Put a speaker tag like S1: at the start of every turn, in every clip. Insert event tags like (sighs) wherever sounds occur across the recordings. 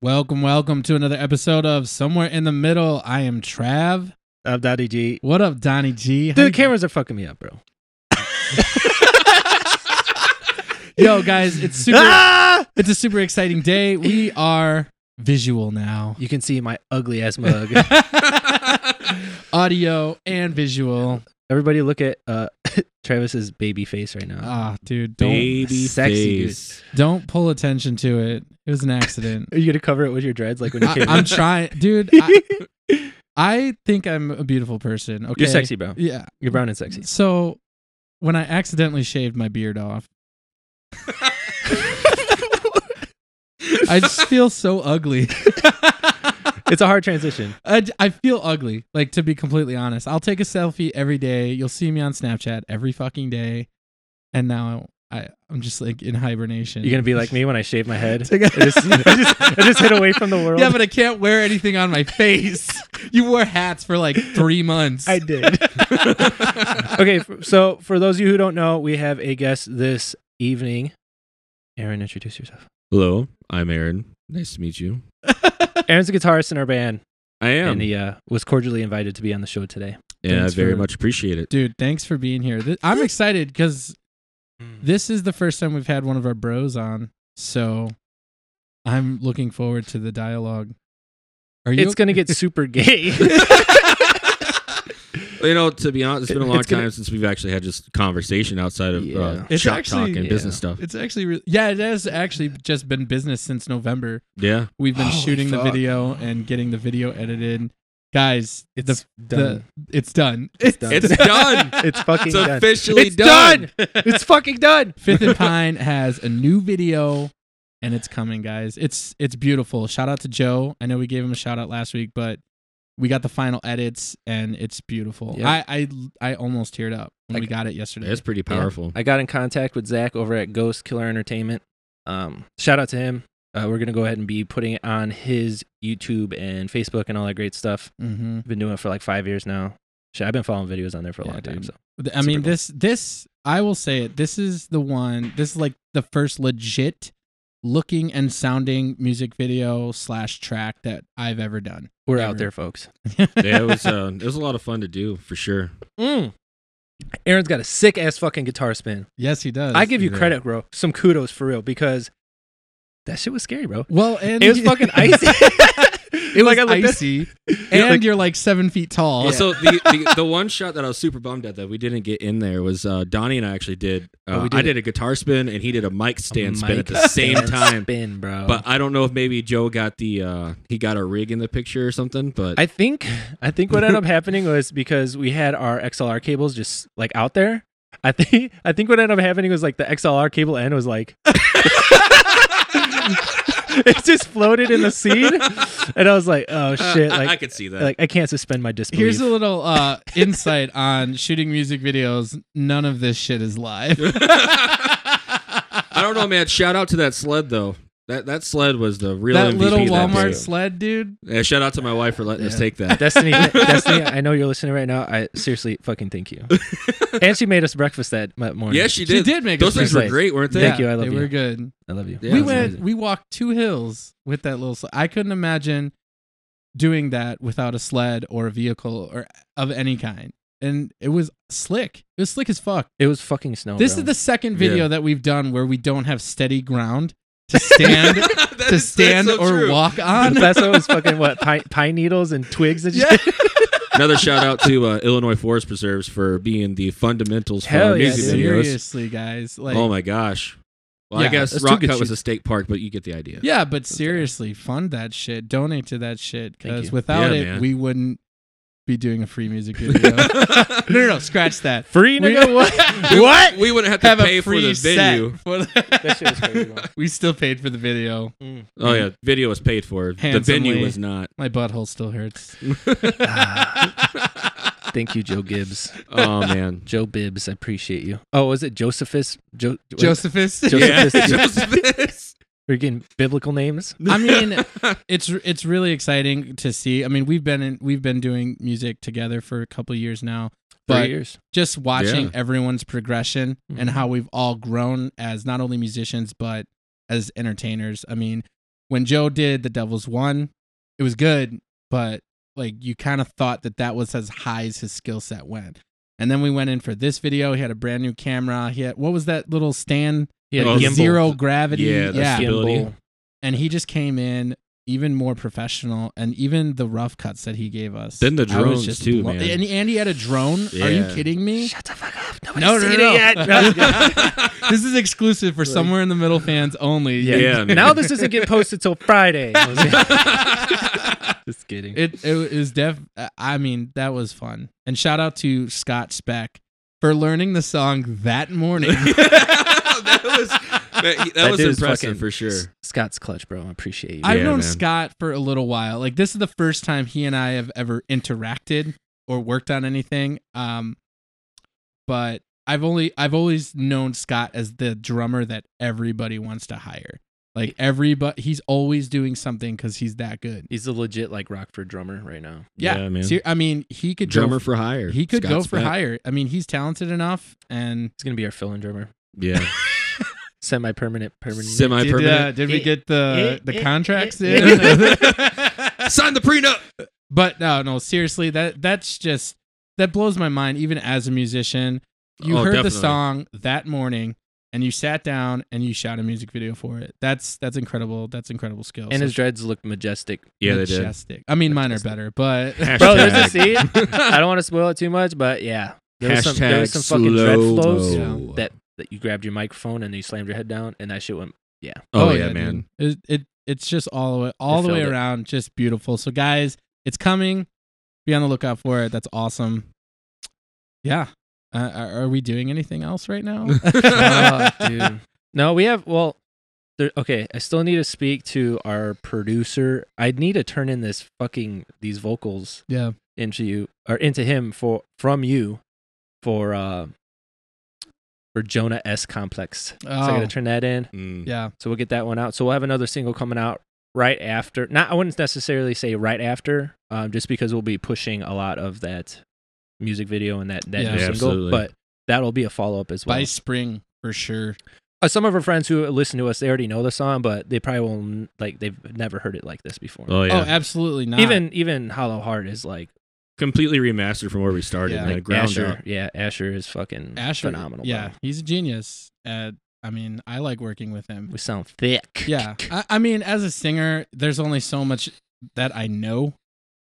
S1: Welcome, welcome to another episode of Somewhere in the Middle. I am Trav.
S2: Of Daddy G.
S1: What up, Donnie G? How
S2: Dude,
S1: you-
S2: cameras are fucking me up, bro.
S1: Yo, guys,
S2: (laughs)
S1: it's super.
S2: Ah!
S1: it's a super exciting day. We are visual
S2: (laughs)
S1: now,
S2: You can see my ugly ass
S1: (laughs)
S2: mug.
S1: audio and visual.
S2: Everybody look at uh, (laughs) Travis's baby face right now.
S1: Ah, dude, don't
S3: baby
S2: sexy,
S3: face.
S1: don't pull attention to it. It was an accident.
S2: (laughs) Are you gonna cover it with your dreads like when you
S1: I,
S2: came?
S1: I'm
S2: in? (laughs)
S1: trying, dude. I, I think I'm a beautiful person. Okay,
S2: You're sexy, bro.
S1: Yeah.
S2: You're brown
S1: (laughs)
S2: and sexy.
S1: So when I accidentally shaved my beard off, I
S2: (laughs)
S1: just feel so ugly.
S2: It's a hard transition.
S1: I, j- I feel ugly, like to be completely honest. I'll take a selfie every day. You'll see me on Snapchat every fucking day. And now I, I'm just like in hibernation.
S2: You're gonna be like me when I shave my
S1: (laughs)
S2: head.
S1: Take a-
S2: I just, (laughs) I just, I just hid away from the world.
S1: Yeah, but I can't wear anything on my
S2: (laughs)
S1: face. you wore hats for like three months. (laughs)
S2: I did. (laughs) okay, f- so for those of you who don't know, we have a guest this evening. Aaron, introduce yourself.
S3: Hello, I'm Aaron. Nice to meet you.
S2: Aaron's a guitarist in our band,
S3: I am,
S2: and
S3: and,
S2: he uh, was cordially invited to be on the show today.
S3: I
S1: Thanks
S3: very
S1: for-
S3: much appreciate it.
S1: (laughs) Dude, thanks for being here. Th- I'm excited because this is the first time we've had one of our bros on. So I'm looking forward to the dialogue. Are you
S2: It's gonna get super gay.
S3: You know, to be honest, it's (laughs) been a
S2: It-
S3: long
S2: it's gonna-
S3: time since we've actually had just conversation outside of
S2: Yeah.
S3: uh,
S1: It's
S3: shop talk
S1: actually-
S3: and
S2: yeah.
S3: business stuff.
S1: (laughs) It's actually, re- yeah, it has actually just been business since November.
S3: Yeah,
S1: We've been
S3: Holy
S1: shooting the
S3: fuck.
S1: video and getting the video edited. Guys,
S2: It's
S1: the,
S2: done.
S1: The, it's done.
S2: It's done.
S3: it's done.
S1: (laughs)
S2: it's fucking
S3: It's
S2: done.
S3: officially
S2: It's done. (laughs)
S3: (laughs)
S2: it's fucking done.
S1: Fifth and Pine has a new video and it's coming, guys. It's it's beautiful. Shout out to Joe. I know we gave him a shout out last week, but we got the final edits and it's beautiful.
S2: Yeah.
S1: I, I I almost teared up when we
S2: Like-
S1: got it yesterday.
S3: It's pretty (laughs) powerful.
S2: I got in contact with Zach over at Ghost Killer Entertainment. Um, shout out to him. Uh, we're gonna go ahead and be putting it on his YouTube and Facebook and all that great stuff.
S1: mm-hmm.
S2: I've been doing it for like five years now. Shit, I've been following videos on there for a
S1: Yeah,
S2: long time.
S1: dude.
S2: So
S1: I
S2: Super
S1: mean
S2: cool.
S1: this this I will say it. This is the one. This is like the first legit looking and sounding music video slash track that I've ever done.
S2: we're
S1: Ever.
S2: out there, folks.
S1: (laughs)
S3: yeah, it was uh, it was a lot of fun to do for sure.
S2: Mm. Aaron's got a sick ass fucking guitar spin.
S1: yes, he does.
S2: I give you
S3: yeah.
S2: credit, bro. Some kudos for real because that shit was scary, bro.
S1: well, and
S2: (laughs) It
S1: (laughs)
S2: was fucking icy.
S1: It was
S2: Like, I looked at- (laughs)
S1: icy, and
S3: Yeah, like-
S1: you're like seven feet tall.
S3: Also, the, the the one shot that I was super bummed at that we didn't get in there was uh, Donnie and I actually did. Uh,
S2: Oh, we did
S3: I did a guitar spin and he did a mic stand
S2: A
S3: spin
S2: mic
S3: at the same
S2: stand
S3: time.
S2: Spin, bro.
S3: But I don't know if maybe Joe got the uh he got a rig in the picture or something. But
S2: I think I think what ended up happening was because we had our XLR cables just like out there. I think I think what ended up happening was like the XLR cable end was like (laughs) it just floated in the scene, and I was like, oh shit,
S3: Uh, I,
S2: like
S3: I could see that.
S2: like I can't suspend my disbelief.
S1: Here's a little uh, insight on shooting music videos. None of this shit is
S2: (laughs)
S1: live.
S3: I don't know, man. Shout out to that sled though. That that sled was the real
S1: that
S3: MVP
S1: little
S3: that
S1: Walmart
S3: day.
S1: sled, dude.
S3: Yeah, shout out to my wife for letting us
S1: Yeah.
S3: take that.
S2: (laughs) Destiny, Destiny, I know you're listening right now. I seriously fucking thank you. and she made us breakfast that m- morning.
S3: yes, she
S1: She
S3: did.
S1: did make
S3: Those
S1: us
S3: things
S2: breakfast.
S3: were great, weren't they?
S2: Thank you, I love
S1: they
S2: you.
S1: were good.
S2: I love you.
S3: Yeah,
S1: we
S3: it was
S1: went.
S3: amazing.
S1: We walked two hills with that little. sled. I couldn't imagine doing that without a sled or a vehicle or of any kind. And it was slick. It was slick as fuck.
S2: It was fucking snow.
S3: Oh,
S1: This
S2: bro. (laughs)
S1: is the second video that we've done where we don't have steady
S3: (laughs)
S1: ground to (laughs) stand
S3: That is-
S1: to
S3: that's
S1: stand
S3: so
S1: or
S3: true.
S1: walk on. (laughs)
S2: That's what was fucking what pine, pine needles and twigs
S3: (laughs)
S2: and shit.
S3: Another shout out to uh, Illinois Forest Preserves for being the fundamentals for
S2: Hell
S3: our
S2: yeah,
S3: music
S2: dude.
S3: videos.
S1: Seriously, guys. Like,
S3: oh my gosh. Well,
S1: Yeah,
S3: I guess
S2: that's two
S3: Rock
S2: good
S3: Cut was
S2: shoots.
S3: a state park, but you get the idea.
S1: yeah, but seriously, fund that shit. Donate to that shit
S2: Thank
S1: because
S2: you.
S1: without
S3: Yeah,
S1: it,
S3: man.
S1: we wouldn't be doing a free music
S3: (laughs)
S1: video. no, no, no. Scratch that.
S2: (laughs) Free
S1: We- (laughs)
S2: nigga.
S3: We-
S2: What? what?
S3: We wouldn't have to
S1: Have
S3: pay
S1: a
S3: for the
S1: free
S3: venue. (laughs)
S1: set. For the-
S2: That shit was crazy. man.
S1: (laughs) we still paid for the video.
S3: Oh yeah, video was paid for. The
S1: Handsomely.
S3: venue was not.
S1: My butthole still
S2: (laughs)
S1: hurts.
S2: Ah, Thank you, Joe Gibbs.
S3: Oh man.
S2: Joe Bibbs, I appreciate you. Oh, was it Josephus? Jo- what-
S1: (laughs) Josephus.
S2: Joseph-
S3: yeah.
S2: Josephus.
S3: Josephus.
S2: We're getting biblical names.
S1: (laughs) I
S3: (laughs)
S1: mean, it's it's really exciting to see. I mean, we've been in, we've been doing music together for a couple of years now,
S2: Three
S1: but
S2: years.
S1: just watching
S3: Yeah. Mm-hmm.
S1: everyone's progression and
S2: Mhm.
S1: how we've all grown as not only musicians but as entertainers. I mean, when Joe did The Devil's One, it was good, but like you kind of thought that that was as high as his skill set went. And then we went in for this video. He had a brand new camera. He had what was that little stand?
S2: He had
S3: Oh,
S1: Like,
S2: a gimbal.
S1: Zero gravity.
S3: Yeah, the
S1: yeah.
S3: stand. stability.
S2: Gimbal.
S1: And he just came in even more professional, and even the rough cuts that he gave us.
S3: Then the
S1: I was
S3: drones,
S1: just
S3: too,
S1: blown-
S3: man.
S1: And, and he had a drone. Are you
S3: Yeah.
S1: kidding me?
S2: Shut the fuck up.
S1: No, no,
S2: Nobody's seen
S1: no. (laughs)
S2: it yet. (laughs)
S1: This is exclusive for
S2: Like-
S1: somewhere in the middle fans only.
S2: Yeah.
S3: Yeah,
S2: (laughs)
S3: man.
S2: now this doesn't get posted
S1: (laughs)
S2: till Friday. (laughs) Just kidding.
S1: It it is def. I mean, that was fun. And shout out to Scott Speck for learning the song that
S2: (laughs)
S1: morning. (laughs)
S3: that was man, he- that, was
S2: dude's
S3: impressive
S2: fucking-
S3: for sure.
S2: S- Scott's clutch, bro. I appreciate you.
S1: I've
S3: Yeah,
S1: known
S3: man.
S1: Scott for a little while. Like this is the first time he and I have ever interacted or worked on anything. Um, but I've only I've always known Scott as the drummer that everybody wants to hire. Like everybody, he's always doing something because he's that good.
S2: He's a legit like Rockford drummer right now.
S1: Yeah,
S3: Yeah, man.
S1: ser- I mean, he could go
S3: Drummer for hire.
S1: He could
S3: Scott
S1: go for
S3: Speck.
S1: hire. I mean, he's talented enough, and
S2: He's gonna be our fill-in drummer.
S3: Yeah.
S2: Semi permanent, permanent.
S1: did, uh,
S3: Semi-permanent.
S1: did we get the
S2: Eh,
S1: the
S2: eh,
S1: contracts
S2: eh,
S1: (laughs)
S3: (laughs)
S1: in?
S3: Sign the prenup.
S1: but no, no, seriously, that that's just that blows my mind. Even as a musician, you
S3: Oh,
S1: heard
S3: definitely.
S1: the song that morning, and you sat down and you shot a music video for it. That's that's incredible. That's incredible skill.
S2: and
S1: So
S2: his dreads look majestic.
S3: Yeah, they did.
S1: majestic. I mean, mine are
S2: Majestic.
S1: better, but (laughs)
S2: Bro,
S3: Hashtag- Oh,
S2: there's
S3: (laughs)
S2: a scene. I don't want to spoil it too much, but yeah, there was some, there was some fucking dread
S3: slow-mo.
S2: flows
S1: Yeah.
S2: that that you grabbed your microphone and you slammed your head down, and that shit went. (laughs)
S3: Oh, yeah, man.
S1: dude. It, it it's just all the way all
S2: It
S1: the way
S2: filled it.
S1: around, just beautiful. So guys, it's coming. Be on the lookout for it. That's awesome. Yeah. Uh, are are we doing anything else right
S3: (laughs)
S1: now? (laughs)
S2: Oh, dude. No, we have well. There, okay, I still need to speak to our producer. I need to turn in this fucking these vocals
S1: yeah.
S2: into you or into him for from you for uh for Jonah S complex. So I
S1: Oh.
S2: gotta turn that in.
S3: Mm.
S1: Yeah.
S2: So we'll get that one out. So we'll have another single coming out right after. Not I wouldn't necessarily say right after, um, just because we'll be pushing a lot of that music video and that that
S1: Yeah.
S2: new
S1: Yeah,
S2: single.
S3: absolutely.
S2: But that'll be a follow up as well.
S1: By spring for sure.
S2: Uh, some of our friends who listen to us, they already know the song, but they probably won't like they've never heard it like this before.
S3: Oh yeah.
S1: Oh, absolutely not.
S2: Even even Hollow Heart is like
S3: Completely remastered from where we started.
S1: Yeah.
S3: man.
S2: Like
S3: ground
S2: Asher,
S3: up.
S2: yeah, Asher is fucking
S1: Asher,
S2: phenomenal.
S1: Yeah,
S2: bro.
S1: he's a genius. At I mean, I like working with him.
S2: we sound thick. (laughs)
S1: yeah I, I mean as a singer there's only so much that i know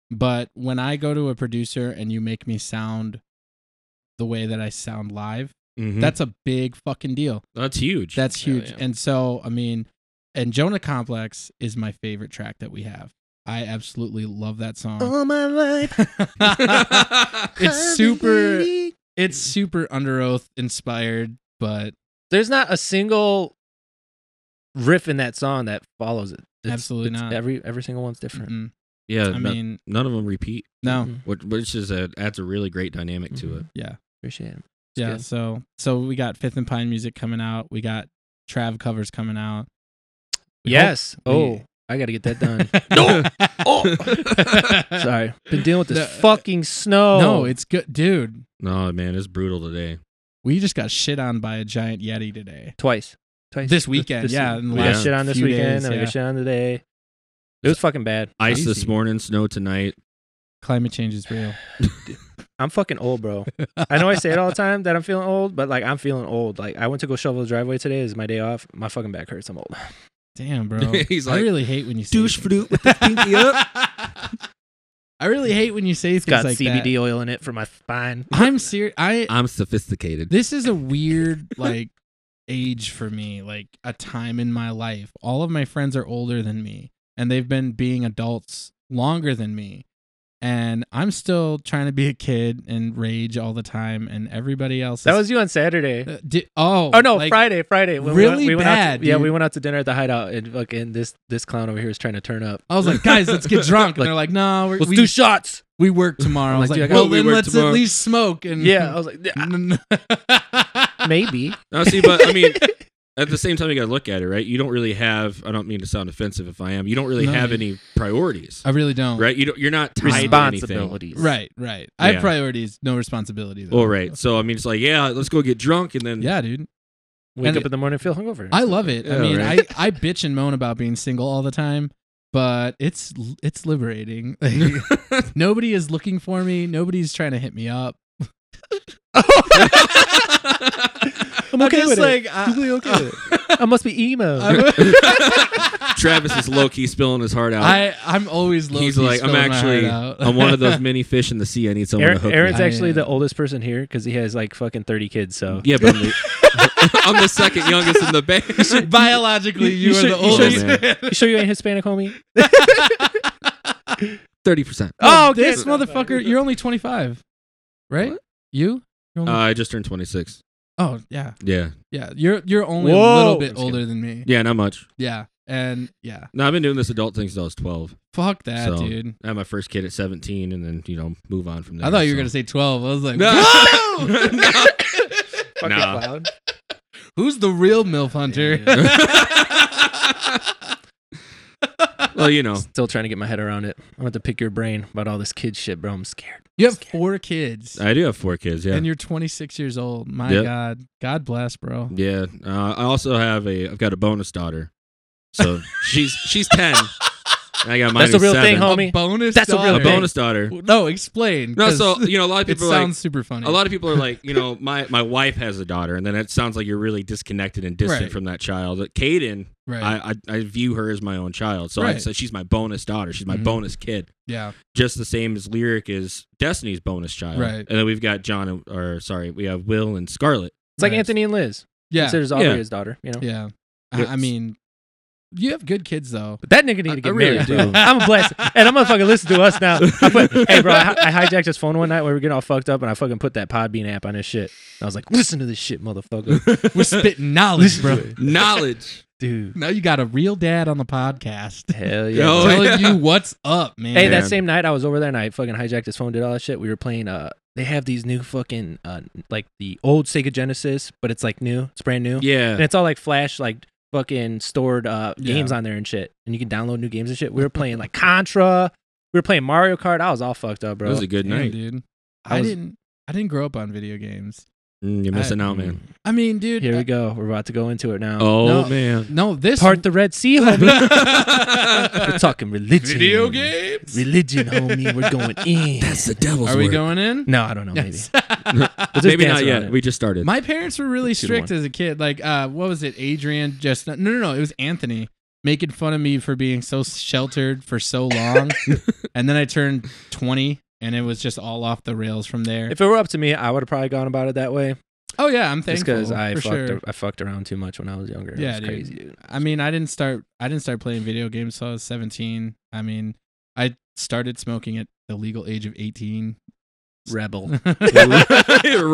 S1: but when i go to a producer and you make me sound the way that i sound live
S3: Mhm.
S1: that's a big fucking deal
S3: that's huge.
S1: that's
S2: Yeah,
S1: huge
S2: Hmm. yeah.
S1: and so i mean and jonah complex is my favorite track that we have i absolutely love that song
S2: All my life,
S1: (laughs)
S2: Uh-huh. (laughs)
S1: it's super it's super under oath inspired but
S2: There's not a single riff in that song that follows it. It's-
S1: Absolutely
S2: it's-
S1: not.
S2: Every every single one's different.
S1: mm,
S3: yeah.
S1: i
S3: no-
S1: mean
S3: none of them repeat,
S1: no
S2: Mhm.
S3: which, which is a adds a really great dynamic to it.
S2: Mhm.
S1: Yeah.
S2: appreciate it. It's
S1: yeah
S2: good.
S1: so so we got fifth and pine music coming out we got trav covers coming out We
S2: yes.
S1: hope
S2: oh,
S1: we-
S2: I got to get
S1: (laughs)
S2: that done.
S3: No! Oh.
S1: oh (laughs)
S2: Sorry, been dealing with this
S1: No.
S2: fucking snow.
S1: uh, no it's good dude
S3: No, man, it's brutal today.
S1: we just got shit on by a giant yeti today
S2: twice. Twice
S1: This weekend, yeah, in the
S2: we got
S3: last
S2: shit on this
S1: few
S2: weekend.
S1: days,
S2: and we
S1: yeah.
S2: got shit on today. It was fucking bad.
S3: Ice
S1: Crazy.
S3: this morning, snow tonight.
S1: climate change is
S3: (laughs)
S1: real
S2: I'm fucking old, bro. I know I say it all the time that I'm feeling old, but like I'm feeling old. Like I went to go shovel the driveway today. Is my day off. My fucking back hurts. I'm old.
S1: damn bro
S3: (laughs) He's
S1: i
S3: like,
S1: really hate when you say
S3: douche
S1: things-
S3: flute with the pinky up.
S1: (laughs) i really hate when you say things
S2: Got
S1: like
S2: CBD
S1: that
S2: oil in it for my spine.
S1: i'm serious i
S3: I'm sophisticated.
S1: this is a weird like age for me like a time in my life all of my friends are older than me and they've been being adults longer than me and i'm still trying to be a kid and rage all the time and everybody else
S2: That
S1: is-
S2: was you on Saturday.
S1: Uh, di- oh
S2: Oh no,
S1: like,
S2: Friday, Friday.
S1: really
S2: we went, we went Out
S1: bad,
S2: to, yeah,
S1: dude.
S2: we went out to dinner at the hideout, and fucking this this clown over here is trying to turn up.
S1: i was like guys let's
S2: (laughs)
S1: get drunk and
S2: Like,
S1: they're like no we're,
S2: Let's
S1: we,
S2: do shots.
S1: we work tomorrow i
S2: I'm
S1: was
S2: like,
S1: like,
S2: "Dude, I
S1: well
S3: gotta- we
S1: then
S3: work
S1: let's
S3: tomorrow."
S1: at least smoke and
S2: Yeah, I was like, "Yeah, maybe.
S3: No, see, but I mean, at the same time, you got to look at it, right? You don't really have. I don't mean to sound offensive if I am. You don't really
S1: No.
S3: have any priorities,
S1: (laughs) i really don't
S3: right? You don't. You're not tied to anything.
S2: Responsibilities.
S1: right right i have
S3: Yeah.
S1: priorities no responsibility though.
S3: Well, right. So I mean, it's like, yeah, let's go get drunk, and then
S1: yeah dude
S2: Wake
S1: And-
S2: up in the morning, and feel hungover.
S1: I love it. I
S3: Yeah,
S1: mean,
S3: right.
S1: I, I bitch and moan about being single all the time, but it's it's liberating. (laughs) Like, nobody is looking for me. Nobody's trying to hit me up.
S2: I'm okay
S1: just
S2: with
S1: like,
S2: it.
S1: I-
S2: Completely okay with it. (laughs) I must be
S1: (laughs)
S2: emo.
S1: I'm, (laughs)
S3: Travis is low key spilling his heart out.
S1: I, I'm always low.
S3: He's like, I'm actually, I'm one of those (laughs) many fish in the sea. I need someone to
S2: Aaron,
S3: hook
S2: Aaron's
S1: I
S2: actually
S1: am.
S2: the oldest person here because he has like fucking 30 kids. So
S3: me. Yeah, but
S1: (laughs)
S3: I'm the, I'm the second youngest in the (laughs)
S1: (laughs)
S3: band.
S1: biologically you,
S2: you
S1: are
S2: should-
S1: the
S2: you should-
S3: Oh,
S1: oldest.
S2: (laughs) you sure you ain't
S1: (laughs)
S2: Hispanic, homie?
S3: Thirty percent.
S2: Oh, okay.
S1: this motherfucker! You're only 25, right? You? You're only,
S3: Uh, I just turned 26.
S1: oh yeah,
S3: Yeah,
S1: yeah. You're you're only a
S2: Whoa!
S1: little bit
S3: Just
S1: older than me.
S3: yeah, not much.
S1: Yeah, and yeah.
S3: No, I've been doing this adult thing since I was 12.
S1: Fuck that,
S3: So,
S1: dude.
S3: I had my first kid at 17, and then you know move on from there.
S1: I thought you were
S3: so.
S1: gonna say 12. I was like,
S3: No.
S1: whoa! (laughs)
S3: No.
S2: Fucking
S3: Nah.
S2: clown.
S1: Who's the real MILF hunter?
S2: Yeah,
S3: well, you know,
S2: Still trying to get my head around it. I want to pick your brain about all this kid shit, bro. I'm scared.
S1: (laughs) You have four kids,
S3: I do have four kids. Uh, Yeah,
S1: and you're 26 years old. My
S3: Yep.
S1: God, God bless, bro.
S3: yeah. Uh, I also have a. I've got a bonus daughter,
S1: (laughs)
S3: so she's she's 10. And I got mine.
S2: That's a
S3: at
S2: real
S3: seven.
S2: thing, homie.
S1: A bonus.
S2: That's a real
S3: A
S1: daughter.
S2: thing.
S3: bonus daughter.
S1: No, explain.
S3: No,
S1: (laughs) 'cause
S3: so you know, a lot of
S1: it
S3: people are
S1: sounds
S3: like,
S1: super funny.
S3: a lot of people are like,
S1: (laughs)
S3: you know, my my wife has a daughter, and then it sounds like you're really disconnected and distant
S1: Right.
S3: from that child. But Kaden,
S1: right?
S3: I, I I view her as my own child, so I
S1: Right.
S3: said she's my bonus daughter. She's my
S1: Mhm.
S3: bonus kid,
S1: yeah,
S3: just the same as Lyric is Destiny's bonus child.
S1: Right.
S3: And then we've got John, and, or sorry, we have Will and
S1: (laughs)
S3: Scarlett.
S2: It's like
S1: Nice.
S2: Anthony and Liz.
S1: yeah,
S2: Considers Aubrey
S3: Yeah.
S2: his daughter, you know?
S1: yeah. I,
S3: Yes.
S1: I mean, you have good kids though.
S2: But that nigga need
S3: I-
S2: to get
S3: I really
S2: married,
S3: do.
S2: dude. I'm a blessed, and I'm gonna fucking listen to us now. I put, hey, bro, I, I hijacked his phone one night where we were getting all fucked up, and I fucking put that Podbean app on his shit. And I was like, listen to this shit, motherfucker, (laughs)
S1: We're spitting knowledge, bro.
S3: (laughs) Knowledge.
S2: dude.
S1: Now you got a real dad on the podcast
S2: Hell yeah.
S3: Yo. Oh,
S2: bro.
S1: telling
S3: yeah.
S1: you what's up, man.
S2: Hey,
S3: Yeah.
S2: that same night I was over there and I fucking hijacked his phone, did all that shit. We were playing. uh They have these new fucking uh like the old Sega Genesis, but it's like new. It's brand new. and
S3: Yeah.
S2: it's all like flash like fucking stored uh
S1: Yeah.
S2: games on there and shit and you can download new games and shit we were playing like contra we were playing mario kart i was all fucked up
S3: That
S2: bro
S3: was a good
S1: Damn,
S3: night.
S1: dude.
S2: I
S1: I,
S2: was-
S1: didn't. I didn't grow up on video games.
S3: Mm, you're missing
S1: I-
S3: out, man.
S1: I mean, dude.
S2: here
S1: uh,
S2: we go we're about to go into it now
S3: Oh
S1: No.
S3: man.
S1: No, this
S2: part the red sea homie (laughs) we're
S1: That's
S2: talking religion
S1: video games.
S2: religion homie we're going in
S3: the devil's
S1: Are we going in?
S2: no i don't know maybe
S1: (laughs) Yes.
S3: (laughs)
S2: We'll just
S3: Maybe
S2: dance
S3: not
S2: around
S3: yet.
S2: it.
S3: We just
S1: (laughs)
S3: started. (laughs)
S1: My parents were really
S3: Two to
S1: strict
S3: one.
S1: as a kid. Like, uh, what was it? Adrian just no, no, no. It was Anthony making fun of me for being so sheltered for so
S2: (laughs)
S3: (laughs)
S1: long, and then I turned twenty, and it was just all off the rails from there.
S2: if it were up to me i would have probably gone about it that way
S1: oh yeah, I'm
S2: just
S1: thankful
S2: because i
S1: for
S2: fucked
S1: sure.
S2: i fucked around too much when i was younger
S1: Yeah,
S2: it was
S1: dude.
S2: crazy (laughs) dude
S1: I mean, I didn't start. I didn't start playing video games till I was seventeen. I mean, I started smoking at the legal age of eighteen. (laughs)
S2: rebel
S3: (laughs)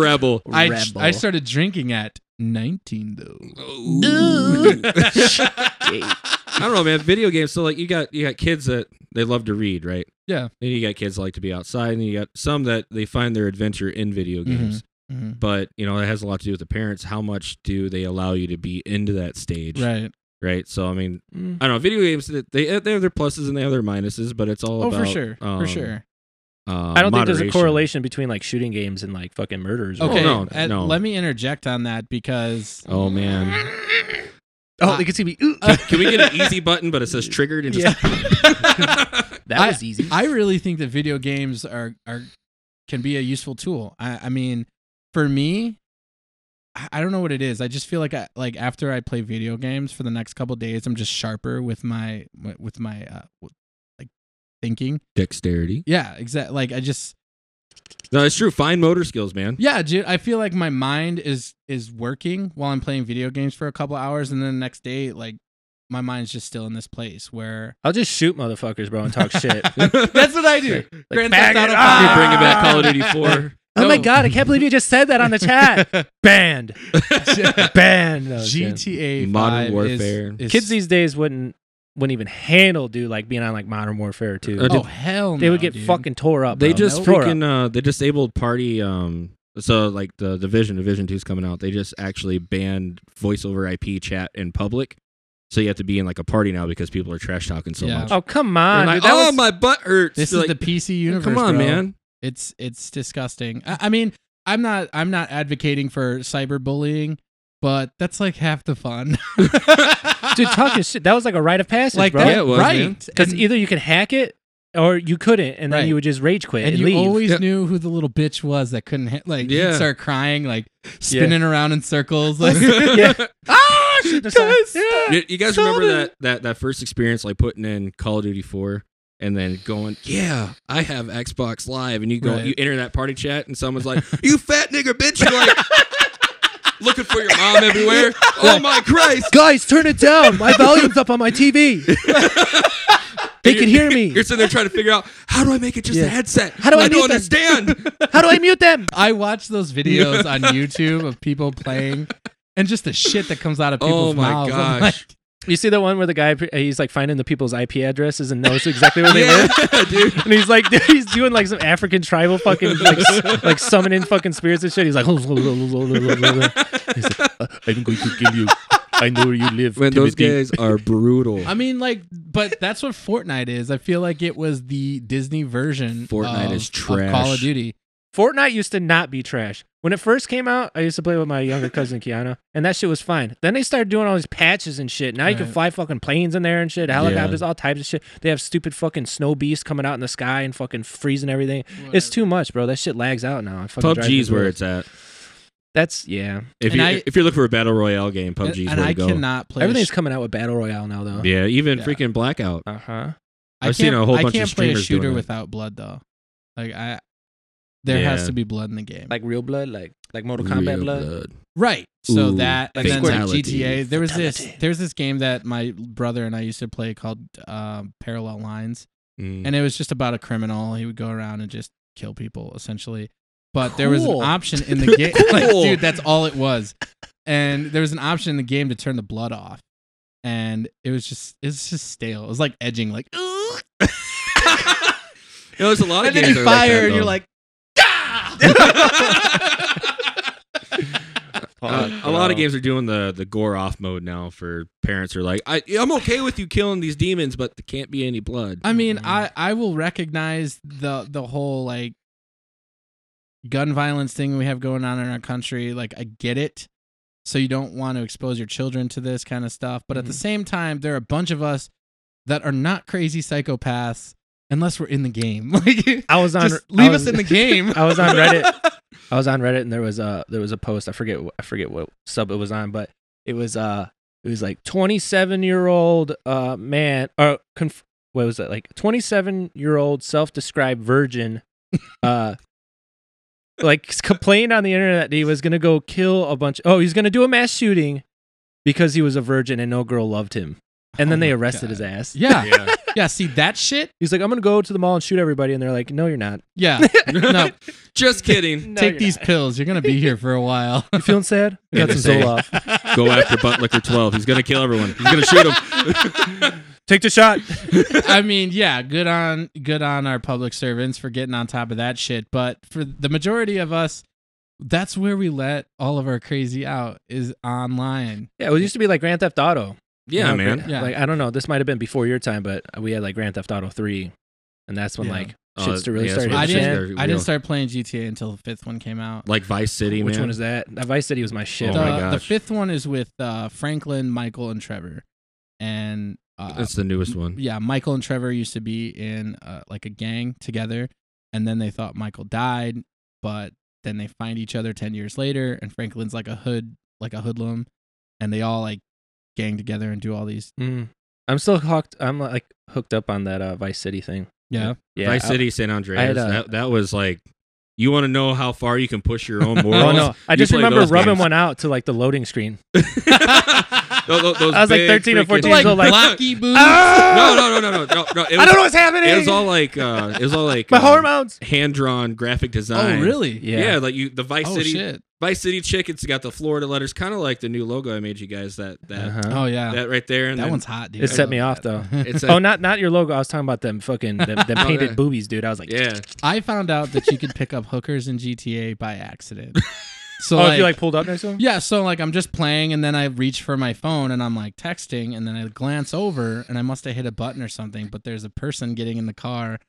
S3: Rebel.
S1: I
S2: Rebel.
S1: I started drinking at nineteen though.
S3: (laughs) I don't know, man. Video games. So like, you got you got kids that they love to read, right?
S1: Yeah.
S3: Then you got kids that like to be outside, and then you got some that they find their adventure in video games.
S1: Mhm.
S3: But you know, that has a lot to do with the parents. How much do they allow you to be into that stage?
S1: Right.
S3: Right? So I mean,
S2: Mm.
S3: I don't know. Video games. They they have their pluses and they have their minuses, but it's all
S1: Oh,
S3: about
S1: for sure.
S3: um,
S1: for sure.
S3: uh,
S2: I don't think there's a
S3: moderation.
S2: correlation between like shooting games and like fucking murders.
S3: Oh,
S1: Okay,
S3: no,
S1: uh,
S3: no.
S1: let me interject on that because
S3: Oh man.
S2: Oh,
S1: Uh,
S2: they can see me.
S1: (laughs)
S3: Can we get an easy button, but it says triggered and just
S2: that was easy.
S1: I really think that video games are are can be a useful tool. I, I mean, for me, I I don't know what it is. I just feel like I like after I play video games for the next couple days, I'm just sharper with my with my uh, w- like thinking.
S3: dexterity.
S1: Yeah, exactly. Like I just
S3: No, it's true. Fine motor skills, man.
S1: yeah, dude. I feel like my mind is is working while I'm playing video games for a couple hours, and then the next day, like my mind's just still in this place where
S2: I'll just shoot motherfuckers, bro,
S1: (laughs)
S2: and talk shit.
S1: that's what I do.
S2: Like,
S1: Grand Theft
S2: faggot,
S1: Auto
S2: ah!
S1: five.
S3: Bringing back Call of Duty 4.
S2: oh my
S1: No.
S2: god, I can't believe you just said that on
S1: (laughs)
S2: the chat. Banned, banned. those games.
S1: GTA
S3: Modern
S1: 5
S3: Warfare.
S1: Is, is,
S2: Kids these days wouldn't wouldn't even handle dude like being on like Modern Warfare too.
S3: Uh,
S1: oh hell,
S2: they would
S1: no,
S2: get
S1: dude.
S2: fucking tore up.
S3: They
S2: bro.
S3: just
S2: Tore up.
S3: freaking uh they disabled party um so like the division division 2's coming out. They just actually banned voice over IP chat in public. So you have to be in like a party now because people are trash talking so
S1: Yeah.
S3: much.
S2: Oh come
S3: They're
S2: on,
S3: like,
S2: dude. That
S3: "Oh,
S2: was-
S3: my butt hurts.
S1: This
S3: They're
S1: is
S3: like,
S1: the PC universe.
S3: Come on,
S1: bro.
S3: man.
S1: It's it's disgusting. I, I mean, I'm not I'm not advocating for cyberbullying, but that's like half the
S3: (laughs)
S1: fun. (laughs)
S2: (laughs) Dude, talk your shit. That was like a rite of passage,
S1: like
S2: bro.
S1: that,
S3: Yeah, it was, man.
S1: right?
S2: Because
S1: And-
S2: either you could hack it or you couldn't, and then
S1: Right.
S2: you would just rage quit and,
S1: and you
S2: leave. (laughs)
S1: always
S3: Yeah.
S1: knew who the little bitch was that couldn't hit. Like, you'd
S3: Yeah.
S1: start crying, like spinning around in
S3: (laughs)
S1: circles. Like, (laughs)
S2: (laughs) Yeah.
S1: ah,
S2: Shoot the sign.
S1: guys,
S3: You, you guys
S1: Solid.
S3: remember that, that that first experience, like putting in Call of Duty Four, and then going, "Yeah, I have Xbox Live," and you go,
S1: Right.
S3: you enter that party chat, and someone's like, "You fat nigger bitch!" You're like (laughs) looking for your mom everywhere. Oh my Christ!
S2: Guys, turn it down. My volume's up on my TV. they can hear me.
S3: You're sitting there trying to figure out how do I make it just
S2: Yeah.
S3: a headset?
S2: How do I
S3: don't
S2: mute them?
S3: understand?
S2: How do I mute them?
S1: I watch those videos
S3: (laughs)
S1: on YouTube of people playing, and just the shit that comes out of people's
S3: Oh my
S1: mouths. I'm
S3: gosh.
S1: like,
S2: You see the one where the guy uh, he's like finding the people's IP addresses and knows exactly where they live.
S3: yeah, (laughs) dude.
S2: And he's like, (laughs) he's doing like some African tribal fucking like s- like summoning fucking spirits and shit. He's like, (laughs) he's like I'm going to kill you. I know where you live.
S3: Man, those
S2: Timothy."
S3: guys are brutal.
S1: I mean, like, but that's what Fortnite is. I feel like it was the Disney version.
S3: Fortnite
S1: of-
S3: is
S1: of Call of
S3: trash.
S1: Duty.
S2: Fortnite used to not be trash. When it first came out, I used to play with my younger cousin Kiana, and that shit was fine. Then they started doing all these patches and shit. Now you can
S1: Right.
S2: fly fucking planes in there and shit, helicopters, all types of shit. They have stupid fucking snow beasts coming out in the sky and fucking freezing everything. It's too much, bro. That shit lags out now. It fucking drives me
S3: PUBG's where
S2: crazy.
S3: it's at.
S2: That's yeah.
S3: If
S1: And
S3: you
S1: I-
S3: if you're looking for a battle royale game,
S1: And,
S3: PUBG's
S1: and
S3: where
S1: I
S3: to go.
S1: cannot play. a
S2: Everything's
S1: sh-
S2: coming out with battle royale now, though.
S3: yeah, even
S1: Yeah.
S3: freaking Blackout.
S2: Uh huh.
S1: I
S3: I've seen
S1: can't-
S3: a whole
S1: I
S3: bunch of
S1: can't play a
S3: streamers doing
S1: shooter
S3: that.
S1: without blood, though. Like, I there has
S3: Yeah.
S1: to be blood in the game.
S2: Like real blood, like like Mortal Kombat
S3: Real
S2: blood.
S1: Right. So
S3: Ooh,
S1: that and then like
S3: fatality.
S1: GTA. There was this
S2: Fatality.
S1: there was this game that my brother and I used to play called um, Parallel Lines,
S3: Mm.
S1: and it was just about a criminal. He would go around and just kill people essentially. But there was an
S2: Cool.
S1: option in
S3: (laughs)
S1: the game, (laughs) like
S3: Cool.
S1: dude, that's all it was. And there was an option in the game to turn the blood off, and it was just it's just stale. It was like edging,
S3: (laughs)
S1: like (laughs) "Ooh."
S3: You know, there's a lot of
S1: and then
S3: games
S1: you
S3: that are like
S1: fire,
S3: that,
S1: and you're
S3: though.
S1: like.
S3: (laughs)
S1: (laughs)
S3: Uh, a lot of games are doing the the gore off mode now. For parents who are like, I I'm okay with you killing these demons, but there can't be any blood.
S1: I mean,
S2: Mhm.
S1: I I will recognize the the whole like gun violence thing we have going on in our country. Like I get it. So you don't want to expose your children to this kind of stuff, but at the
S2: Mhm.
S1: same time, there are a bunch of us that are not crazy psychopaths unless we're in the game. (laughs) Like
S2: I was on.
S1: just
S2: I
S1: leave
S2: was-
S1: us in
S2: (laughs)
S1: the game.
S2: I was on Reddit. (laughs) I was on Reddit and there was a there was a post. I forget wh- I forget what sub it was on, but it was uh it was like 27 year old uh man or conf- what was it like 27 year old self described virgin (laughs) uh like s- complained on the internet that he was gonna go kill a bunch. Oh, he's gonna do a mass shooting because he was a virgin and no girl loved him. And then
S1: Oh
S2: they
S1: my
S2: arrested
S1: God.
S2: his ass.
S1: Yeah.
S3: yeah.
S1: Yeah, see that shit?
S2: He's like, I'm gonna go to the mall and shoot everybody, and they're like, No, you're
S3: (laughs)
S2: not. (laughs)
S1: Yeah. No,
S3: Just kidding.
S2: No,
S1: take
S2: you're
S1: these
S2: not.
S1: pills. You're going to be here for a
S2: (laughs)
S1: while.
S2: You feeling sad? We
S3: Yeah,
S2: got some
S3: they say-
S1: (laughs)
S2: Zoloft.
S3: Go after Buttlicker 12. He's gonna kill everyone. He's gonna shoot him.
S2: Take the shot.
S1: I mean, yeah, good on good on our public servants for getting on top of that shit. But for the majority of us, that's where we let all of our crazy out is online.
S2: Yeah, it used to be like Grand Theft Auto.
S3: yeah,
S2: You know,
S3: man.
S2: Grand-
S1: Yeah.
S2: Like I don't know, this might have been before your time, but we had like Grand Theft Auto three, and that's when
S1: Yeah.
S2: like
S3: Uh,
S2: shit's to really
S3: yeah,
S2: start.
S3: that's
S1: I
S3: what
S2: hitting
S3: it is.
S2: the
S3: They're
S1: didn't I
S3: real.
S1: didn't start playing GTA until the fifth one came out.
S3: Like Vice City,
S2: fan. Which
S3: man.
S2: one is that? Uh, Vice City was my shit.
S3: Oh
S1: the,
S3: my
S2: bro.
S1: the
S3: gosh.
S1: fifth one is with uh, Franklin, Michael, and Trevor. And uh,
S3: That's the newest one.
S1: yeah, Michael and Trevor used to be in uh, like a gang together, and then they thought Michael died, but then they find each other ten years later, and Franklin's like a hood, like a hoodlum, and they all like gang together and do all these.
S2: Mm. I'm still hooked. I'm like hooked up on that uh, Vice City thing. (laughs)
S1: Yeah,
S2: Yeah,
S3: Vice
S2: I-
S3: City, San Andreas.
S2: I had, uh,
S3: that that was like, you want to know how far you can push your own
S2: (laughs)
S3: morals?
S2: Oh no! I
S3: You
S2: just
S3: play
S2: remember
S3: those
S2: rubbing
S3: games.
S2: one out to like the loading screen.
S3: Tho-
S1: (laughs)
S3: tho-
S2: (laughs)
S3: those
S2: I was like
S3: big
S2: 13 or
S3: freaking-
S2: 14
S1: like
S2: years old, like (laughs) Ah!
S1: blocky boobs.
S3: No, no, no, no, no, no, no. It
S2: I
S3: was,
S2: don't know what's happening.
S3: It was all like uh, it was all like
S2: my
S3: uh,
S2: hormones.
S3: hand-drawn graphic design.
S1: oh, really?
S3: Yeah.
S2: Yeah.
S3: like you, the Vice
S1: Oh
S3: City,
S1: shit.
S3: Vice City chick. It's got the Florida letters, kind of like the new logo I made you guys. That that
S2: Uh-huh.
S1: Oh yeah. That,
S3: that right there, and
S2: (laughs)
S3: then
S1: one's hot, dude.
S2: It
S1: I
S2: set
S1: love
S2: me
S1: (laughs)
S2: off,
S1: that.
S3: it's a,
S2: Oh, not not your logo. I was talking about them fucking them,
S1: (laughs)
S2: them
S3: Oh,
S2: painted
S3: yeah.
S2: boobies, dude. I was like,
S3: yeah.
S1: I found out that you could pick up hookers in GTA by
S3: (laughs)
S1: accident. So
S2: Oh, if you like pulled up next to him.
S1: Yeah, so like I'm just playing and then I reach for my phone and I'm like texting and then I glance over and I must have hit a button or something, but there's a person getting in the car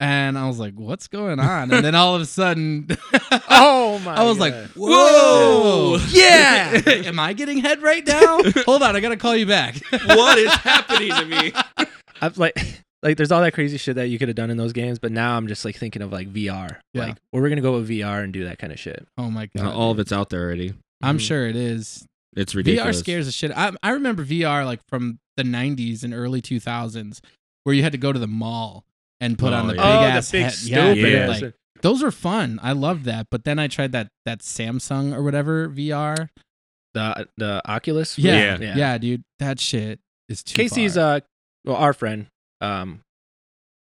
S1: and I was like, "What's going on?" And then all of a sudden,
S2: (laughs)
S1: (laughs)
S2: Oh my!
S1: I was like,
S2: God.
S1: "Whoa,
S3: (laughs) Yeah.
S1: Am I getting head right
S3: (laughs)
S1: now? Hold on, I gotta call you back.
S3: what is happening to me?
S2: I've like (laughs) like there's all that crazy shit that you could have done in those games, but now I'm just like thinking of like VR.
S1: Yeah.
S2: Like, well, we're gonna go with VR and do that kind of shit.
S1: (laughs) Oh my god!
S3: all of it's out there already.
S1: I'm
S2: Mhm.
S1: sure it is.
S3: It's ridiculous.
S1: VR scares the shit. I I remember VR like from the '90s and early 2000s, where you had to go to the mall and put
S3: Oh,
S1: on the
S3: yeah.
S1: big
S3: Oh,
S2: the
S1: ass
S2: big
S1: head.
S2: stupid
S1: yeah,
S3: ass
S1: like, those were fun. I loved that. But then I tried that that Samsung or whatever VR.
S2: The the Oculus.
S1: Yeah.
S3: Yeah.
S1: Yeah, dude, that shit is too.
S2: Casey's
S1: far.
S2: uh well our friend um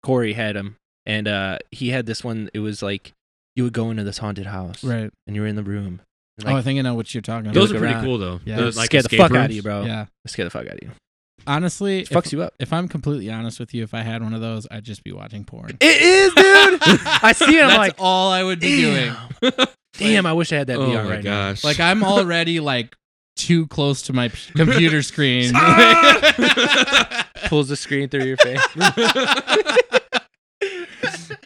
S2: Corey had him and uh he had this one it was like you would go into this haunted house
S1: right.
S2: and you were in the room and,
S1: oh, I
S2: like,
S1: think I know what you're talking about.
S3: Those
S2: Look
S3: are pretty
S2: around.
S3: cool though.
S1: Yeah.
S3: The,
S2: it scared the
S3: escape
S2: fuck out of
S3: rooms.
S2: you bro
S1: Yeah.
S2: It scared the fuck out of you
S1: Honestly,
S2: it
S1: if,
S2: fucks you up
S1: if I'm completely honest with you, if I had one of those, I'd just be watching porn.
S2: it is (laughs) dude (laughs) I see it I'm
S1: That's
S2: like
S1: all I would be doing. (laughs)
S2: damn. damn I wish I had that
S3: oh
S2: VR
S3: my
S2: right now
S3: gosh! (laughs)
S1: Like I'm already like too close to my p- computer screen.
S2: (laughs)
S3: (laughs) Ah!
S2: pulls the screen through your face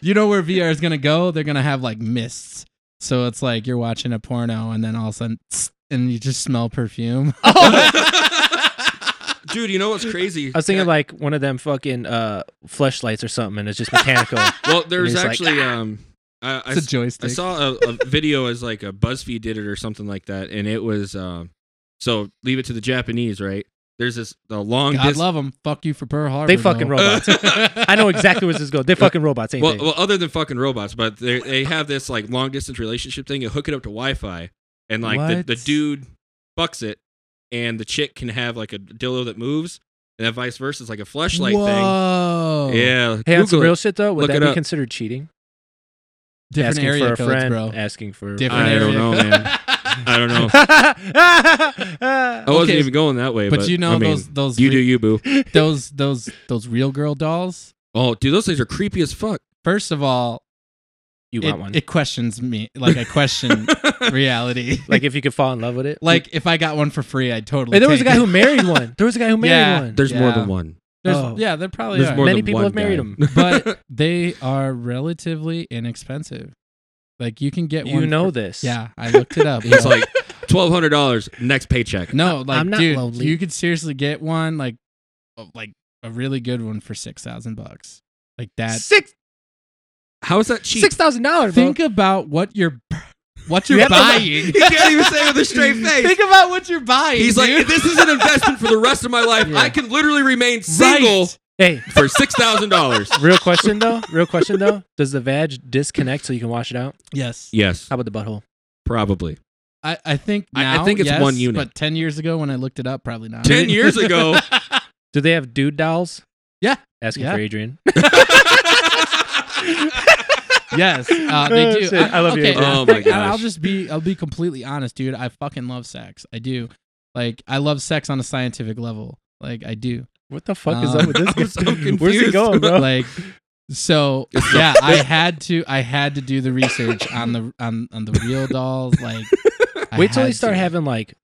S1: you know where VR is gonna go? They're gonna have like mists. So it's like you're watching a porno and then all of a sudden tss, and you just smell
S3: (laughs)
S1: perfume.
S3: Oh.
S1: (laughs)
S3: dude, you know what's crazy?
S2: (laughs) I was thinking like one of them fucking uh fleshlights or something and it's
S1: (laughs)
S2: just mechanical
S3: well, there's
S2: It's like, "Ah."
S3: actually um, I, I
S1: It's a
S3: s- I
S1: joystick.
S3: saw a, a video as like a BuzzFeed did it or something like that, and it was um, so leave it to the Japanese, right? There's this the long
S1: God
S3: distance.
S1: love them. Fuck you for Pearl Harbor.
S2: they fucking
S1: though.
S2: robots I know exactly where this is going they fucking robots ain't
S3: Well,
S2: they
S3: well, other than fucking robots, but they they have this like long distance relationship thing. You hook it up to Wi-Fi, and like
S2: What?
S3: the, the dude fucks it, and the chick can have like a dildo that moves, and then vice versa. It's like a (laughs) flashlight thing.
S1: Whoa.
S3: Yeah,
S2: Hey, on some
S3: Google it.
S2: real shit though, would
S3: Look
S2: that
S3: it
S2: be
S3: up.
S2: considered cheating?
S1: Different
S2: asking
S1: area
S2: for a
S1: codes,
S2: friend,
S1: bro.
S2: asking for.
S1: Different
S3: I
S1: area
S3: don't know,
S1: codes.
S3: man.
S1: (laughs)
S3: I don't know. I
S2: (laughs) oh,
S3: wasn't
S1: Okay.
S3: even going that way.
S1: but,
S3: But,
S1: you know
S3: I mean,
S1: those those
S3: You
S1: re-
S3: do you, boo.
S1: those those those real girl dolls.
S3: Oh, dude, those things are creepy as fuck.
S1: First of all,
S2: you
S1: it, (laughs)
S2: want one?
S1: it questions me. Like I question
S3: (laughs)
S1: reality.
S2: like if you could fall in love with it.
S1: Like if I got one for free, I'd totally.
S2: Hey, there was a
S1: take
S2: guy
S3: (laughs)
S1: it.
S2: who married
S1: (laughs)
S2: one. There was a guy who married
S1: Yeah.
S2: one.
S3: There's more
S1: Yeah.
S3: than one.
S1: There's,
S2: Oh.
S1: Yeah, there probably
S3: There's
S1: are.
S3: more
S2: Many
S3: than
S2: people
S3: one
S2: have married
S3: guy.
S2: him.
S1: (laughs)
S3: (laughs)
S1: but they are relatively inexpensive. Like you can get one.
S2: You know
S1: for-
S2: this.
S1: Yeah, I looked it up.
S3: (laughs) He's
S1: bro.
S3: like twelve hundred dollars next paycheck.
S1: no, like
S2: I'm not
S1: dude,
S2: lonely.
S1: you could seriously get one like, oh, like a really good one for six thousand bucks. Like that.
S2: six
S3: How is that cheap?
S2: six thousand dollars, bro.
S1: Think about what you're, what
S2: You
S3: (laughs)
S1: you're
S2: have to-
S1: buying.
S3: He can't even say it with
S1: (laughs)
S3: a straight face.
S1: Think about what you're buying.
S3: He's like,
S1: dude.
S3: this is an investment for the rest of my life.
S1: Yeah.
S3: I can literally remain
S1: Right.
S3: single
S2: hey,
S3: for six thousand dollars.
S2: real question though. Real question though. Does the vag disconnect so you can wash it out?
S1: Yes.
S3: Yes,
S2: How about the butthole?
S3: probably.
S1: I, I think
S3: I- I
S1: now,
S3: think it's
S1: yes,
S3: one unit.
S1: But ten years ago, when I looked it up, probably not.
S3: Ten years ago.
S1: (laughs)
S2: Do they have dude dolls?
S1: Yeah.
S2: Asking
S1: Yeah.
S2: for Adrian.
S3: Oh
S1: yes,
S2: (laughs)
S1: uh, they
S2: Oh,
S1: do.
S2: shit. I love you,
S1: okay,
S2: Adrian.
S3: Oh, my
S1: like, and I'll
S3: gosh.
S1: just be. I'll be completely honest, dude. I fucking love sex. I do. Like, I love sex on a scientific level. Like, I do.
S2: What the fuck is
S1: Um,
S2: up with (laughs) this guy?
S3: I'm so
S2: Where's he
S3: confused.
S2: going, bro?
S1: Like,
S3: (laughs)
S1: so yeah, I had to. I had to do the research on the on on the real dolls.
S2: (laughs)
S1: Like, I
S2: Wait till they
S1: had
S2: start
S1: to.
S2: having like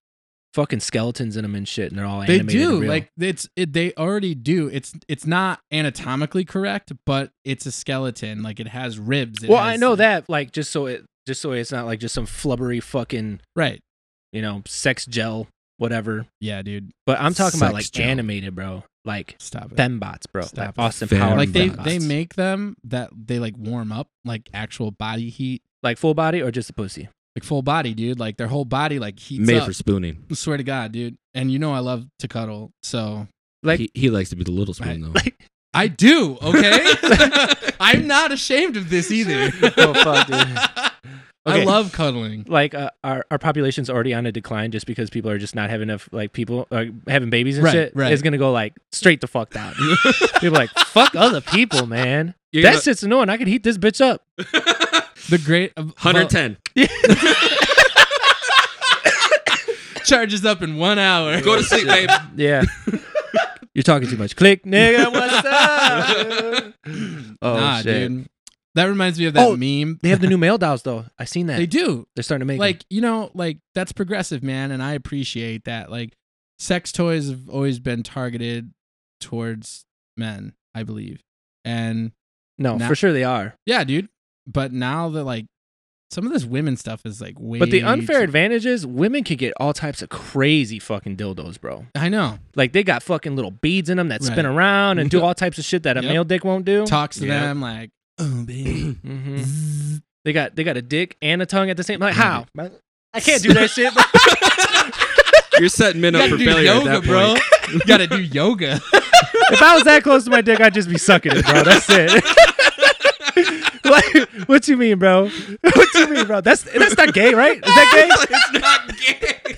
S2: fucking skeletons in them and shit, and they're all
S1: They
S2: animated and
S1: do
S2: real.
S1: like it's it, they already do. It's it's not anatomically correct, but it's a skeleton. Like it has ribs. It
S2: Well,
S1: has,
S2: I know
S1: like-
S2: that. Like just so it, just so it's not like just some flubbery fucking
S1: Right?
S2: you know sex gel whatever.
S1: Yeah, dude.
S2: But I'm talking about
S3: Sex
S2: like
S3: gel.
S2: animated, bro. Like
S1: Stop it.
S2: fembots, bro.
S1: Stop
S2: like
S1: it.
S2: Austin
S3: Fem-
S2: Power.
S1: like they
S2: fembots.
S1: they make them that they like warm up like actual body heat,
S2: like full body or just the pussy.
S1: like full body, dude. Like their whole body like heats
S3: Made
S1: up.
S3: for spooning.
S1: Swear to God, dude. And you know I love to cuddle, so
S2: Like-
S3: he, (laughs) he likes to be the little spoon though.
S2: (laughs)
S1: I do. Okay, I'm not ashamed of this either.
S2: Oh, fuck, dude.
S1: I
S2: Okay.
S1: love cuddling.
S2: (laughs) Like uh, our our population's already on a decline just because people are just not having enough like people uh, having babies and
S1: Right,
S2: shit.
S1: right.
S2: It's gonna go like straight the fuck down. people are like fuck other people, man.
S3: You're
S2: that shit's annoying. I could heat this bitch up.
S3: gonna-
S1: The great uh, well,
S3: 110.
S1: charges up in one hour.
S3: Go
S1: (laughs)
S3: to sleep, babe.
S2: Yeah. You're talking too much. Click,
S1: (laughs)
S2: nigga, what's up? dude? (laughs) oh,
S1: nah,
S2: shit.
S1: dude. That reminds me of that
S2: Oh,
S1: meme.
S2: They have the new male dolls, though. I seen that.
S1: They
S2: They
S1: do.
S2: are starting to make
S1: Like, you know, like that's progressive, man, and I appreciate that. Like sex toys have always been targeted towards men, I believe. And
S2: No,
S1: Now-
S2: for sure they are.
S1: Yeah, dude. But now that like some of this women stuff is like way.
S2: But the unfair
S1: too-
S2: advantage is women can get all types of crazy fucking dildos, bro.
S1: I know.
S2: Like they got fucking little beads in them that spin
S1: Right. (laughs)
S2: around and do all types of shit that a
S1: Yep.
S2: male dick won't do.
S1: Talks to
S3: Yeah.
S1: them like, oh baby.
S2: hmm
S1: Zzz.
S2: They got they got a dick and a tongue at the same. Like how?
S3: Right.
S2: I can't do that shit. bro.
S3: You're setting men
S1: You
S3: up
S1: gotta
S3: for
S1: do
S3: failure
S1: yoga,
S3: at that
S1: bro. (laughs)
S3: point.
S1: you gotta do
S3: (laughs)
S1: yoga.
S2: if I was that close to my dick, I'd just be sucking it, (laughs) bro. That's it. like, what you mean, bro? (laughs) What you mean, bro? That's that's not gay, right? Is
S1: (laughs)
S2: that gay?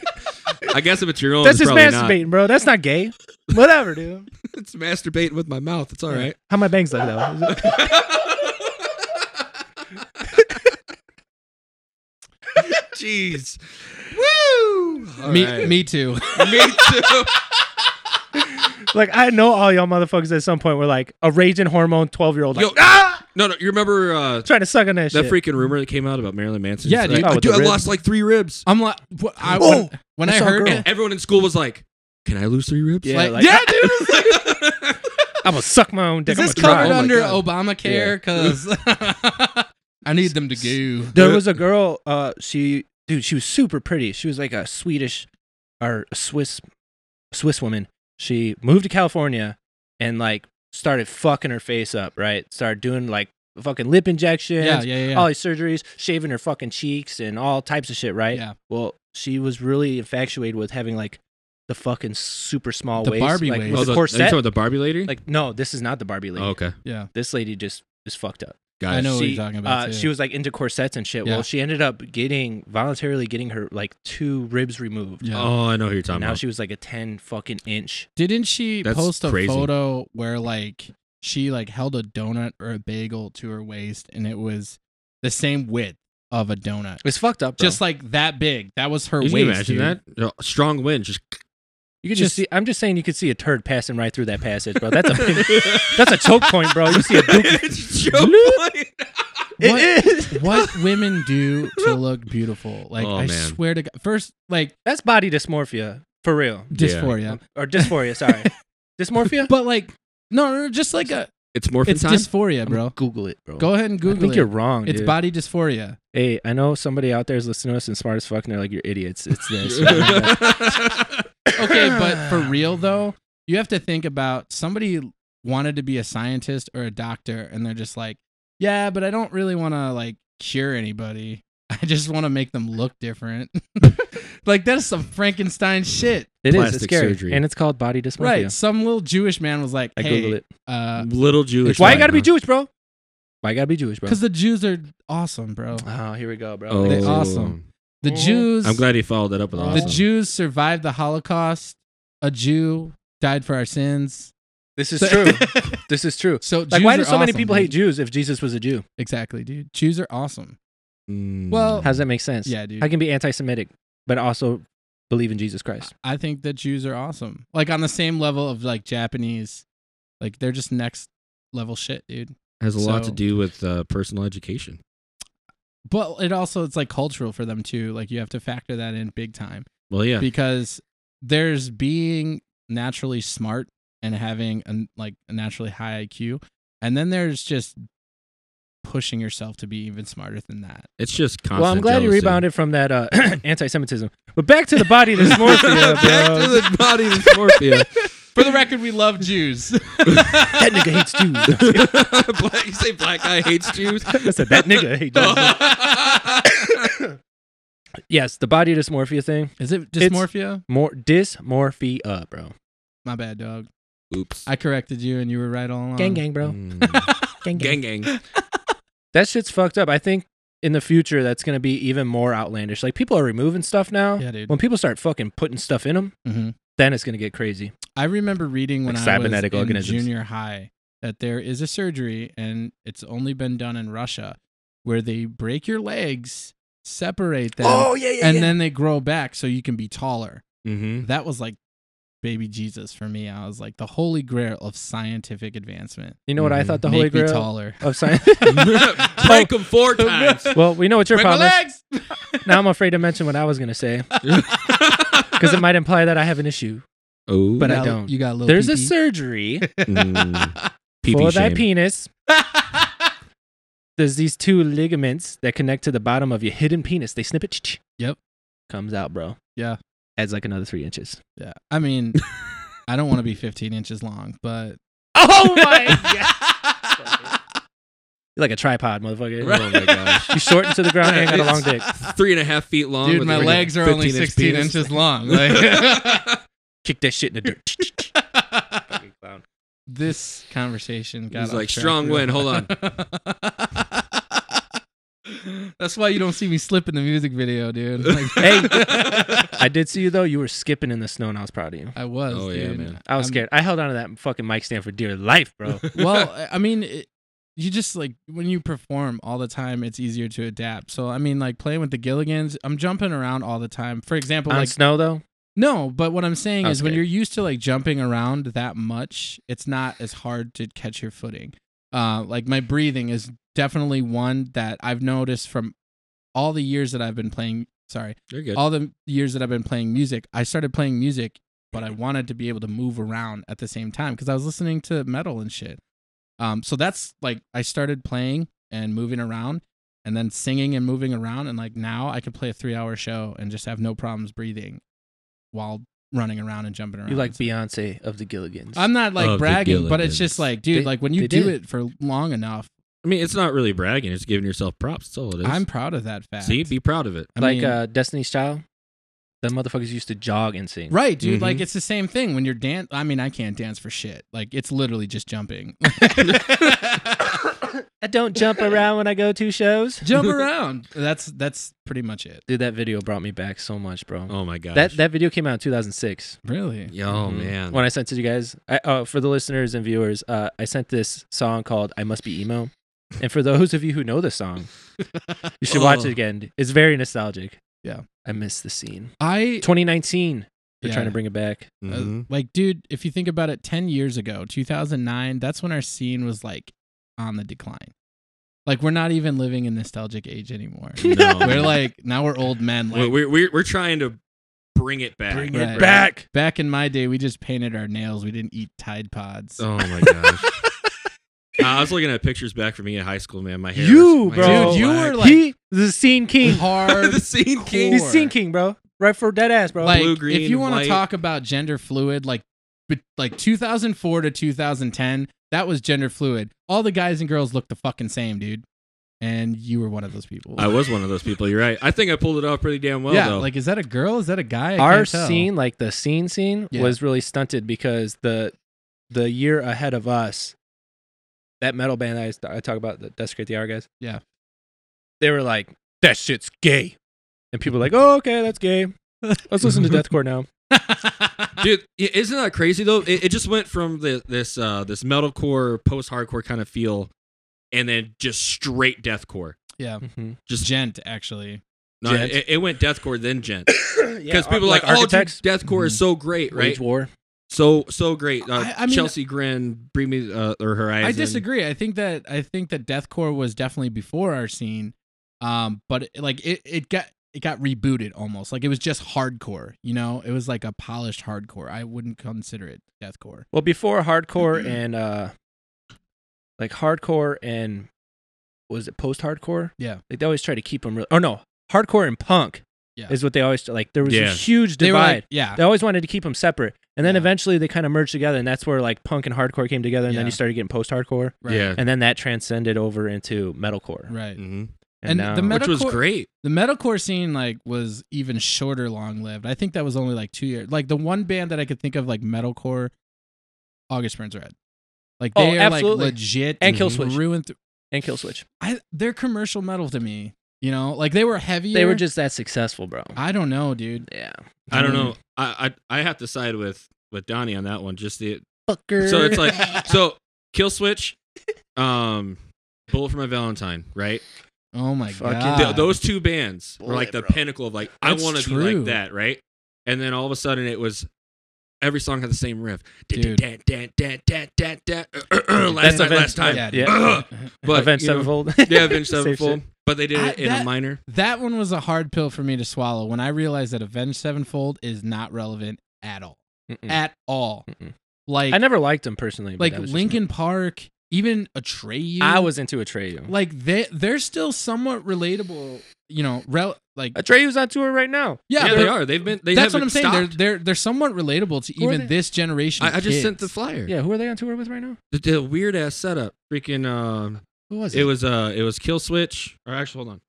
S3: I guess if it's your own,
S2: That's
S3: it's
S2: just
S3: probably not.
S2: masturbating, bro. That's not gay. Whatever, dude.
S3: It's masturbating with my mouth. It's all right.
S2: How my bangs look though?
S3: Jeez. Woo! All
S1: me,
S3: right.
S1: me too.
S3: Me too.
S2: like I know all y'all motherfuckers at some point were like a raging hormone twelve year old (laughs) like
S3: Yo, ah! No, no. You remember uh,
S2: trying to suck on that,
S3: that
S2: shit.
S3: freaking rumor that came out about Marilyn Manson?
S1: Yeah,
S3: She's
S1: dude.
S3: like,
S2: Oh, with
S3: dude,
S2: the
S3: I
S2: ribs.
S3: lost like three ribs.
S1: I'm like, what, I,
S2: Whoa,
S1: when, when
S2: I
S1: I
S2: saw a
S1: heard,
S2: girl.
S1: it,
S3: Everyone in school was like, "Can I lose three ribs?"
S2: Yeah,
S1: like,
S2: like-
S3: (laughs)
S1: yeah, dude. it's like,
S2: I'm gonna suck my own dick.
S1: is
S2: I'm
S1: this
S2: gonna try.
S1: covered
S3: Oh my
S1: under
S3: God.
S1: Obamacare? Because (laughs)
S3: (laughs)
S1: I need them to go.
S2: There was a girl. Uh, she dude, she was super pretty. She was like a Swedish or a Swiss Swiss woman. She moved to California and like started fucking her face up. Right, started doing like fucking lip injections,
S1: Yeah, yeah, yeah. yeah.
S2: all these surgeries, shaving her fucking cheeks and all types of shit. Right.
S1: Yeah.
S2: Well, she was really infatuated with having like the fucking super small
S1: The
S2: waist,
S1: Barbie
S2: like,
S1: waist.
S2: with
S1: Oh,
S2: the
S3: are you talking
S2: corset.
S3: about the Barbie lady?
S2: Like, no, this is not the Barbie lady.
S3: oh, okay,
S1: yeah,
S2: This lady just is fucked up.
S3: got
S1: I
S3: it.
S1: know what
S2: she,
S1: you're talking about.
S2: uh,
S1: too.
S2: she was like into corsets and shit.
S1: Yeah.
S2: Well, she ended up getting voluntarily getting her like two ribs removed.
S1: Yeah.
S3: Oh, I know who you're
S2: And
S3: talking
S2: now
S3: about.
S2: she was like a ten fucking inch.
S1: Didn't she
S3: That's
S1: post a
S3: crazy.
S1: photo where like she like held a donut or a bagel to her waist and it was the same width of a donut,
S2: It's fucked up. Just
S1: just like that big? That was her
S3: Could
S1: waist.
S3: you imagine
S1: dude.
S3: that? No, strong wind.
S2: (laughs)
S3: Just (laughs)
S2: you could
S1: just-
S2: just, see. I'm just saying you could see a turd passing right through that passage, bro. That's a (laughs) that's a choke point, bro. You (laughs) see a duke.
S3: It's choke
S2: Bloop.
S3: point.
S1: What-
S2: (laughs) It is.
S1: What
S3: (laughs)
S1: women do to look beautiful? Like
S3: Oh,
S1: I
S3: man.
S1: swear to God. First, like
S2: That's body dysmorphia for real,
S3: Yeah.
S1: dysphoria,
S2: Um, or dysphoria. Sorry, dysmorphia.
S1: but like no, no, no, just like a
S3: It's morphin
S1: it's
S3: time.
S1: dysphoria, bro.
S2: Google it, bro.
S1: Go ahead and Google
S2: I think
S1: it.
S2: you're wrong.
S1: it's
S2: dude.
S1: body dysphoria.
S2: Hey, I know somebody out there is listening to us and smart as fuck, and they're like, "You're idiots." It's this.
S1: okay, but
S2: (sighs)
S1: for real though, you have to think about somebody wanted to be a scientist or a doctor, and they're just like, yeah, but I don't really want to like cure anybody. (laughs) I just want to make them look different. (laughs) like that's some Frankenstein shit,
S2: It is. It's
S3: Plastic
S2: scary,
S3: surgery.
S2: and it's called body dysmorphia.
S1: right? Some little Jewish man was like,
S2: Oh, I
S1: hey, uh,
S2: googled it.
S1: because
S3: (laughs) Little Jewish.
S2: Why you
S3: man,
S2: gotta be
S3: huh?
S2: Jewish, bro? Why you gotta be Jewish, bro?
S1: the Jews are awesome, bro.
S2: Oh, here we go, bro.
S3: Oh,
S1: They awesome. The
S2: Mhm.
S1: Jews,
S3: I'm glad he followed that up with
S2: The
S1: the
S3: awesome.
S1: Jews survived the Holocaust. A Jew died for our sins. (laughs)
S2: This is
S1: So-
S2: true. this is true.
S1: So,
S2: Like,
S1: Jews
S2: why do
S1: are
S2: so many
S1: awesome,
S2: people
S1: dude.
S2: hate Jews if Jesus was a Jew?
S1: Exactly, dude. Jews are awesome.
S3: Mm.
S1: Well-
S2: How does that make sense?
S1: Yeah, dude.
S2: I can be anti-Semitic, but also believe in Jesus Christ.
S1: I think that Jews are awesome. Like on the same level of like Japanese, like they're just next level shit, dude.
S3: has a lot
S1: so-
S3: to do with uh, personal education.
S1: But it also it's like cultural for them too. Like you have to factor that in big time
S3: Well, yeah.
S1: because there's being naturally smart and having a like a naturally high IQ, and then there's just pushing yourself to be even smarter than that.
S3: It's just constant.
S2: well, I'm glad you
S3: jealousy.
S1: (laughs)
S2: rebounded from that uh, (clears throat) anti-Semitism. But back to the
S3: (laughs)
S2: body dysmorphia,
S3: Back to
S2: bro.
S3: the body dysmorphia.
S1: For the record, we love Jews.
S2: (laughs) that nigga hates
S1: (laughs)
S2: Jews.
S3: black, you say black guy hates
S2: (laughs)
S3: Jews.
S2: I said that nigga hates (laughs) Jews. yes, the body dysmorphia thing.
S1: Is it
S2: It's-
S1: dysmorphia?
S2: More dysmorphia, bro.
S1: My bad, dog.
S3: (laughs) Oops.
S1: I corrected you, and you were right all along.
S2: Gang, gang, bro.
S3: Mm.
S1: (laughs)
S2: Gang, gang.
S3: gang gang.
S2: That shit's fucked up. I think in the future that's going to be even more outlandish. Like people are removing stuff now.
S1: Yeah, dude.
S2: When people start fucking putting stuff in them,
S1: hmm
S2: then it's going to get crazy.
S1: I remember reading when
S2: Like
S1: I was
S2: cybernetic
S1: in
S2: organisms.
S1: junior high that there is a surgery, and it's only been done in Russia, where they break your legs, separate them,
S2: yeah, Oh, yeah.
S1: and then they grow back so you can be taller. (laughs)
S3: Mm-hmm.
S1: That was like baby Jesus for me. I was like the holy grail of scientific advancement.
S2: you know what I
S3: Mhm.
S2: thought the
S1: Make
S2: holy
S1: me
S2: grail
S1: taller.
S2: (laughs) of science.
S3: Break them four times.
S1: (laughs)
S3: (laughs)
S2: well, we know what your
S1: Break my
S2: problem.
S1: legs.
S2: is. Now I'm afraid to mention what I was going to say because it might imply that I have an (laughs) issue.
S3: oh,
S2: But
S1: You
S2: I
S1: got-
S2: don't.
S1: You got a little.
S2: There's a
S1: pee-pee.
S2: surgery
S3: mm, pee-pee
S2: for thy
S3: shame.
S2: penis there's these two ligaments that connect to the bottom of your hidden penis. They snip it.
S1: Yep.
S2: Comes out, bro.
S1: Yeah.
S2: Adds like another three inches.
S1: Yeah. I
S2: (laughs)
S1: mean, I don't want to be 15 inches long, but
S2: Oh (laughs) You're like a tripod, motherfucker.
S3: (laughs) Oh my gosh.
S2: You shorten to the ground and got a long dick.
S3: Three and a half feet long.
S1: dude,
S3: with
S1: my
S3: a
S1: legs are only
S3: 15 inch
S1: 16
S3: (laughs) penis.
S1: inches long. Like,
S2: (laughs)
S1: (laughs)
S3: (laughs)
S2: Kick that shit in the dirt. Fucking clown.
S1: this conversation got
S3: He's
S1: off
S3: like,
S1: track
S3: "Strong
S1: real
S3: wind, hold
S1: on. (laughs) That's why you don't see me slip in the music video,
S3: (laughs)
S1: dude. Like,
S2: Hey. I did see you though. You were skipping in the snow, and I was proud of you.
S1: I was.
S3: Oh, yeah,
S1: dude.
S3: man.
S2: I was
S1: I'm-
S2: scared. I held on to that fucking mic stand for dear life,
S1: (laughs)
S2: bro.
S1: well, I- I mean, it, you just like when you perform all the time, it's easier to adapt. So, I mean, like playing with the Gilligans, I'm jumping around all the time. For example,
S2: On
S1: like
S2: snow though,
S1: no, but what I'm saying
S2: I
S1: is
S2: was
S1: when
S2: scared.
S1: you're used to like jumping around that much, it's not as hard to catch your footing. Uh, like my breathing is definitely one that I've noticed from all the years that I've been playing. Sorry,
S3: You're good.
S1: all the years that I've been playing music, I started playing music, but
S2: Mm-hmm.
S1: I wanted to be able to move around at the same time because I was listening to metal and shit. Um, so that's like I started playing and moving around, and then singing and moving around, and like now I could play a three-hour show and just have no problems breathing while running around and jumping around.
S2: you like Beyonce of the Gilligans.
S1: I'm not like
S3: Of the
S1: bragging, but it's
S3: Gilligans.
S1: just like, dude,
S2: They-
S1: like when you
S2: they
S1: do
S2: did.
S1: it for long enough,
S3: I mean, it's not really bragging. It's giving yourself props. That's all it is.
S1: I'm proud of that fact.
S3: See, be proud of it.
S1: I
S2: like
S1: mean-
S2: uh, Destiny's Child. The motherfuckers used to jog and sing.
S1: Right, dude.
S3: Mhm.
S1: Like it's the same thing when you're dance. I mean, I can't dance for shit. Like it's literally just jumping. (laughs)
S2: I don't
S3: (laughs)
S2: jump around when I go to shows.
S1: Jump around. That's that's pretty much it.
S2: Dude, that video brought me back so much, bro.
S3: Oh my gosh.
S2: that that video came out in 2006.
S1: Really?
S3: Yo,
S2: Mhm.
S3: man.
S2: When I sent it to you guys, I, uh, for the listeners and viewers, uh, I sent this song called "I Must Be Emo," and for those of you who know the
S3: (laughs)
S2: song, you should watch
S3: Oh.
S2: it again. It's very nostalgic.
S1: Yeah.
S2: I miss the scene.
S1: I
S2: 2019, they're
S1: Yeah.
S2: trying to bring it back.
S1: uh,
S3: Mhm.
S1: like, dude. If you think about it, ten years ago, two thousand nine. That's when our scene was like on the decline. Like we're not even living in nostalgic age anymore.
S3: (laughs) No.
S1: uh, (laughs) we're like now we're old men. Like
S3: We're- we're, we're, we're trying to bring it back.
S2: Bring
S1: it Right.
S2: back.
S1: back in my day, we just painted our nails. We didn't eat Tide Pods.
S3: Oh my gosh.
S1: (laughs)
S3: I was looking at pictures back from me in high school, man. My hair.
S2: You,
S3: was, my
S2: bro.
S3: hair was
S1: Dude, you
S3: black.
S1: were like-
S2: he, the scene king.
S1: Hard.
S3: (laughs) the scene king.
S2: He's scene king, bro. Right for dead ass, bro.
S1: like
S3: Blue, green,
S1: if you want
S3: white.
S1: to talk about gender fluid like but like 2004 to 2010 that was gender fluid all the guys and girls looked the fucking same dude and you were one of those people
S3: I was one of those people. You're right. I think I pulled it off pretty damn well,
S1: yeah
S3: though.
S1: like is that a girl is that a guy I
S2: our
S1: can't tell. (laughs)
S2: scene, like the scene scene,
S1: Yeah.
S2: was really stunted because the the year ahead of us, that metal band I, I talk about, the Desecrate the Hour guys,
S1: Yeah.
S2: they were like, "That shit's gay," and people were like, "Oh, okay, that's gay." Let's listen to deathcore now.
S3: Dude, i- isn't that crazy though? It, it just went from the, this uh, this metalcore, post-hardcore kind of feel, and then just straight deathcore.
S1: yeah
S2: Mhm.
S3: Just
S1: gent actually
S3: no,
S2: Gent.
S3: it, it went deathcore then gent
S2: Because
S3: because people are like, oh, dude, deathcore is
S1: Mhm.
S3: so great, right?
S2: Rage War.
S3: So so great. Uh,
S1: I- I mean-
S3: Chelsea Grin, bring me uh, or horizon.
S1: I disagree. I think that I think that deathcore was definitely before our scene, um, but it, like it, it got it got rebooted almost. Like it was just hardcore. You know, it was like a polished hardcore. I wouldn't consider it deathcore.
S2: Well, before hardcore
S1: Mm-hmm.
S2: and uh, like hardcore and was it post hardcore?
S1: Yeah.
S2: like they always try to keep them real. Oh no, hardcore and punk
S1: Yeah.
S2: is what they always like. There was
S3: Yeah.
S2: a huge
S1: They were like-
S2: divide.
S1: yeah,
S2: They always wanted to keep them separate, and then
S1: Yeah.
S2: eventually they kind of merged together, and that's where like punk and hardcore came together, and then
S1: Yeah.
S2: you started getting post hardcore,
S1: right,
S3: Yeah,
S2: and then that transcended over into metalcore.
S1: right.
S3: hmm
S1: And the
S2: now-
S1: meta-
S3: which was
S1: Metalcore-
S3: great.
S1: The metalcore scene like was even shorter, long lived. I think that was only like two years. Like the one band that I could think of like metalcore, August Burns Red. Like
S2: Oh,
S1: they are
S2: absolutely.
S1: like legit
S2: And Killswitch.
S1: ruined. Th-
S2: and Killswitch.
S1: I they're commercial metal to me. You know, like they were heavier.
S2: They were just that successful, bro.
S1: I don't know, dude.
S2: yeah,
S3: I don't
S1: Mm.
S3: know. I, I I have to side with with Donnie on that one. Just the
S2: fucker.
S3: so
S1: (laughs)
S3: it's like so kill switch, um, bullet for my Valentine, right?
S1: Oh my
S2: Fucking-
S1: god.
S3: Th- those two bands were like
S2: Bullet,
S3: the
S2: bro.
S3: pinnacle of like
S1: That's
S3: I want to be
S1: true.
S3: like that, right? And then all of a sudden it was every song had the same riff.
S1: Dude.
S3: Dan, dan, dan, dan, dan, dan, Last
S2: That's
S3: night,
S2: Avenged
S3: uh, last time.
S1: Yeah,
S3: Ugh.
S1: dude.
S3: (clears throat) But
S2: Avenged
S3: you know,
S2: Sevenfold. (laughs)
S3: (laughs) Yeah, Avenged
S2: Same shit.
S3: Sevenfold. But they did
S1: I-
S3: it in
S1: that-
S3: a minor.
S1: that one was a hard pill for me to swallow when I realized that Avenged Sevenfold is not relevant at all.
S2: Mm-mm.
S1: At all.
S2: Mm. Mm-mm.
S1: Like
S2: I never liked them personally. but
S1: like
S2: that was just me.
S1: Linkin Park even Atreyu.
S2: I was into Atreyu.
S1: like they they're still somewhat relatable. You know, rel- like
S2: Atreyu's on tour right now.
S1: yeah,
S3: they
S1: they're-
S3: are. They've been. They
S1: that's what I'm
S3: haven't
S1: saying. They're,
S3: stopped.
S1: they're they're somewhat relatable to
S2: Who are
S1: even
S2: they-
S1: this generation. of
S3: I, I just sent the
S1: kids.
S3: flyer.
S2: Yeah, who are they on tour with right now?
S3: The, the weird ass setup. Freaking. Um.
S2: Who was it?
S3: It was. Uh. It was Kill Switch. Or actually, hold on.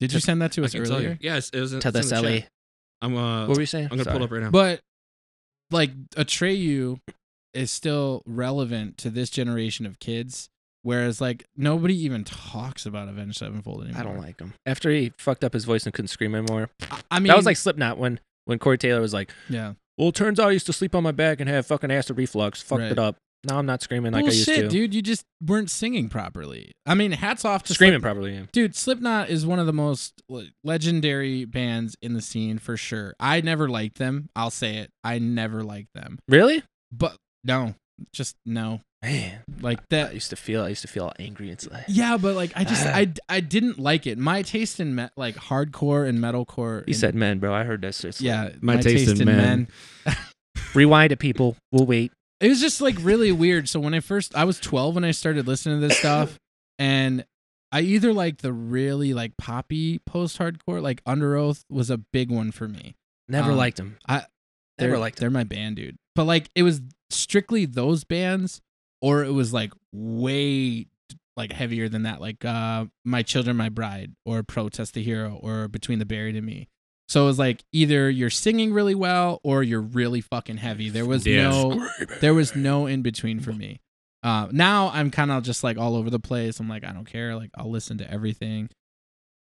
S1: Did you send that to us
S3: I can tell you.
S1: earlier?
S3: Yes. It was. in-
S2: to the
S3: it's in
S2: Sally.
S3: chat. I'm. Uh.
S2: What were you saying?
S3: I'm gonna pull it up right now.
S1: But like Atreyu is still relevant to this generation of kids, whereas like nobody even talks about Avenged Sevenfold anymore.
S2: I don't like him. After he fucked up his voice and couldn't scream anymore,
S1: I, I mean,
S2: that was like Slipknot when when Corey Taylor was like,
S1: yeah,
S2: "Well, it turns out I used to sleep on my back and have fucking acid reflux. Fucked
S1: Right.
S2: it up. Now I'm not screaming like
S1: bullshit,
S2: I used to.
S1: dude. You just weren't singing properly. I mean, hats off to
S2: Screaming
S1: Slip-
S2: probably. Yeah.
S1: Dude, Slipknot is one of the most like, legendary bands in the scene for sure. I never liked them. I'll say it. I never liked them.
S2: Really?
S1: But no, just no.
S2: Man,
S1: Like
S2: I
S1: that.
S2: used to feel I used to feel angry. It's like
S1: Yeah, but like I just I, I didn't like it. My taste in me- like hardcore and metalcore.
S2: he
S1: and-
S2: said, "Man, bro, I heard that shit.
S1: yeah,
S3: My taste in men.
S2: Rewind it, people. We'll wait.
S1: It was just like really weird. So when I first I was 12 when I started listening to this stuff and I either like the really like poppy post-hardcore like Under Oath was a big one for me.
S2: Never
S1: Um,
S2: liked him.
S1: I-
S2: never
S1: they're,
S2: liked him.
S1: they're my band, dude. But like it was strictly those bands, or it was like way like heavier than that, like uh My Children, My Bride, or Protest the Hero, or Between the Buried and Me. So it was like either you're singing really well or you're really fucking heavy. There was
S3: Yeah.
S1: no there was no in between for me. Uh, now I'm kind of just like all over the place. I'm like I don't care. Like I'll listen to everything.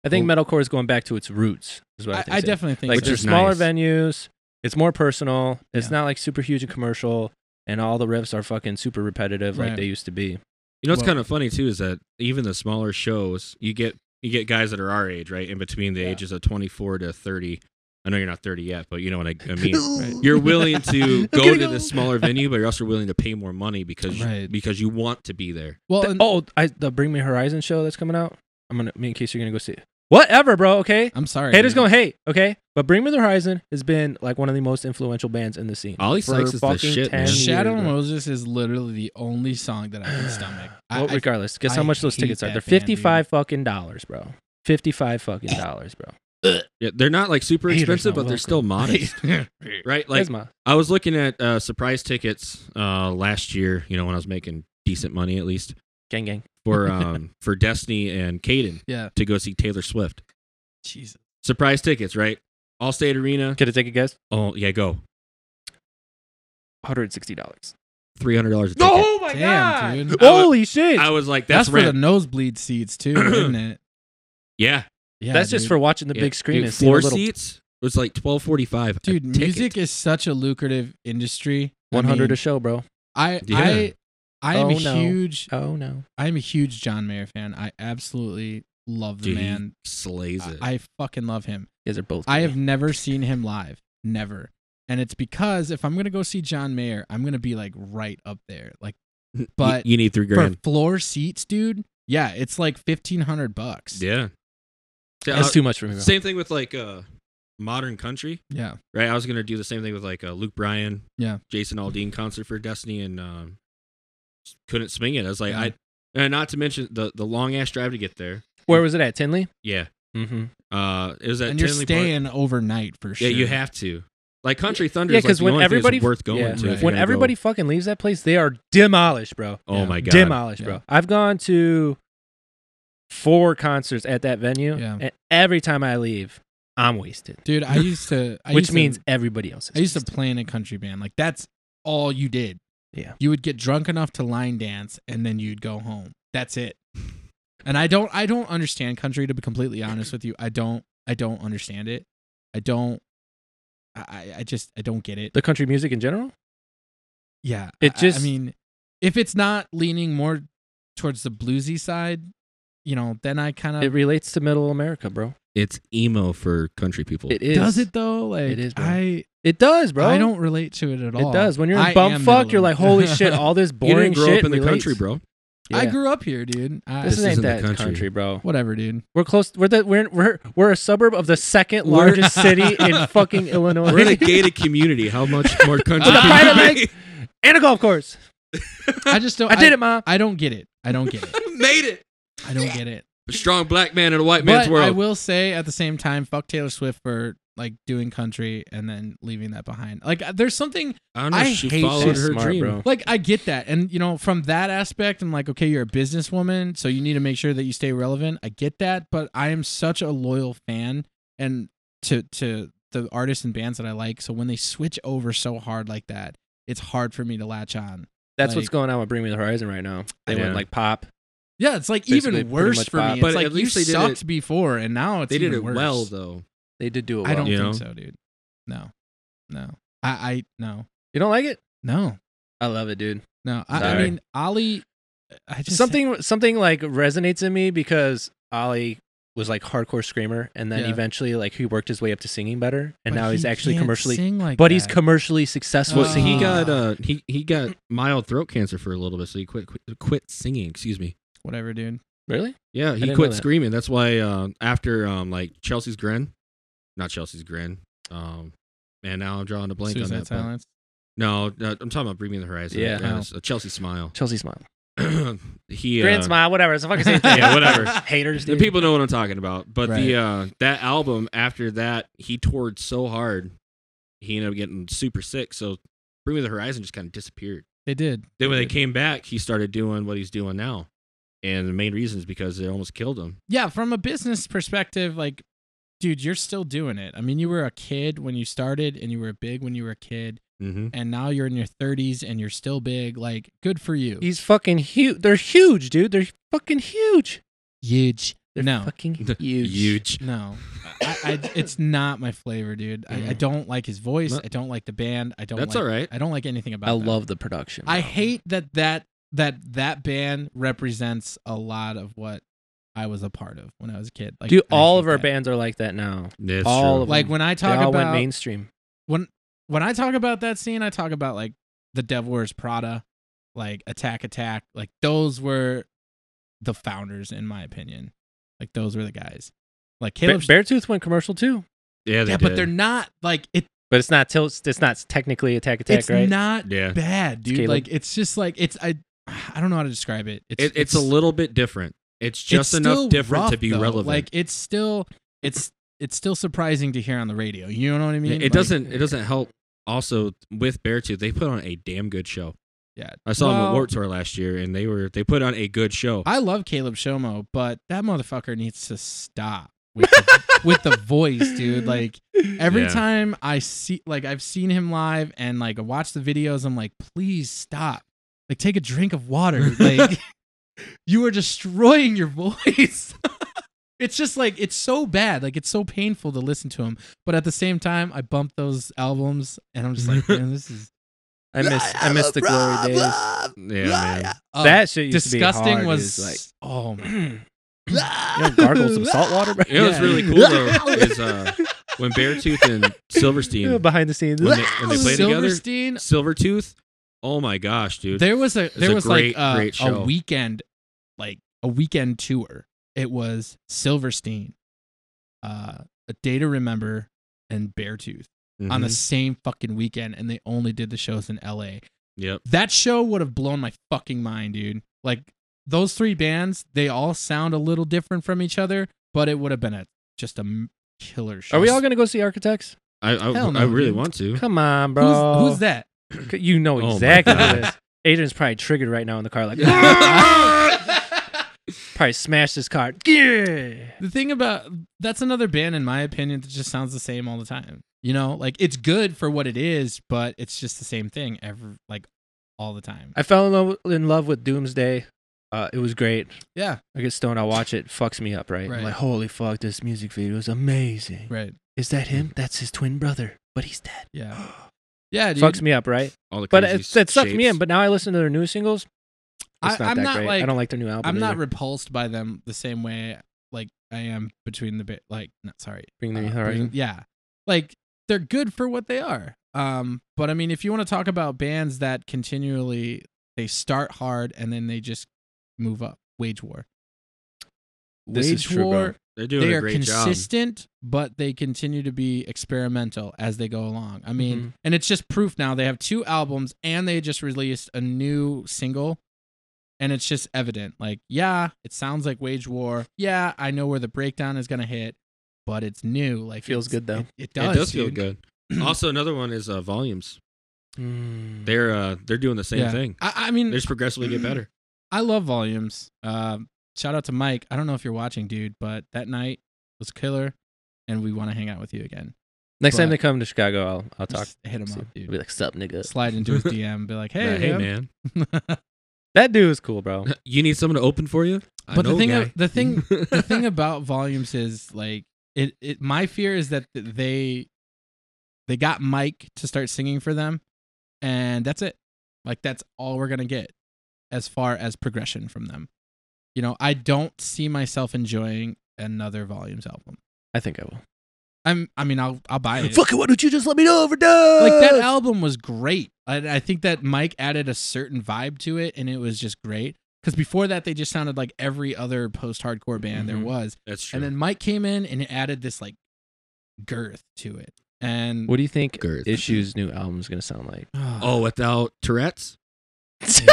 S2: I think metalcore is going back to its roots. Is what I,
S1: I,
S2: think
S1: I
S2: so.
S1: definitely think
S2: like
S3: Which
S1: so.
S2: they're
S3: is
S2: smaller
S3: nice.
S2: venues. It's more personal. It's
S1: Yeah.
S2: not like super huge and commercial, and all the riffs are fucking super repetitive
S1: Right.
S2: like they used to be.
S3: You know what's
S1: Well-
S3: kind of funny too is that even the smaller shows, you get you get guys that are our age, right, in between the
S1: Yeah.
S3: ages of twenty four to thirty. I know you're not thirty yet, but you know what I, I mean.
S1: (laughs) Right.
S3: You're willing
S1: (laughs)
S3: to go
S2: gonna
S3: to
S2: go.
S3: the smaller venue, but you're also willing to pay more money because
S1: Right.
S3: because you want to be there.
S1: well,
S2: The-
S1: and-
S2: oh, I, the Bring Me Horizon show that's coming out. I'm gonna me and Casey are gonna go see. It. Whatever, bro. Okay,
S1: I'm sorry.
S2: haters
S1: dude.
S2: gonna hate. Okay, but Bring Me the Horizon has been like one of the most influential bands in the scene.
S3: Ollie
S2: for
S3: Sykes is the
S2: fucking
S3: shit, man.
S2: 10
S1: Shadow
S2: years,
S1: of
S2: bro.
S1: Moses is literally the only song that I
S2: (sighs)
S1: can stomach. I,
S2: well,
S1: I-
S2: regardless, guess
S1: I
S2: how much those
S1: hate
S2: tickets are?
S1: that
S2: They're
S1: band, dude.
S2: fifty-five fucking dollars, bro.
S1: (laughs)
S2: Fifty-five fucking dollars, bro.
S3: Yeah, they're not like super
S2: Haters
S3: expensive,
S2: not
S3: but they're
S2: welcome.
S3: still
S1: (laughs)
S3: modest, right? Like
S2: That's my-
S3: I was looking at uh, surprise tickets uh, last year. You know when I was making decent money at least
S2: gang gang.
S1: (laughs)
S3: for um, for Destiny and Caden
S1: yeah,
S3: to go see Taylor Swift.
S1: Jesus.
S3: surprise tickets, right? Allstate Arena.
S2: Could I take a guess?
S3: Oh yeah, go
S2: One hundred sixty dollars.
S3: three hundred dollars a ticket.
S2: Oh my
S1: Damn,
S2: god!
S1: dude.
S2: Holy shit!
S3: I was like,
S1: That's,
S3: that's,
S1: for the
S3: rent.
S1: nosebleed seats
S2: (clears throat)
S1: too, isn't it?
S3: yeah,
S1: Yeah,
S2: That's just
S1: dude.
S2: for watching the
S3: Yeah,
S2: big screen
S3: dude,
S2: and seeing
S3: floor
S2: the little
S3: seats was like twelve forty five.
S1: dude. Music is such a lucrative industry. I
S2: one hundred
S1: mean,
S2: a show, bro.
S1: I
S3: Yeah.
S1: I I am
S2: Oh,
S1: a
S2: no.
S1: huge
S2: Oh no!
S1: I am a huge John Mayer fan. I absolutely love the
S3: dude, he
S1: man.
S3: slays it.
S1: I, I fucking love him.
S2: You guys are both.
S1: I
S2: gay.
S1: have never seen him live, never. And it's because if I'm gonna go see John Mayer, I'm gonna be like right up there, like.
S3: Y-
S1: but
S3: you need three grand.
S1: for floor seats, dude. Yeah, it's like fifteen hundred bucks.
S3: yeah, Yeah,
S2: That's
S3: uh,
S2: too much for me. Bro.
S3: same thing with like uh, modern country,
S1: yeah,
S3: right? I was gonna do the same thing with like uh, Luke Bryan,
S1: Yeah.
S3: Jason Aldean concert for Destiny, and um, couldn't swing it. I was like,
S1: Yeah.
S3: I. And not to mention the, the long ass drive to get there.
S2: Where was it at? Tinley.
S3: Yeah.
S2: Mm-hmm.
S3: Uh, it was at
S1: and you're
S3: Tinley Park.
S1: staying overnight for sure.
S3: Yeah, you have to. Like Country Thunder
S2: Yeah,
S3: is like
S2: because
S3: the
S2: when
S3: only
S2: everybody
S3: thing that's worth going
S2: yeah,
S3: to. if
S2: when
S3: you're gonna go-
S2: everybody fucking leaves that place, they are demolished, bro.
S3: oh
S1: Yeah.
S3: my god,
S2: Demolished,
S1: Yeah.
S2: bro. I've gone to four concerts at that venue,
S1: Yeah.
S2: and every time I leave, I'm wasted.
S1: dude. I used to,
S3: (laughs)
S1: I
S2: which
S1: used
S2: means
S1: to,
S2: everybody else. Is
S1: I used to
S2: wasted.
S1: play in a country band. Like that's all you did.
S2: Yeah.
S1: you would get drunk enough to line dance, and then you'd go home. That's it. And I don't, I don't understand country. To be completely honest with you, I don't, I don't understand it. I don't. I- I, I just, I don't get it.
S2: the country music in general.
S1: Yeah.
S2: It
S1: I- I
S2: just-
S1: mean, if it's not leaning more towards the bluesy side, you know, then I kind
S2: It
S1: of
S2: relates to Middle America, bro.
S3: it's emo for country people.
S2: It is.
S1: does it though. Like
S2: It is, bro.
S1: I
S2: It does, bro.
S1: I don't relate to it at all.
S2: It does. When you're
S1: I
S2: in
S1: am
S2: bumfuck,
S1: middle
S2: you're like,
S1: America. (laughs)
S2: holy shit, all this
S3: you
S2: boring
S3: didn't grow
S2: shit
S3: up in the
S2: relates.
S3: country,
S2: (laughs)
S3: bro.
S1: I
S2: Yeah.
S1: grew up here, dude. I,
S2: This,
S3: This
S2: ain't
S3: isn't the
S2: that country.
S3: country.
S2: bro.
S1: whatever,
S2: (laughs)
S1: dude.
S2: We're close. We're the we're we're we're a suburb of the second
S3: We're-
S2: largest city in fucking Illinois. (laughs)
S3: We're in a gated community. How much more country?
S2: With a
S3: can you
S2: private
S3: be?
S2: lake (laughs) and a golf course.
S1: I just don't.
S2: I did it, mom.
S1: I don't get it. I don't get it.
S3: (laughs) Made it.
S1: I don't get
S2: (laughs)
S1: it.
S3: A strong black man in a white man's
S1: But I
S3: world.
S1: will say at the same time, fuck Taylor Swift for like doing country and then leaving that behind. Like there's something
S3: I don't know.
S1: I
S3: she
S1: hate
S3: followed
S1: she's
S3: her
S2: smart,
S3: dream.
S2: bro.
S1: like I get that, and you know from that aspect, I'm like, okay, you're a businesswoman, so you need to make sure that you stay relevant. I get that, but I am such a loyal fan, and to to the artists and bands that I like. So when they switch over so hard like that, it's hard for me to latch on.
S2: That's
S1: Like-
S2: what's going on with Bring Me the Horizon right now. They
S3: Yeah.
S2: went like pop.
S1: Yeah, it's like
S2: Basically, pretty
S1: even worse
S2: much
S1: for me.
S2: pop.
S1: It's
S3: But
S1: like
S3: at least
S1: you
S3: they did
S1: sucked before, and now it's
S3: They did
S1: even
S3: it
S1: worse.
S3: well though.
S2: They did do it. Well.
S1: I don't
S3: you
S1: think
S3: know?
S1: so, dude. No, no, I, I no,
S2: You don't like it?
S1: no,
S2: I love it, dude.
S1: no. I, I
S2: Sorry.
S1: mean, Ali, I just
S2: something something like resonates in me because Ollie was like hardcore screamer, and then
S1: Yeah.
S2: eventually like he worked his way up to singing better,
S1: but
S2: and now
S1: he
S2: he's actually
S1: can't
S2: commercially.
S1: sing like
S2: but he's
S1: that.
S2: commercially successful
S1: Well,
S2: at
S1: Uh,
S2: singing.
S3: he got uh he he got mild throat cancer for a little bit, so he quit quit, quit singing. Excuse me.
S1: whatever, dude.
S2: really?
S3: Yeah, he
S2: didn't
S3: quit
S2: know that.
S3: screaming. That's why um, after um like Chelsea's grin, not Chelsea's grin. Um, and now I'm drawing a blank
S1: Suicide
S3: on that. but-
S1: Silence.
S3: No, no, I'm talking about Bring Me the Horizon.
S2: Yeah.
S3: it's a
S2: (clears throat)
S3: Chelsea smile. (clears throat)
S2: Chelsea smile,
S3: he
S2: grand
S3: uh,
S2: smile, whatever. It's the
S3: (laughs)
S2: fucking same thing.
S3: Yeah, whatever.
S2: Haters.
S3: The
S2: Dude.
S3: people know what I'm talking about. But the uh that album after that, he toured so hard, he ended up getting super sick. So Bring Me the Horizon just kind of disappeared.
S1: They did.
S3: Then when they came back, he started doing what he's doing now. And the main reason is because they almost killed him.
S1: Yeah, from a business perspective, like, dude, you're still doing it. I mean, you were a kid when you started, and you were big when you were a kid,
S3: Mm-hmm.
S1: and now you're in your 30s and you're still big. Like, good for you.
S2: He's fucking huge. They're huge, dude. They're fucking huge.
S1: huge.
S2: They're
S1: No.
S2: fucking huge.
S1: No, I, I, it's not my flavor, dude. I, I
S3: Mhm.
S1: don't like his voice.
S3: No.
S1: I don't like the band. I don't.
S3: That's
S1: like,
S3: all right.
S1: I don't like anything about.
S2: I
S1: them.
S2: love the production.
S1: I
S2: bro.
S1: hate that that that that band represents a lot of what I was a part of when I was a kid. Like,
S2: Dude,
S1: I
S2: all
S1: hate
S2: of our
S1: that.
S2: bands are like that now.
S3: (laughs) That's
S2: All
S3: true.
S2: of
S1: Like when I
S2: They
S1: talk
S2: all went
S1: about
S2: mainstream.
S1: when when I talk about that scene, I talk about like the Devil Wears Prada, like Attack Attack, like those were the founders, in my opinion. Like those were the guys. Like
S2: Ba-
S1: Caleb,
S2: Beartooth went commercial too,
S3: yeah, they
S1: yeah, but
S3: did.
S1: they're not like it.
S2: but it's not till it's not technically Attack Attack,
S1: it's
S2: right?
S1: not
S3: yeah.
S1: bad, dude.
S2: Caleb.
S1: Like it's just like it's I. I don't know how to describe it. It's
S3: It, it's a little bit different. It's just
S1: it's still
S3: enough different to
S1: rough,
S3: be
S1: though.
S3: relevant.
S1: Like it's still it's it's still surprising to hear on the radio. You know what I mean?
S3: it
S1: Like-
S3: doesn't. It doesn't help. Also, with Beartooth, they put on a damn good show.
S1: Yeah.
S3: I saw them
S1: Well-
S3: at Warped Tour last year, and they were they put on a good show.
S1: I love Caleb Shomo, but that motherfucker needs to stop with the,
S2: (laughs)
S1: with the voice, dude. Like every
S3: Yeah.
S1: time I see, like I've seen him live and like I watch the videos, I'm like, please stop. Like take a drink of
S2: (laughs)
S1: water. Like you are destroying your voice. (laughs) it's just like it's so bad. Like it's so painful to listen to him. But at the same time, I bump those albums and I'm just
S2: (laughs)
S1: like, man, this is
S2: I miss I miss the glory days.
S3: yeah, man.
S1: Oh,
S2: that shit used
S1: disgusting.
S2: to be hard,
S1: was
S2: dude. like
S1: oh my
S2: (clears throat) you know, gargle
S1: (laughs)
S2: some salt water bro.
S3: You know what's
S1: Yeah.
S2: (laughs)
S3: really cool though is uh, when Beartooth and
S2: You know,
S3: Silverstein,
S2: behind the scenes.
S3: When they- when they play together?
S1: Silverstein,
S3: Silvertooth. Oh my gosh, dude!
S1: There was a there
S3: a
S1: was
S3: great,
S1: like a,
S3: great
S1: a
S3: show.
S1: weekend, like a weekend tour. It was Silverstein, uh, a Day to Remember, and Beartooth on
S3: Mhm.
S1: the same fucking weekend, and they only did the shows in L.A.
S3: Yep.
S1: That show would have blown my fucking mind, dude. Like those three bands, they all sound a little different from each other, but it would have been a just a m- killer show.
S2: Are we all gonna go see Architects?
S3: I I,
S1: Hell no,
S3: I really
S1: dude.
S3: want to.
S2: Come on, bro.
S1: Who's, who's that?
S2: that? You know
S3: Hmm? Oh my
S2: exactly who
S3: God.
S2: it is. Adrian's probably triggered right now in the
S1: (laughs)
S2: car, like (laughs) probably smashed his car. Yeah.
S1: The thing about that's another band, in my opinion, that just sounds the same all the time. You know, like it's good for what it is, but it's just the same thing every like all the time.
S2: I fell in love in love with Doomsday. Uh, it was great.
S1: Yeah,
S2: I get stoned, I watch it, fucks me up, right?
S1: Right.
S2: I'm like, holy fuck, this music video is amazing.
S1: right.
S2: Is that him? That's his twin brother, but he's dead. (gasps)
S1: Yeah, yeah. Dude.
S2: Fucks me up, right?
S3: All the
S2: But
S3: crazy
S2: it, it sucked me
S3: shapes.
S2: in. But now I listen to their new singles.
S1: I-
S2: It's not
S1: I'm
S2: that
S1: not,
S2: great.
S1: like-
S2: I don't like their new album.
S1: I'm not
S2: either.
S1: repulsed by them the same way like I am between the bit. Like, not sorry.
S2: Bring Me
S1: Uh,
S2: the
S1: bring-
S2: Horizon.
S1: yeah, like they're good for what they are. Um, but I mean, if you want to talk about bands that continually they start hard and then they just move up, wage war. This
S3: Wage
S1: is true, bro.
S3: war, They're doing
S1: they
S3: a
S1: are
S3: great job.
S1: consistent, but they continue to be experimental as they go along. I
S3: Mm-hmm.
S1: mean,
S2: Mhm.
S1: and it's just proof now. They have two albums and they just released a new single. And it's just evident. Like, yeah, it sounds like Wage War. Yeah, I know where the breakdown is going to hit, but it's new. Like,
S2: Feels
S1: it's-
S2: good, though.
S1: It, it
S3: It
S1: does.
S3: does feel
S1: dude. (clears throat)
S3: good. also, another one is uh, volumes.
S2: Mm.
S3: They're uh, they're doing the same
S1: Yeah.
S3: thing.
S1: I, I mean,
S3: They just progressively get better.
S1: I love volumes. Um, shout out to Mike. I don't know if you're watching, dude, but that night was killer, and we want to hang out with you again.
S2: Next time
S1: but-
S2: they come to Chicago, I'll I'll talk.
S1: Just hit him
S2: See-
S1: up,
S2: Be
S1: dude.
S2: like, sup, nigga.
S1: Slide into his DM, be (laughs) like,
S3: Nah,
S1: hey, um,
S3: hey
S1: man.
S3: man, (laughs)
S2: That dude is cool, bro.
S3: you need someone to open for you. I
S1: But the
S3: know a
S1: thing-
S3: guy.
S1: the
S3: (laughs)
S1: thing- the thing about volumes is like it, it my fear is that th- they they got mike to start singing for them and that's it like that's all we're gonna get as far as progression from them you know i don't see myself enjoying another volumes album
S2: I think I will.
S1: i'm i mean i'll i'll
S2: (laughs)
S1: buy it
S2: Fuck it, why don't you just let me know overdose?
S1: like that album was great and i think that mike added a certain vibe to it and it was just great because before that they just sounded like every other post-hardcore band there
S2: Mhm.
S1: was
S3: That's Mm-hmm. true.
S1: and then Mike came in and it added this like girth to it. And
S2: What do you think
S3: Girth.
S2: Issue's new album is gonna sound like?
S3: (sighs) (laughs) oh, without
S1: (laughs)
S3: Tourette's.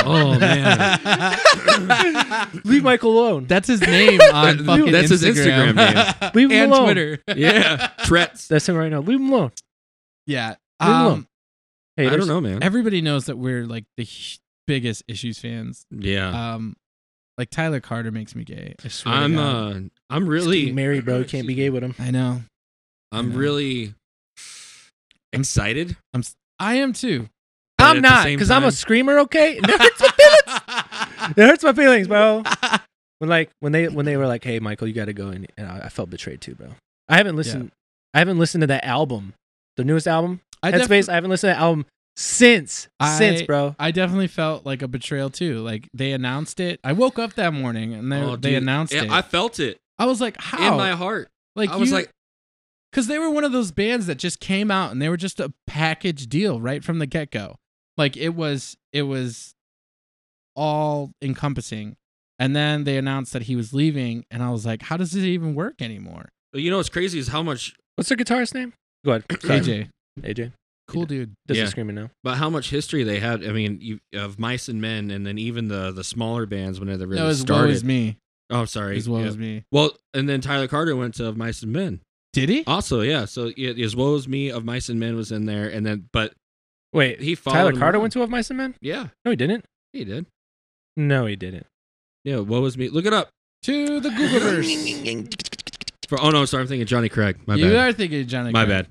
S2: oh
S1: man.
S2: (sighs) Leave Michael
S1: (laughs)
S2: alone.
S1: that's his
S3: (laughs)
S1: name on fucking
S3: That's his
S1: Instagram,
S3: Instagram
S1: (laughs) name.
S2: Leave him
S1: and
S2: alone. (laughs)
S1: Twitter.
S3: Yeah,
S1: (laughs)
S3: Tourette's.
S2: That's him right now. Leave him alone.
S1: Yeah.
S2: Leave him alone.
S1: Um,
S2: Hey,
S3: I don't know, man.
S1: everybody knows that we're like the h- biggest issues fans.
S3: yeah,
S1: Um like Tyler Carter makes me gay. I swear to
S3: I'm.
S1: God.
S3: Uh, I'm really
S2: married, bro. Can't be gay with him.
S1: I know.
S3: I'm
S1: Yeah.
S3: really
S1: I'm- (laughs)
S3: excited.
S1: I am
S3: (laughs)
S1: too.
S3: but
S2: I'm
S3: at the
S2: not,
S3: same
S2: because I'm a
S3: time-
S2: screamer.
S3: (laughs)
S2: Okay, it hurts my feelings. It hurts my feelings, bro. When like when they when they were like, "Hey, Michael, you got to go," and, and I, I felt betrayed too, bro. I haven't listened. I haven't listened to that album, the newest album,
S1: I def-
S2: Headspace. I haven't listened to that album since
S1: I-
S2: since, bro.
S1: I definitely felt like a betrayal too. Like they announced it. I woke up that morning and they,
S3: Oh,
S1: they
S3: dude.
S1: announced
S3: Yeah,
S1: it.
S3: I
S1: I,
S3: felt it
S1: was like, how?
S3: in my heart.
S1: like
S3: I was
S1: you-
S3: like,
S1: because they were one of those bands that just came out and they were just a package deal right from the get go. Like it was, it was all encompassing. And then they announced that he was leaving, and I was like, how does this even work anymore?
S3: you know, what's crazy is how much,
S2: What's their guitarist name? Go ahead, Sorry.
S1: AJ,
S2: AJ.
S1: cool dude.
S2: Doesn't
S3: Yeah.
S2: screaming now.
S3: but how much history they had. I mean, you, of mice and men, and then even the the smaller bands when they really
S1: that was woe
S3: started.
S1: is me.
S3: Oh, sorry.
S1: As well
S3: Yeah.
S1: as me.
S3: Well, and then Tyler Carter went to Of Mice and Men.
S1: Did he?
S3: Also, yeah. So it, as well as me, Of Mice and Men was in there, and then but
S2: Wait,
S3: he followed.
S2: Tyler
S3: him
S2: Carter
S3: on.
S2: went to Of Mice and Men?
S3: Yeah,
S2: No, he didn't.
S3: he did.
S2: No, he didn't.
S3: Yeah, woe is me. Look it up.
S1: To the
S2: (laughs)
S1: Googleverse.
S3: For oh no, sorry, I'm thinking Johnny Craig. My
S1: you
S3: bad.
S1: are thinking of Johnny.
S3: My
S1: Craig.
S3: bad.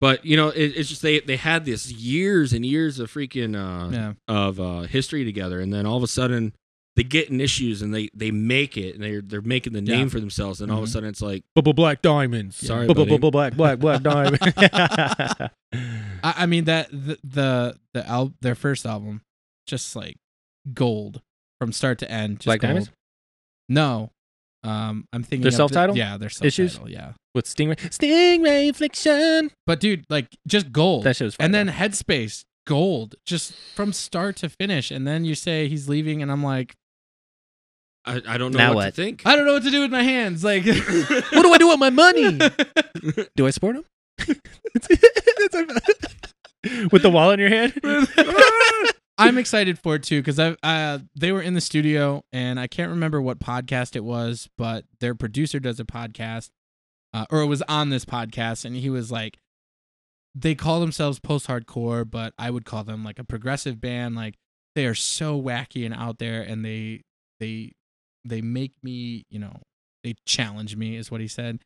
S3: But you know, it, it's just they they had this years and years of freaking uh,
S1: Yeah.
S3: of uh, history together, and then all of a sudden they get in issues and they they make it, and they're they're making the
S1: Yeah.
S3: name for themselves, and all of a
S1: Mhm.
S3: sudden it's like,
S2: Black diamonds.
S3: sorry, buddy.
S2: Black black black diamond.
S1: I, I mean that the the, the al- their first album, just like gold from start to end. Just
S2: Black
S1: gold.
S2: Diamonds?
S1: No, um, I'm thinking
S2: Their
S1: of the-
S2: self-titled?
S1: yeah, their self
S2: Issues?
S1: title. Yeah,
S2: (laughs) With Stingray. Stingray affliction.
S1: but dude, like just gold.
S2: That shit was fire.
S1: and then Headspace gold, just from start to finish. And then you say he's leaving, and I'm like,
S3: I, I don't know
S2: Now
S3: what,
S2: what?
S3: to think.
S1: I don't know what to do with my hands. Like,
S2: what do I do with
S1: (laughs)
S2: my money? do I support him? with the wallet in your hand?
S1: I'm excited for it too because I uh, they were in the studio and I can't remember what podcast it was, but their producer does a podcast, uh, or it was on this podcast, and he was like, they call themselves post hardcore, but I would call them like a progressive band. Like they are so wacky and out there, and they they they make me, you know, they challenge me, is what he said.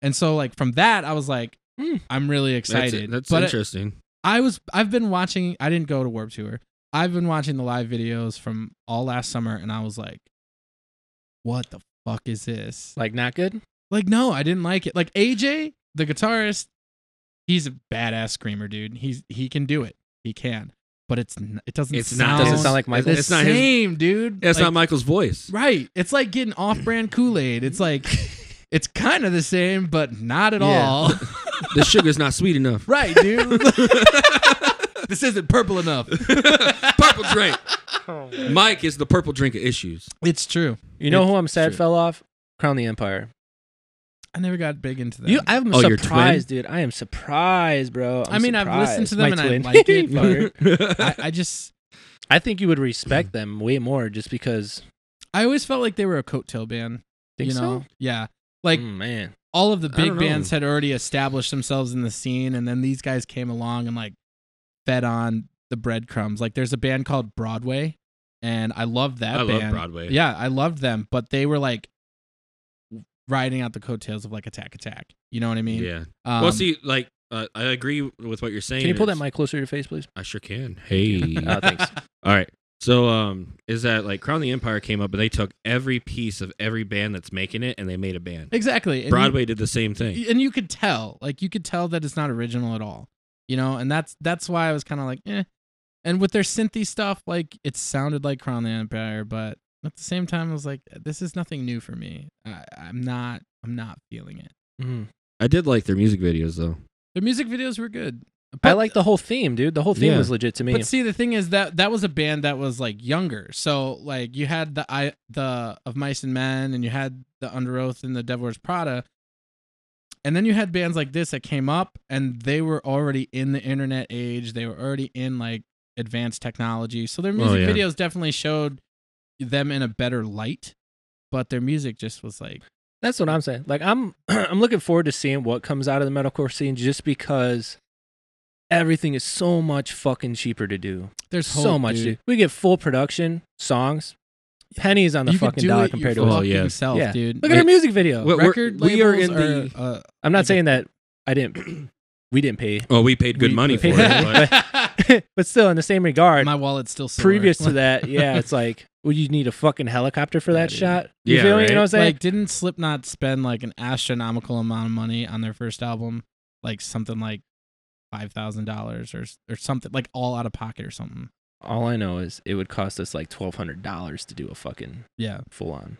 S1: And so like from that, I was like,
S2: Hmm.
S1: I'm really
S3: That's,
S1: excited.
S3: that's
S1: But- uh,
S3: interesting.
S1: I was I've been watching I didn't go to Warp Tour. I've been watching the live videos from all last summer and I was like what the fuck is this?
S2: Like not good?
S1: Like no, I didn't like it. Like AJ, the guitarist, he's a badass screamer dude. He's he can do it. He can. But it's n- it doesn't
S3: It's
S1: sound
S3: not.
S2: Doesn't sound like Michael.
S1: the
S3: It's, it's not his.
S1: same, dude.
S3: It's
S1: Like,
S3: not Michael's voice.
S1: (laughs) Right. It's like getting
S3: (clears throat)
S1: off-brand Kool-Aid. It's
S3: (laughs)
S1: like it's kind of the same but not at
S2: Yeah.
S1: all. (laughs)
S3: the sugar's not sweet enough.
S1: right,
S3: (laughs)
S1: dude. (laughs) this isn't purple enough.
S3: purple
S1: (laughs) Oh,
S3: drink. Mike is the purple drink of issues.
S1: It's true.
S2: You know
S1: It's
S2: who I'm sad
S3: true.
S2: fell off? Crown the Empire.
S1: I never got big into that.
S2: You, I'm
S3: Oh, your twin?
S2: surprised, dude. I am surprised, bro. I'm
S1: I mean, I've listened to them
S2: surprised.
S1: and I
S2: My
S1: like
S2: (laughs)
S1: it.
S2: twin. Fucker.
S1: (laughs) I, I just
S2: I think you would respect them way more just because.
S1: I always felt like they were a coattail band.
S2: Think
S1: you know?
S2: so?
S1: Yeah. Like
S2: Mm, man,
S1: all of the
S3: I
S1: big
S3: don't know.
S1: bands had already established themselves in the scene and then these guys came along and like fed on the breadcrumbs. Like there's a band called Broadway and I love that
S3: (laughs) I
S1: band.
S3: love Broadway.
S1: Yeah, I loved them, but they were like riding out the coattails of like Attack Attack. You know what I mean?
S3: yeah.
S1: Um,
S3: well, see, like uh, I agree with what you're saying.
S2: can you pull that
S3: It's-
S2: mic closer to your face, please?
S3: I sure can.
S1: (laughs)
S3: Hey.
S1: Uh,
S2: Oh, thanks.
S3: All right. So um is that like Crown the Empire came up and they took every piece of every band that's making it and they made a band.
S1: Exactly. And you-
S3: Broadway did the same thing.
S1: and you could tell like you could tell that it's not original at all you know and that's that's why i was kind of like eh and with their synthy stuff like it sounded like crown the empire but at the same time i was like this is nothing new for me I, i'm not i'm not feeling it
S2: Mm.
S3: I did like their music videos though.
S1: their music videos were good
S2: I like the whole theme, dude. The whole theme
S3: Yeah.
S2: was legit to me.
S1: but see the thing is that that was a band that was like younger so like you had the i the of mice and men and you had the under oath and the devil wears prada and then you had bands like this that came up and they were already in the internet age they were already in like advanced technology so their
S3: Oh,
S1: music
S3: yeah.
S1: videos definitely showed them in a better light but their music just was like
S2: That's what I'm saying. Like I'm (clears throat) I'm looking forward to seeing what comes out of the metalcore scene just because everything is so much fucking cheaper to do.
S1: there's
S2: So
S1: hope,
S2: much, dude.
S1: dude.
S2: We get full production, songs, pennies on the
S1: you could
S2: fucking
S1: do
S2: dollar
S1: it
S2: compared to
S1: your
S2: us.
S3: Oh,
S1: fucking
S3: yeah.
S1: self
S2: Yeah.
S1: dude
S2: Look at our music video.
S3: We're-
S1: record
S3: we are
S1: labels
S3: in the-
S2: (laughs)
S1: are, uh, like
S2: I'm not
S1: a-
S2: saying that I didn't (clears throat) we didn't pay. (laughs)
S3: Oh, we paid good
S1: We-
S3: money for
S2: paid-
S3: it.
S1: (laughs)
S3: but-
S2: but still in the same regard,
S3: (laughs)
S1: my wallet's still sore.
S2: previous to that, yeah, it's like well, you need a fucking helicopter for that
S1: Yeah, dude.
S2: shot. You
S3: Yeah,
S2: feel me?
S3: right?
S2: You know what I'm saying?
S1: like didn't Slipknot spend like an astronomical amount of money on their first album, like something like five thousand dollars or or something like all out of pocket or something.
S2: All I know is it would cost us like twelve hundred dollars to do a fucking
S1: Yeah,
S2: full on.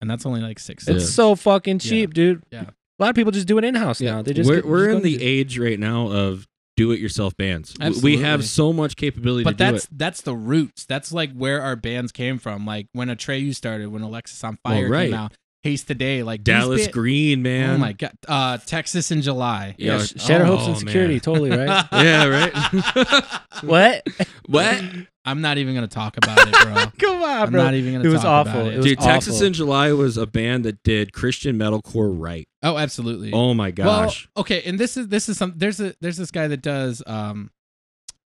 S1: and that's only like six.
S2: It's
S3: Yeah.
S1: songs.
S2: so fucking cheap, dude.
S1: Yeah.
S2: A lot of people just do it in house now. They just
S3: we're
S2: get-
S3: we're
S2: just
S3: in
S2: go
S3: the
S2: do it.
S3: age right now of do-it-yourself bands. W- We
S1: Absolutely.
S3: have so much capability
S1: but
S3: to do
S1: that's that's the roots. That's like where our bands came from. Like when Atreyu started, when Alexis on
S3: Well,
S1: Fire
S3: right.
S1: came out, Haste Today, like
S3: it.
S1: these
S3: Dallas
S1: ba-
S3: Green, man.
S1: Oh my god, uh, Texas in July.
S2: yeah,
S3: Yeah.
S2: sh- shadow
S3: Oh,
S2: hopes and security,
S3: man.
S2: totally right.
S3: (laughs)
S1: (laughs)
S3: Yeah, right.
S2: what?
S3: what?
S1: I'm not even gonna talk about it,
S2: (laughs)
S1: bro.
S2: Come on,
S1: I'm
S2: bro.
S1: not even gonna.
S2: It was
S1: talk about
S2: awful. It was-
S3: Dude, Texas
S2: awful.
S3: in July was a band that did Christian metalcore right.
S1: oh, absolutely.
S3: Oh my gosh.
S1: Well, okay, and this is this is some there's a there's this guy that does um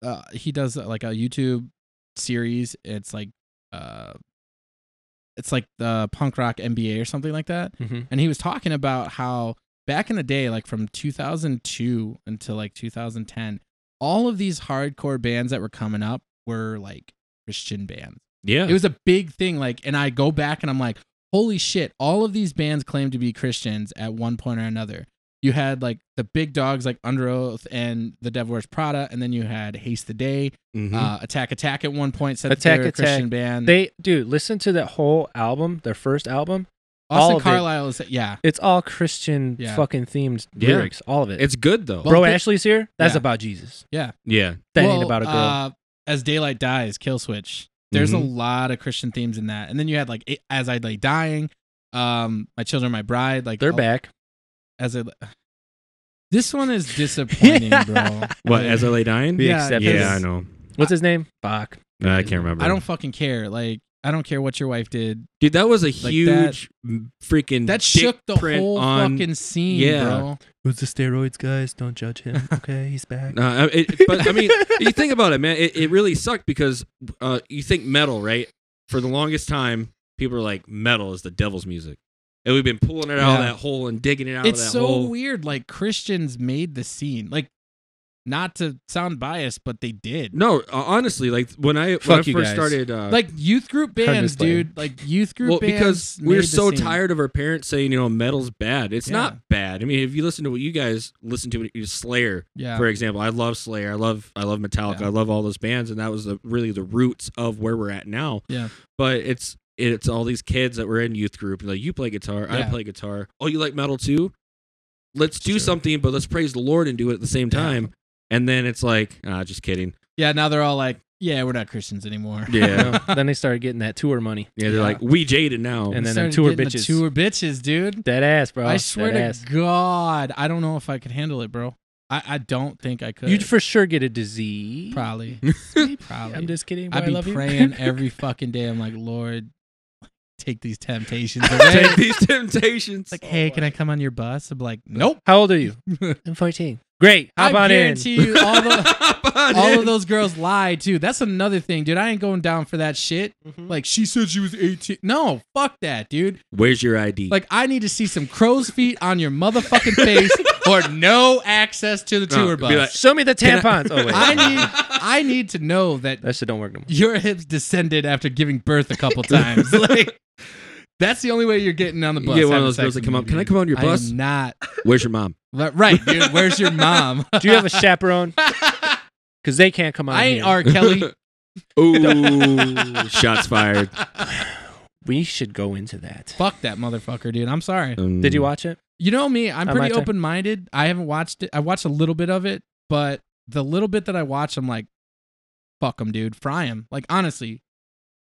S1: uh he does uh, like a YouTube series. It's like uh it's like the punk rock MBA or something like that.
S3: e-
S2: Mhm.
S1: And he was talking about how back in the day like from 2002 until like 2010, all of these hardcore bands that were coming up were like Christian bands.
S3: yeah.
S1: It was a big thing. Like, and I go back and I'm like, holy shit, all of these bands claim to be Christians at one point or another. You had like the big dogs like Under Oath and The Devil Wears Prada, and then you had Haste the Day,
S3: Mhm.
S1: uh, Attack Attack at one point said
S2: Mm-hmm. Attack
S1: that they were a
S2: Attack.
S1: Christian band.
S2: They dude, listen to that whole album, their first album. all
S1: Austin
S2: of it.
S1: Carlisle is yeah.
S2: It's all Christian
S1: Yeah.
S2: fucking themed
S3: Yeah.
S2: lyrics, all of it.
S3: it's good though.
S1: Well-
S2: bro,
S1: the-
S2: Ashley's here. That's
S1: Yeah.
S2: about Jesus.
S3: yeah.
S2: That
S1: Well,
S2: ain't about a girl.
S1: Uh, As Daylight Dies, Kill Switch.
S3: Mm-hmm.
S1: There's
S2: Mm-hmm.
S1: a lot of Christian themes in that, and then you had like It- As I Lay Dying, um, My Children, My Bride. Like
S2: They're
S1: all-
S2: back.
S1: As I, this one is disappointing, bro.
S3: What,
S1: Like-
S3: as LA Dying?
S2: Be
S1: Yeah,
S2: accepted.
S3: Yeah, I know.
S2: What's his name? Bach.
S3: I can't remember.
S1: I don't fucking care. Like I don't care what your wife did.
S3: Dude, that was
S1: that-
S3: a huge m- freaking
S1: That
S3: dick
S1: shook the
S3: print
S1: whole
S3: on,
S1: fucking scene,
S3: Yeah.
S1: bro.
S2: Who's the steroids guys? Don't
S1: (laughs)
S2: judge him. Okay, he's back.
S3: Uh, it, but
S2: (laughs)
S3: I mean, (laughs) you think about it, man. It, it really sucked because uh, you think metal, right? For the longest time, people were like, metal is the devil's music. And we've been pulling it out of
S1: Yeah.
S3: that hole and digging it out
S1: It's
S3: of that
S1: so
S3: hole.
S1: weird. Like Christians made the scene. Like not to sound biased, but they did.
S3: No, uh, honestly, like when I, when I
S2: Fuck
S3: first
S2: you guys.
S3: started, uh,
S1: Like youth group
S2: Kinda
S1: bands,
S2: displayed.
S1: dude. Like youth group
S3: well,
S1: bands.
S3: because
S1: made
S3: we're
S1: the
S3: so
S1: scene.
S3: tired of our parents saying, you know, metal's bad. It's
S1: Yeah.
S3: not bad. I mean, if you listen to what you guys listen to, Slayer,
S1: Yeah.
S3: for example, I love Slayer, I love, I love Metallica,
S1: Yeah.
S3: I love all those bands, and that was the, really the roots of where we're at now.
S1: Yeah.
S3: but it's it's all these kids that were in youth group. Like you play guitar, I
S1: Yeah.
S3: play guitar. Oh, you like metal too? Let's do
S1: Sure.
S3: something, but let's praise the Lord and do it at the same
S1: Yeah. (laughs)
S3: time. And then it's like, ah, just kidding.
S1: yeah. Now they're all like, yeah, we're not Christians anymore.
S3: Yeah.
S2: You know? then they started getting that tour money.
S3: Yeah, they're
S1: Yeah.
S3: like, we jaded now.
S1: We
S2: And then
S1: started
S2: them tour
S1: getting the
S2: bitches.
S1: tour bitches, dude.
S2: That ass, bro.
S1: I swear
S2: that
S1: to
S2: ass.
S1: God, I don't know if I could handle it, bro. I, I don't think I could.
S2: You'd for sure get a disease. (laughs)
S1: probably. probably.
S2: I'm just kidding.
S1: I'd
S2: bro, I
S1: be
S2: love you. (laughs)
S1: praying every fucking day. I'm like, Lord, take these
S2: (laughs)
S1: temptations (laughs) away.
S3: (laughs) Take these temptations.
S1: like, hey, can I come on your bus? I'm like, nope.
S2: How old
S1: (laughs)
S2: are you? I'm 14. Great. Hop
S1: I
S2: on in.
S1: guarantee you, all
S2: (laughs)
S1: the all
S3: all
S1: of those girls lie too. That's another thing, dude. I ain't going down for that shit.
S2: Mm-hmm.
S1: Like, she said she was 18. No, fuck that, dude.
S3: Where's your ID?
S1: Like, I need to see some crow's feet on your motherfucking
S2: (laughs)
S1: face or no access to the
S3: No,
S1: tour
S3: be
S1: bus.
S3: like-
S2: Show me the tampons. oh wait,
S1: (laughs)
S3: (laughs)
S1: I need I need to know that
S2: that shit don't work no more.
S1: your hips descended after giving birth a couple times. (laughs) like that's the only way you're getting on the
S3: You
S1: bus.
S3: get one of
S1: having
S3: those
S1: sex
S3: girls that
S1: with
S3: come
S1: me,
S3: up, "Can I
S1: dude."
S3: come on your
S1: I am
S3: bus?"
S1: not
S3: Where's
S1: (laughs)
S3: your mom?
S1: Li- right, dude. Where's your
S3: (laughs)
S1: mom?
S2: Do you have a chaperone? Because they can't come on.
S1: I ain't
S2: here.
S1: R.
S3: (laughs)
S1: Kelly.
S3: Ooh, shots fired.
S2: we should go into that.
S1: Fuck that motherfucker, dude. I'm sorry.
S3: Um,
S2: Did you watch it?
S1: You know me. I'm
S2: I
S1: pretty
S2: might say-
S1: open minded. I haven't watched it. I watched a little bit of it, but the little bit that I watched, I'm like, fuck him, dude. Fry him. Like honestly,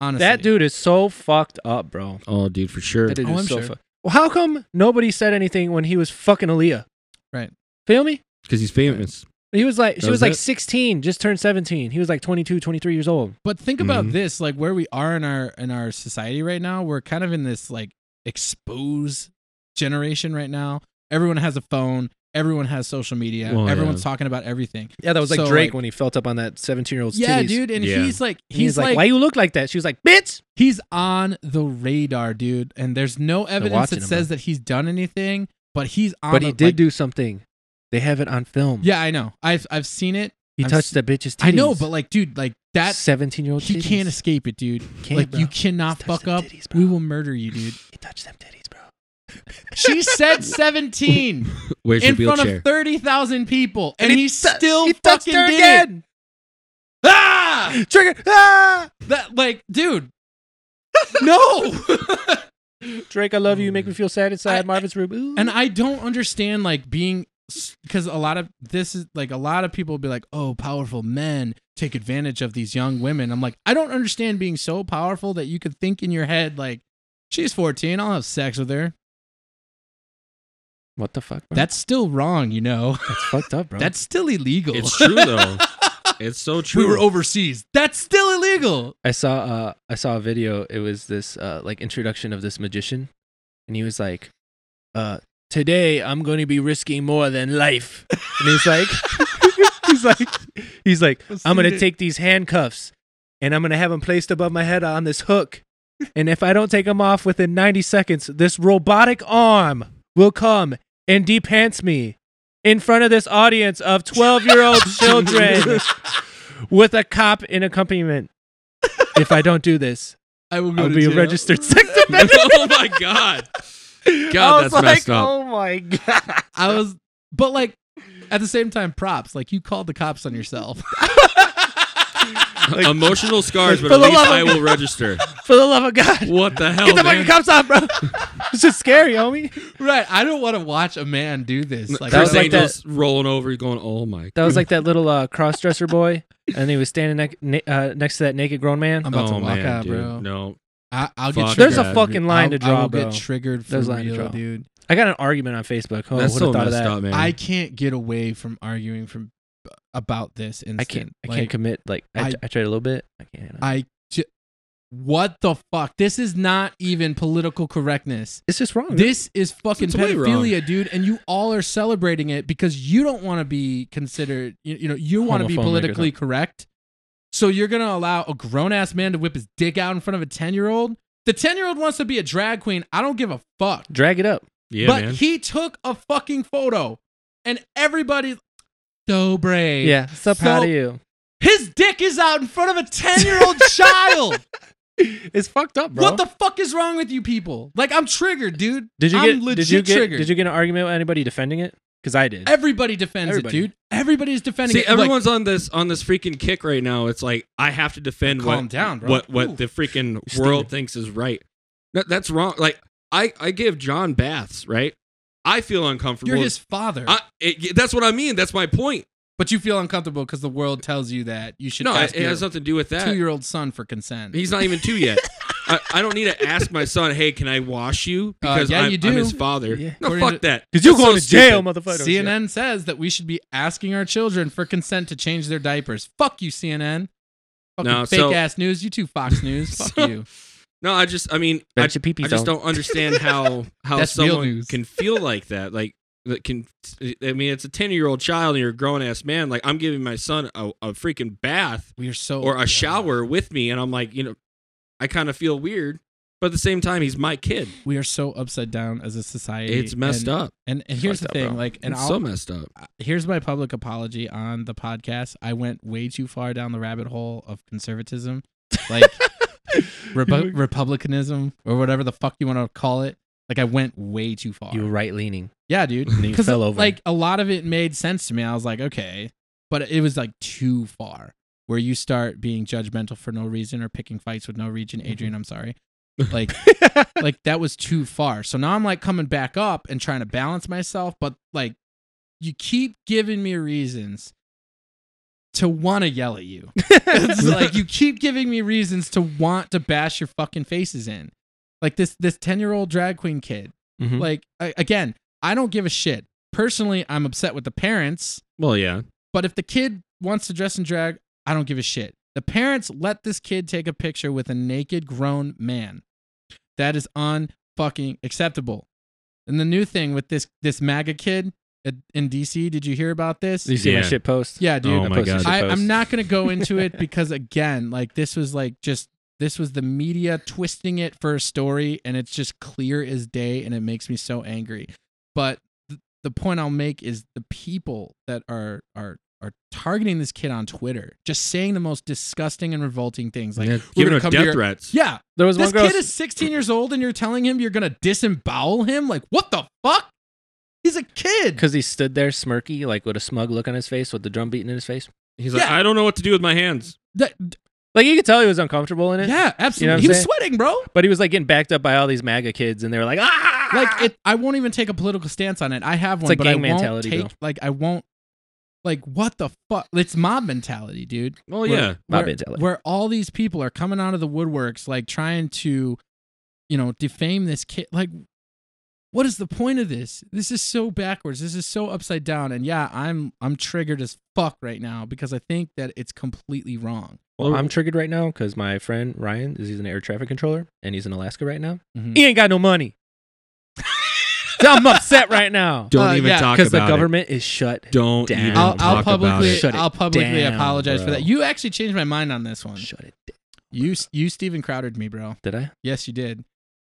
S1: honestly.
S2: That dude is so fucked up, bro.
S3: Oh, dude, for sure.
S2: That dude
S1: Oh,
S2: is
S1: I'm
S2: so
S1: sure.
S2: fucked. Well, how come nobody said anything when he was fucking Aaliyah?
S1: Right.
S2: Feel me?
S3: Because he's famous.
S2: He was like, she
S3: That
S2: was,
S3: was
S2: like
S3: it?
S2: 16, just turned 17. He was like 22, 23 years old.
S1: But think about
S2: Mm-hmm.
S3: Mhm.
S1: this, like where we are in our in our society right now. We're kind of in this like expose generation right now. Everyone has a phone. Everyone has social media.
S3: Well,
S1: Everyone's
S3: yeah.
S1: talking about everything.
S2: Yeah, that was like
S1: So,
S2: Drake
S1: like-
S2: when he felt up on that 17 year old's
S1: Yeah,
S2: titties.
S1: dude. And
S3: Yeah.
S1: he's like,
S2: And
S1: he's, like,
S2: why you look like that? She was like, bitch.
S1: he's on the radar, dude. And there's no evidence
S2: watching
S1: that
S2: him,
S1: says that he's done anything, but he's on.
S2: But he
S1: the-
S2: did
S1: like-
S2: do something. They have it on film.
S1: Yeah, I know. I've I've seen it.
S2: He
S1: I've
S2: touched
S1: seen-
S2: the bitch's titties.
S1: I know, but like, dude, like that.
S2: 17 year old
S1: He can't escape it, dude.
S2: Can't,
S1: like
S2: bro.
S1: you cannot
S2: Touch
S1: fuck
S2: them
S1: up.
S2: titties, bro.
S1: we will murder you, dude.
S2: He touched them titties, bro.
S1: She said seventeen.
S3: Where's
S1: in
S3: your
S1: front
S3: wheelchair?
S1: of 30,000 people and, he, still
S2: he touched
S1: fucking
S2: her
S1: did it.
S2: again.
S1: Ah!
S2: Trigger. Ah!
S1: That like dude. no.
S2: Drake, I love you. You make me feel sad inside.
S1: Mm. I-
S2: Marvin's room. Ooh.
S1: and I don't understand like being cuz a lot of this is like a lot of people will be like, "Oh, powerful men take advantage of these young women." I'm like, "I don't understand being so powerful that you could think in your head like She's 14. I'll have sex with her.
S2: what the fuck? Bro?
S1: That's still wrong, you know.
S2: That's fucked up, (laughs) bro.
S1: That's still illegal. (laughs)
S3: It's true though. it's so true.
S1: We were
S3: (laughs)
S1: overseas. That's still illegal.
S2: I saw uh I saw a video. It was this uh like introduction of this magician, and he was like, uh, today I'm going to be risking more than life. And he's like, (laughs) he's like, he's like, I'm gonna take these handcuffs, and I'm gonna have them placed above my head on this hook, and if I don't take them off within 90 seconds, this robotic arm will come and depants me in front of this audience of 12 year old children with a cop in accompaniment. If I don't do (laughs) this,
S1: I will go
S2: I'll
S1: to
S2: be
S1: jail.
S2: a (laughs) registered sex offender.
S3: oh my god. God,
S2: (laughs) I
S3: that's
S2: was
S3: messed
S2: like,
S3: up.
S2: oh my god.
S1: I was, but like, at the same time, props. Like you called the cops on yourself. (laughs)
S2: Like-
S3: Emotional scars, but
S2: For
S3: at
S2: the
S3: least
S2: love of
S3: I will register.
S2: (laughs) For the love of God,
S3: What the hell?
S2: get the
S3: man?
S2: fucking cops (laughs) off, bro. this is scary, homie.
S1: right. I don't want to watch a man do this. Like
S3: Chris
S2: That was like
S3: Angel's rolling over, going, "Oh my!"
S2: That was like that little uh, cross-dresser boy, and he was standing nec- na- uh, next to that naked grown man.
S1: I'm about
S3: oh
S1: to walk
S3: man,
S1: out,
S3: dude.
S1: bro.
S3: No,
S1: I, I'll get
S3: Fuck
S1: triggered.
S2: There's a fucking line to
S1: I'll-
S2: draw,
S1: I'll
S2: bro.
S1: get triggered for
S2: There's a line to
S1: real,
S2: draw.
S1: dude.
S2: I got an argument on Facebook. Oh, would've
S3: that's so
S2: thought of
S3: messed
S2: that.
S3: up, man.
S1: I can't get away from arguing from about this instant.
S2: I can't. I
S1: Like,
S2: can't commit. Like I,
S1: I-
S2: I tried a little bit. I can't.
S1: I ju- what the fuck? This is not even political correctness.
S2: it's just wrong.
S1: This is fucking
S3: It's way wrong.
S1: pedophilia, dude, and you all are celebrating it because you don't want to be considered. You, you know, you want to be
S2: Homophobic or
S1: politically correct, so you're gonna allow a grown ass man to whip his dick out in front of a ten year old. The ten year old wants to be a drag queen. I don't give a fuck.
S2: Drag it up.
S3: yeah,
S1: but
S3: man.
S1: he took a fucking photo, and everybody's so brave.
S2: Yeah. So proud of you.
S1: his dick is out in front of a ten year old child.
S2: (laughs) It's fucked up, bro.
S1: What the fuck is wrong with you people? Like I'm triggered, dude.
S2: Did you
S1: I'm
S2: get?
S1: legit
S2: Did you get?
S1: triggered.
S2: Did you get an argument with anybody defending it? Because I did.
S1: Everybody defends
S2: Everybody.
S1: it, dude. Everybody's defending
S3: See,
S1: it. like,
S3: everyone's on this on this freaking kick right now. It's like I have to defend
S1: Calm
S3: what
S1: down, bro.
S3: what what
S1: Ooh.
S3: the freaking
S2: You're
S3: world
S2: stupid.
S3: thinks is right. No, that's wrong. Like I I give John baths, right? I feel uncomfortable. (laughs)
S1: you're his father.
S3: I, it, that's what I mean. That's my point.
S1: But you feel uncomfortable because the world tells you that you should
S3: No, it,
S1: ask
S3: it has
S1: your
S3: nothing to do with that.
S1: two-year-old son for consent.
S3: He's not even two yet. I, I don't need to ask my son, hey, can I wash you?
S1: Uh,
S3: Because
S1: yeah,
S3: I'm,
S1: you do.
S3: I'm his father.
S2: Yeah.
S3: No,
S1: According
S3: fuck
S1: to-
S3: that.
S2: Because you're
S3: That's
S2: going
S3: so
S2: to jail,
S3: stupid.
S2: motherfucker.
S1: CNN says that we should be asking our children for consent to change their diapers. Fuck you, CNN. Fucking
S3: No,
S1: fake
S3: so-
S1: ass news. You too, Fox
S3: (laughs)
S1: News. Fuck
S3: So-
S1: you.
S3: No, I just, I mean, I,
S2: Bet your peepee's
S3: I just
S2: out.
S1: (laughs)
S3: don't understand how how
S1: That's real
S3: someone
S1: news.
S3: can feel like that. Like that can, I mean, it's a ten year old child and you're a grown ass man. Like I'm giving my son a, a freaking bath
S1: We are so
S3: or
S1: Oh, Yeah.
S3: a shower with me, and I'm like, you know, I kind of feel weird, but at the same time, he's my kid.
S1: We are so upside down as a society.
S3: It's messed
S1: And-
S3: up.
S1: And, and here's
S2: fucked
S1: the
S2: up,
S1: thing,
S2: bro.
S1: like, and
S3: it's
S1: I'll,
S3: so messed up.
S1: here's my public apology on the podcast. I went way too far down the rabbit hole of conservatism, like Repu-
S2: (laughs)
S1: republicanism or whatever the fuck you want to call it. Like I went way too far.
S2: You were right leaning.
S1: yeah, dude.
S2: (laughs) And
S1: (laughs)
S2: then you
S1: Because
S2: fell over.
S1: like a lot of it made sense to me. I was like, okay, but it was like too far where you start being judgmental for no reason or picking fights with no reason.
S2: Mm-hmm.
S1: Adrian, I'm
S2: (laughs)
S1: sorry. Like (laughs) like that was too far. So now I'm like coming back up and trying to balance myself, but like you keep giving me reasons to want to yell at you. It's
S2: (laughs)
S1: like you keep giving me reasons to want to bash your fucking faces in. Like this this 10-year-old drag queen kid.
S2: Mhm.
S1: Like I, again, I don't give a shit. Personally, I'm upset with the parents,
S3: Well, yeah.
S1: but if the kid wants to dress in drag, I don't give a shit. The parents let this kid take a picture with a naked grown man. That is unfucking acceptable. And the new thing with this this MAGA kid at, in DC, did you hear about this?
S2: you see my
S3: Yeah.
S2: shit post?
S1: Yeah, dude.
S3: Oh
S2: I
S3: my
S2: posted
S3: God.
S2: shit
S1: I,
S2: post.
S1: I'm not gonna
S2: (laughs)
S1: go into it because again, like this was like just this was the media twisting it for a story, and it's just clear as day, and it makes me so angry. But th- the point I'll make is the people that are are are targeting this kid on Twitter, just saying the most disgusting and revolting things. Like,
S3: Yeah,
S1: we're
S3: giving
S1: gonna
S3: him
S1: come
S3: death
S1: to your-
S3: threats.
S1: yeah,
S2: There was
S1: this
S2: one girl.
S1: kid is 16 years old, and you're telling him you're gonna disembowel him. Like, what the fuck? He's a kid.
S2: Because he stood there smirky, like with a smug look on his face, with the drum beating in his face.
S3: He's like,
S1: Yeah.
S3: I don't know what to do with my hands.
S1: That-
S2: Like you could tell he was uncomfortable in it.
S1: yeah,
S2: You know
S1: absolutely.
S2: what
S1: he
S2: I'm
S1: was
S2: saying?
S1: sweating, bro.
S2: But he was like getting backed up by all these MAGA kids, and they were like, ah!
S1: like it i won't even take a political stance on it i have one
S2: like
S1: but i
S2: gang
S1: won't
S2: mentality,
S1: take
S2: bro.
S1: like i won't like what the fuck it's mob mentality dude
S3: Well,
S1: We're-
S3: yeah.
S2: Mob
S1: where,
S2: mentality.
S1: where all these people are coming out of the woodworks like trying to you know defame this kid like what is the point of this this is so backwards this is so upside down and yeah i'm i'm triggered as fuck right now because i think that it's completely wrong
S2: Well, I'm triggered right now because my friend Ryan is he's an air traffic controller and he's in Alaska right now.
S1: Mhm.
S3: Mm-hmm.
S2: He ain't got no money. (laughs) so I'm upset right now
S3: Don't
S1: Uh,
S3: even
S1: yeah,
S3: talk
S2: because
S3: about
S2: the
S3: it.
S2: government is shut.
S3: Don't
S2: Down.
S3: even
S1: I'll,
S3: talk
S1: I'll
S3: about
S1: publicly, (laughs)
S3: it.
S2: Shut it
S1: I'll publicly
S2: down,
S1: apologize for
S2: bro.
S1: that. You actually changed my mind on this one.
S2: Shut it. down.
S1: You, you, Stephen crowded me, bro.
S2: Did I?
S1: Yes, you did.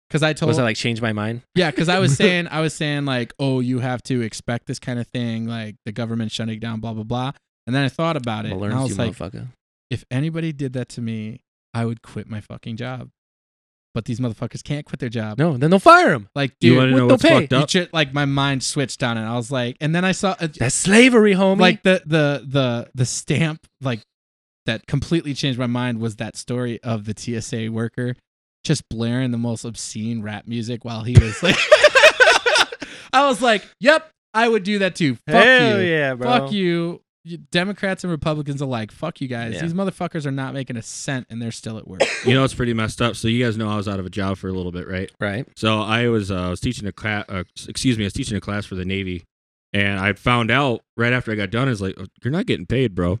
S1: Because I told,
S2: Was I like change my mind?
S1: yeah, because
S2: (laughs)
S1: I was saying, I was saying like, oh, you have to expect this kind of thing, like the government shutting down, blah blah blah. And then I thought about it, and
S2: I'ma learn
S1: I
S2: you
S1: was like,
S2: motherfucker.
S1: if anybody did that to me, I would quit my fucking job. But these motherfuckers can't quit their job.
S2: No, then they'll fire him.
S1: Like,
S3: You
S1: dude,
S3: wanna
S1: what
S3: know
S1: the
S3: what's
S1: pay?
S3: fucked up?
S1: You ju- like my mind switched on it. I was like, and then I saw, uh,
S2: That's slavery, homie.
S1: like the the the the stamp like that completely changed my mind was that story of the TSA worker just blaring the most obscene rap music while he was
S3: (laughs)
S1: like I was like, "Yep, I would do that too. Fuck
S2: hell
S1: you.
S2: yeah, bro.
S1: fuck you. you. Democrats and Republicans alike. Fuck you guys.
S2: Yeah.
S1: These motherfuckers are not making a cent and they're still at work."
S3: You know, it's pretty messed up. So you guys know I was out of a job for a little bit, right?
S2: Right.
S3: So I was, uh, I was teaching a class. Uh, excuse me, I was teaching a class for the Navy, and I found out right after I got done is like, "Oh, you're not getting paid, bro.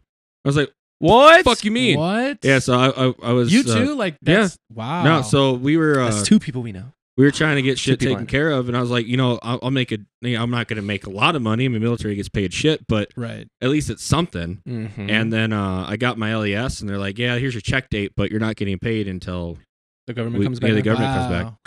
S3: I was like,
S2: What?
S3: fuck you mean?
S1: What?
S3: Yeah. So I, I, I was
S1: you
S3: uh,
S1: too? Like
S3: yeah.
S1: that's wow.
S3: No, so we were uh,
S2: That's two people we know.
S3: we were trying to get shit
S2: people I
S3: taken
S2: know.
S3: care of, and I was like, you know, I'll, I'll make a, you know, I'm not gonna make a lot of money. I mean, military gets paid shit, but
S1: right.
S3: at least it's something.
S2: Mm-hmm.
S3: And then uh, I got my LES, and they're like, "Yeah, here's your check date, but you're not getting paid until."
S2: the government
S3: we-
S2: comes
S3: yeah,
S2: back.
S3: the
S2: in.
S3: gov- Government comes back.
S1: Wow.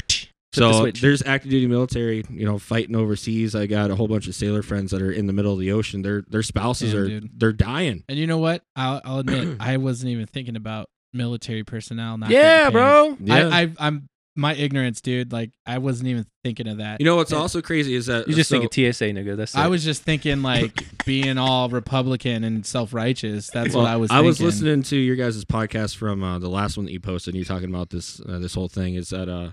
S2: Flip the
S3: So
S2: switch.
S3: there's active duty military, you know, fighting overseas. I got a whole bunch of sailor friends that are in the middle of the ocean. Their their spouses
S1: Damn,
S3: are
S1: dude.
S3: they're dying.
S1: And you know what? I'll, I'll
S3: (clears throat)
S1: admit I wasn't even thinking about military personnel. Not
S2: yeah,
S1: getting paid.
S2: bro.
S3: Yeah.
S1: I, I, I'm my ignorance, dude. Like I wasn't even thinking of that.
S3: you know what's
S2: Yeah.
S3: also crazy is that
S2: You just
S3: so-
S2: think of TSA, nigga. That's
S1: I
S2: it.
S1: was just thinking
S3: (laughs)
S1: like being all Republican and self righteous. That's
S3: well,
S1: what I was.
S3: I was
S1: thinking.
S3: listening to your guys' podcast from uh, the last one that you posted. and You talking about this uh, this whole thing is that uh,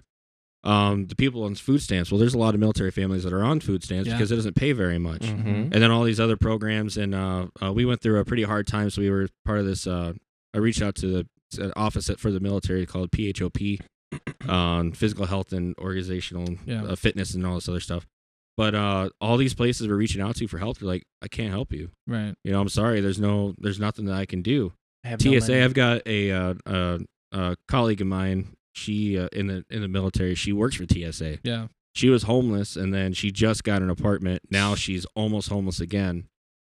S3: um, the people on food stamps. Well, there's a lot of military families that are on food stamps
S1: Yeah. Mm-hmm.
S3: because it doesn't pay very much.
S2: Mhm.
S3: And then all these other programs, and uh, uh, we went through a pretty hard time. So we were part of this. Uh, I reached out to the to an office at- for the military
S1: (coughs)
S3: called PHOP, on physical health and organizational
S1: Yeah.
S3: uh, fitness and all this other stuff. But uh, all these places we're reaching out to for help, they're like, I can't help you.
S1: Right.
S3: You know, I'm sorry. There's no, there's nothing that I can do.
S2: I have no
S3: TSA.
S2: money.
S3: I've got a uh, uh, uh, colleague of mine. She uh, in the in the military. She works for TSA.
S1: Yeah.
S3: She was homeless, and then she just got an apartment. Now she's almost homeless again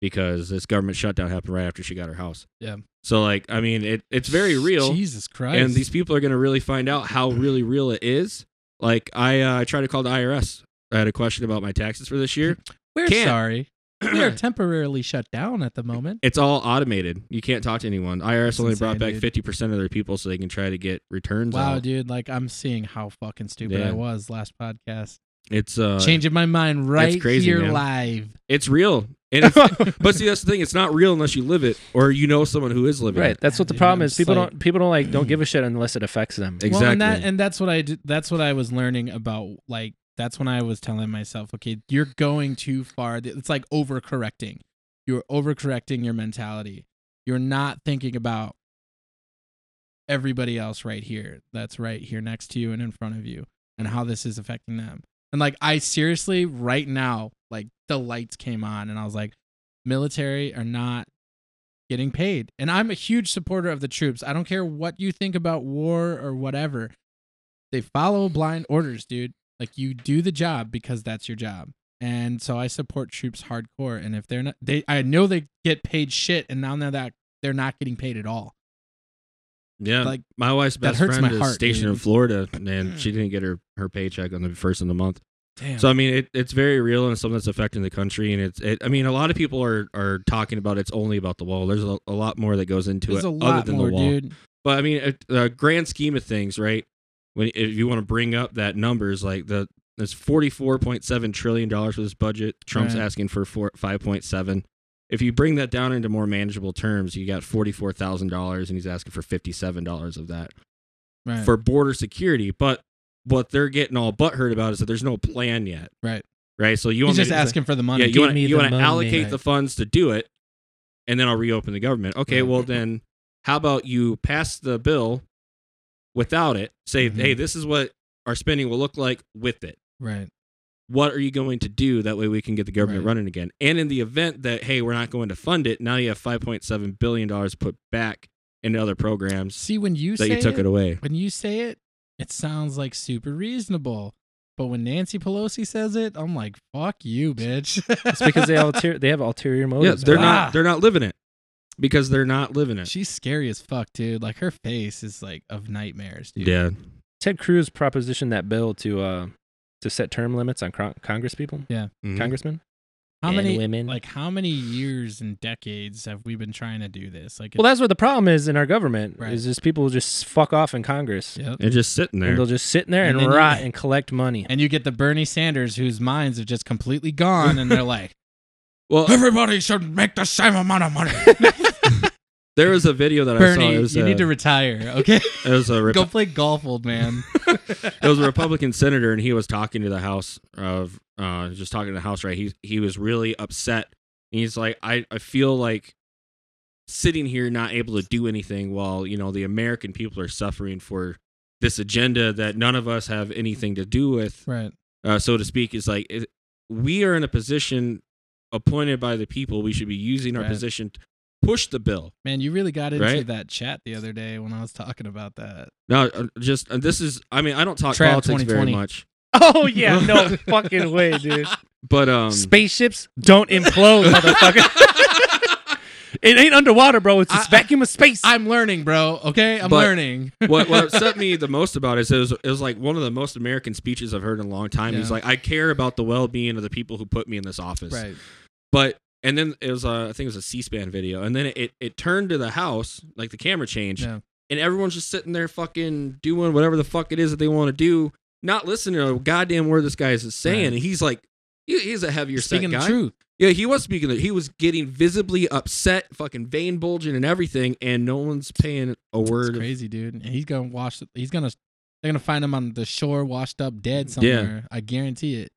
S3: because this government shutdown happened right after she got her house.
S1: Yeah.
S3: So like, I mean, it it's very real,
S1: Jesus Christ.
S3: and these people are going to really find out how really real it is. Like, I uh, I tried to call the IRS. I had a question about my taxes for this
S2: (clears throat)
S3: year. (clears throat)
S1: We're
S3: can't.
S1: sorry. We
S3: (clears throat)
S1: are temporarily shut down at the moment.
S3: It's all automated. You can't talk to anyone. IRS
S1: That's
S3: only brought
S1: insane,
S3: back
S1: dude.
S3: fifty percent of their people, so they can try to get returns.
S1: Wow,
S3: out.
S1: dude! Like I'm seeing how fucking stupid
S3: Yeah.
S1: I was last podcast.
S3: It's uh,
S1: Changing my mind right
S3: crazy,
S1: here
S3: man.
S1: live.
S3: it's real, and
S1: (laughs)
S3: it's, (laughs) but see that's the thing. It's not real unless you live it or you know someone who is living
S2: Right.
S3: it.
S2: That's what the
S1: Dude,
S2: problem
S1: I'm
S2: is. People
S1: psyched.
S2: don't people don't like
S3: (clears throat)
S2: don't give a shit unless it affects them.
S3: Exactly.
S1: Well, and that and that's what I did, that's what I was learning about. Like that's when I was telling myself, okay, you're going too far. It's like overcorrecting. You're overcorrecting your mentality. You're not thinking about everybody else right here. That's right here next to you and in front of you, and how this is affecting them. And like I seriously, right now, like the lights came on, and I was like, military are not getting paid. And I'm a huge supporter of the troops. I don't care what you think about war or whatever. They follow blind orders, dude. Like you do the job because that's your job. And so I support troops hardcore. And if they're not they I know they get paid shit and now they're that they're not getting paid at all.
S3: yeah,
S1: like,
S3: my wife's
S1: that
S3: best
S1: hurts
S3: friend
S1: my
S3: is
S1: heart,
S3: stationed in
S1: dude.
S3: Florida,
S1: (clears throat)
S3: and she didn't get her her paycheck on the first of the month.
S1: Damn.
S3: So I mean, it, it's very real and it's something that's affecting the country. And it's, it, I mean, a lot of people are are talking about it's only about the wall. There's a, a lot more that goes into
S1: there's
S3: it
S1: a
S3: other
S1: lot
S3: than
S1: more,
S3: the wall.
S1: dude.
S3: But I mean, it- the grand scheme of things, right? When if you want to bring up that numbers, like the there's 44.7 trillion dollars for this budget. Trump's
S1: Right.
S3: asking for four, 5.7. If you bring that down into more manageable terms, you got forty-four thousand dollars, and he's asking for fifty-seven dollars of that
S1: Right.
S3: for border security. But what they're getting all butthurt about is that there's no plan yet,
S1: right.
S3: right? So
S1: He's
S3: you want me
S1: just
S3: to-
S1: asking for the money.
S3: yeah,
S2: Give
S3: you want to
S2: me
S3: you
S2: the
S3: want to
S2: money.
S3: allocate the funds to do it, and then I'll reopen the government. Okay,
S1: Right.
S3: well then, how about you pass the bill without it? Say,
S1: Mhm.
S3: hey, this is what our spending will look like with it.
S1: right.
S3: What are you going to do? That way we can get the government
S1: Right.
S3: running again. And in the event that hey, we're not going to fund it, now you have five point seven billion dollars put back into other programs
S1: See when you
S3: that
S1: say
S3: you took it, away.
S1: when you say it, it sounds like super reasonable. But when Nancy Pelosi says it, I'm like, fuck you, bitch.
S2: It's
S1: (laughs)
S2: because they alter- they have ulterior
S3: Yeah,
S2: motives.
S3: they're
S2: man.
S1: Ah.
S3: not they're not living it because they're not living it.
S1: She's scary as fuck, dude. Like her face is like of nightmares, dude.
S3: Yeah,
S2: Ted Cruz propositioned that bill to uh to set term limits on cron- Congress people,
S3: Mhm.
S2: congressmen,
S1: How
S2: and
S1: many
S2: women.
S1: like how many years and decades have we been trying to do this? Like,
S2: well, that's what the problem is in our government.
S1: Right.
S2: Is just people just fuck off in Congress,
S1: yep.
S3: and just sitting there.
S2: and they'll just sit in there
S1: And
S2: and,
S1: then you-
S2: rot and collect money.
S1: and you get the Bernie Sanders whose minds are just completely gone, and they're
S2: (laughs)
S1: like,
S3: Well,
S1: everybody should make the same amount of money.
S3: there was a video that I saw.
S1: Bernie,
S3: It was,
S1: you
S3: uh,
S1: need to retire,
S2: (laughs)
S1: okay?
S3: It was a Repu-
S1: Go play golf, old man.
S3: it was a Republican senator, and he was talking to the House of uh, just talking to the House. Right, he he was really upset. And he's like, I I feel like sitting here not able to do anything while you know the American people are suffering for this agenda that none of us have anything to do with,
S1: right.
S3: uh, so to speak. Is like it, we are in a position appointed by the people. We should be using our
S1: Right.
S3: position to push the bill.
S1: Man, you really got into
S3: Right?
S1: that chat the other day when I was talking about that.
S3: No, uh, just uh, this is. I mean, I don't talk
S1: Trap
S3: politics very
S1: 2020.
S3: much,
S2: (laughs) Oh yeah,
S1: (laughs)
S2: no fucking way, dude.
S3: but um,
S2: Spaceships don't implode,
S1: (laughs)
S2: motherfucker. it ain't underwater, bro. It's this
S1: I-
S2: vacuum of space.
S1: I'm learning, bro. Okay, I'm
S3: But-
S1: learning.
S3: (laughs) what what upset me the most about it is it was, it was like one of the most American speeches I've heard in a long time. He's
S1: Yeah.
S3: like, I care about the well being of the people who put me in this office.
S1: right.
S3: But and then it was uh, I think it was a C-SPAN video, and then it it turned to the house like the camera changed,
S1: Yeah.
S3: and everyone's just sitting there fucking doing whatever the fuck it is that they want to do, not listening to a goddamn word this guy is saying.
S1: Right.
S3: And he's like, he, he's a heavier set
S1: speaking the
S3: guy.
S1: truth.
S3: Yeah, he was speaking. That he was getting visibly upset, fucking vein bulging and everything, and no one's paying a
S1: It's
S3: word.
S1: crazy, dude. And he's gonna watch. He's gonna They're gonna find him on the shore, washed up, dead somewhere. I guarantee it.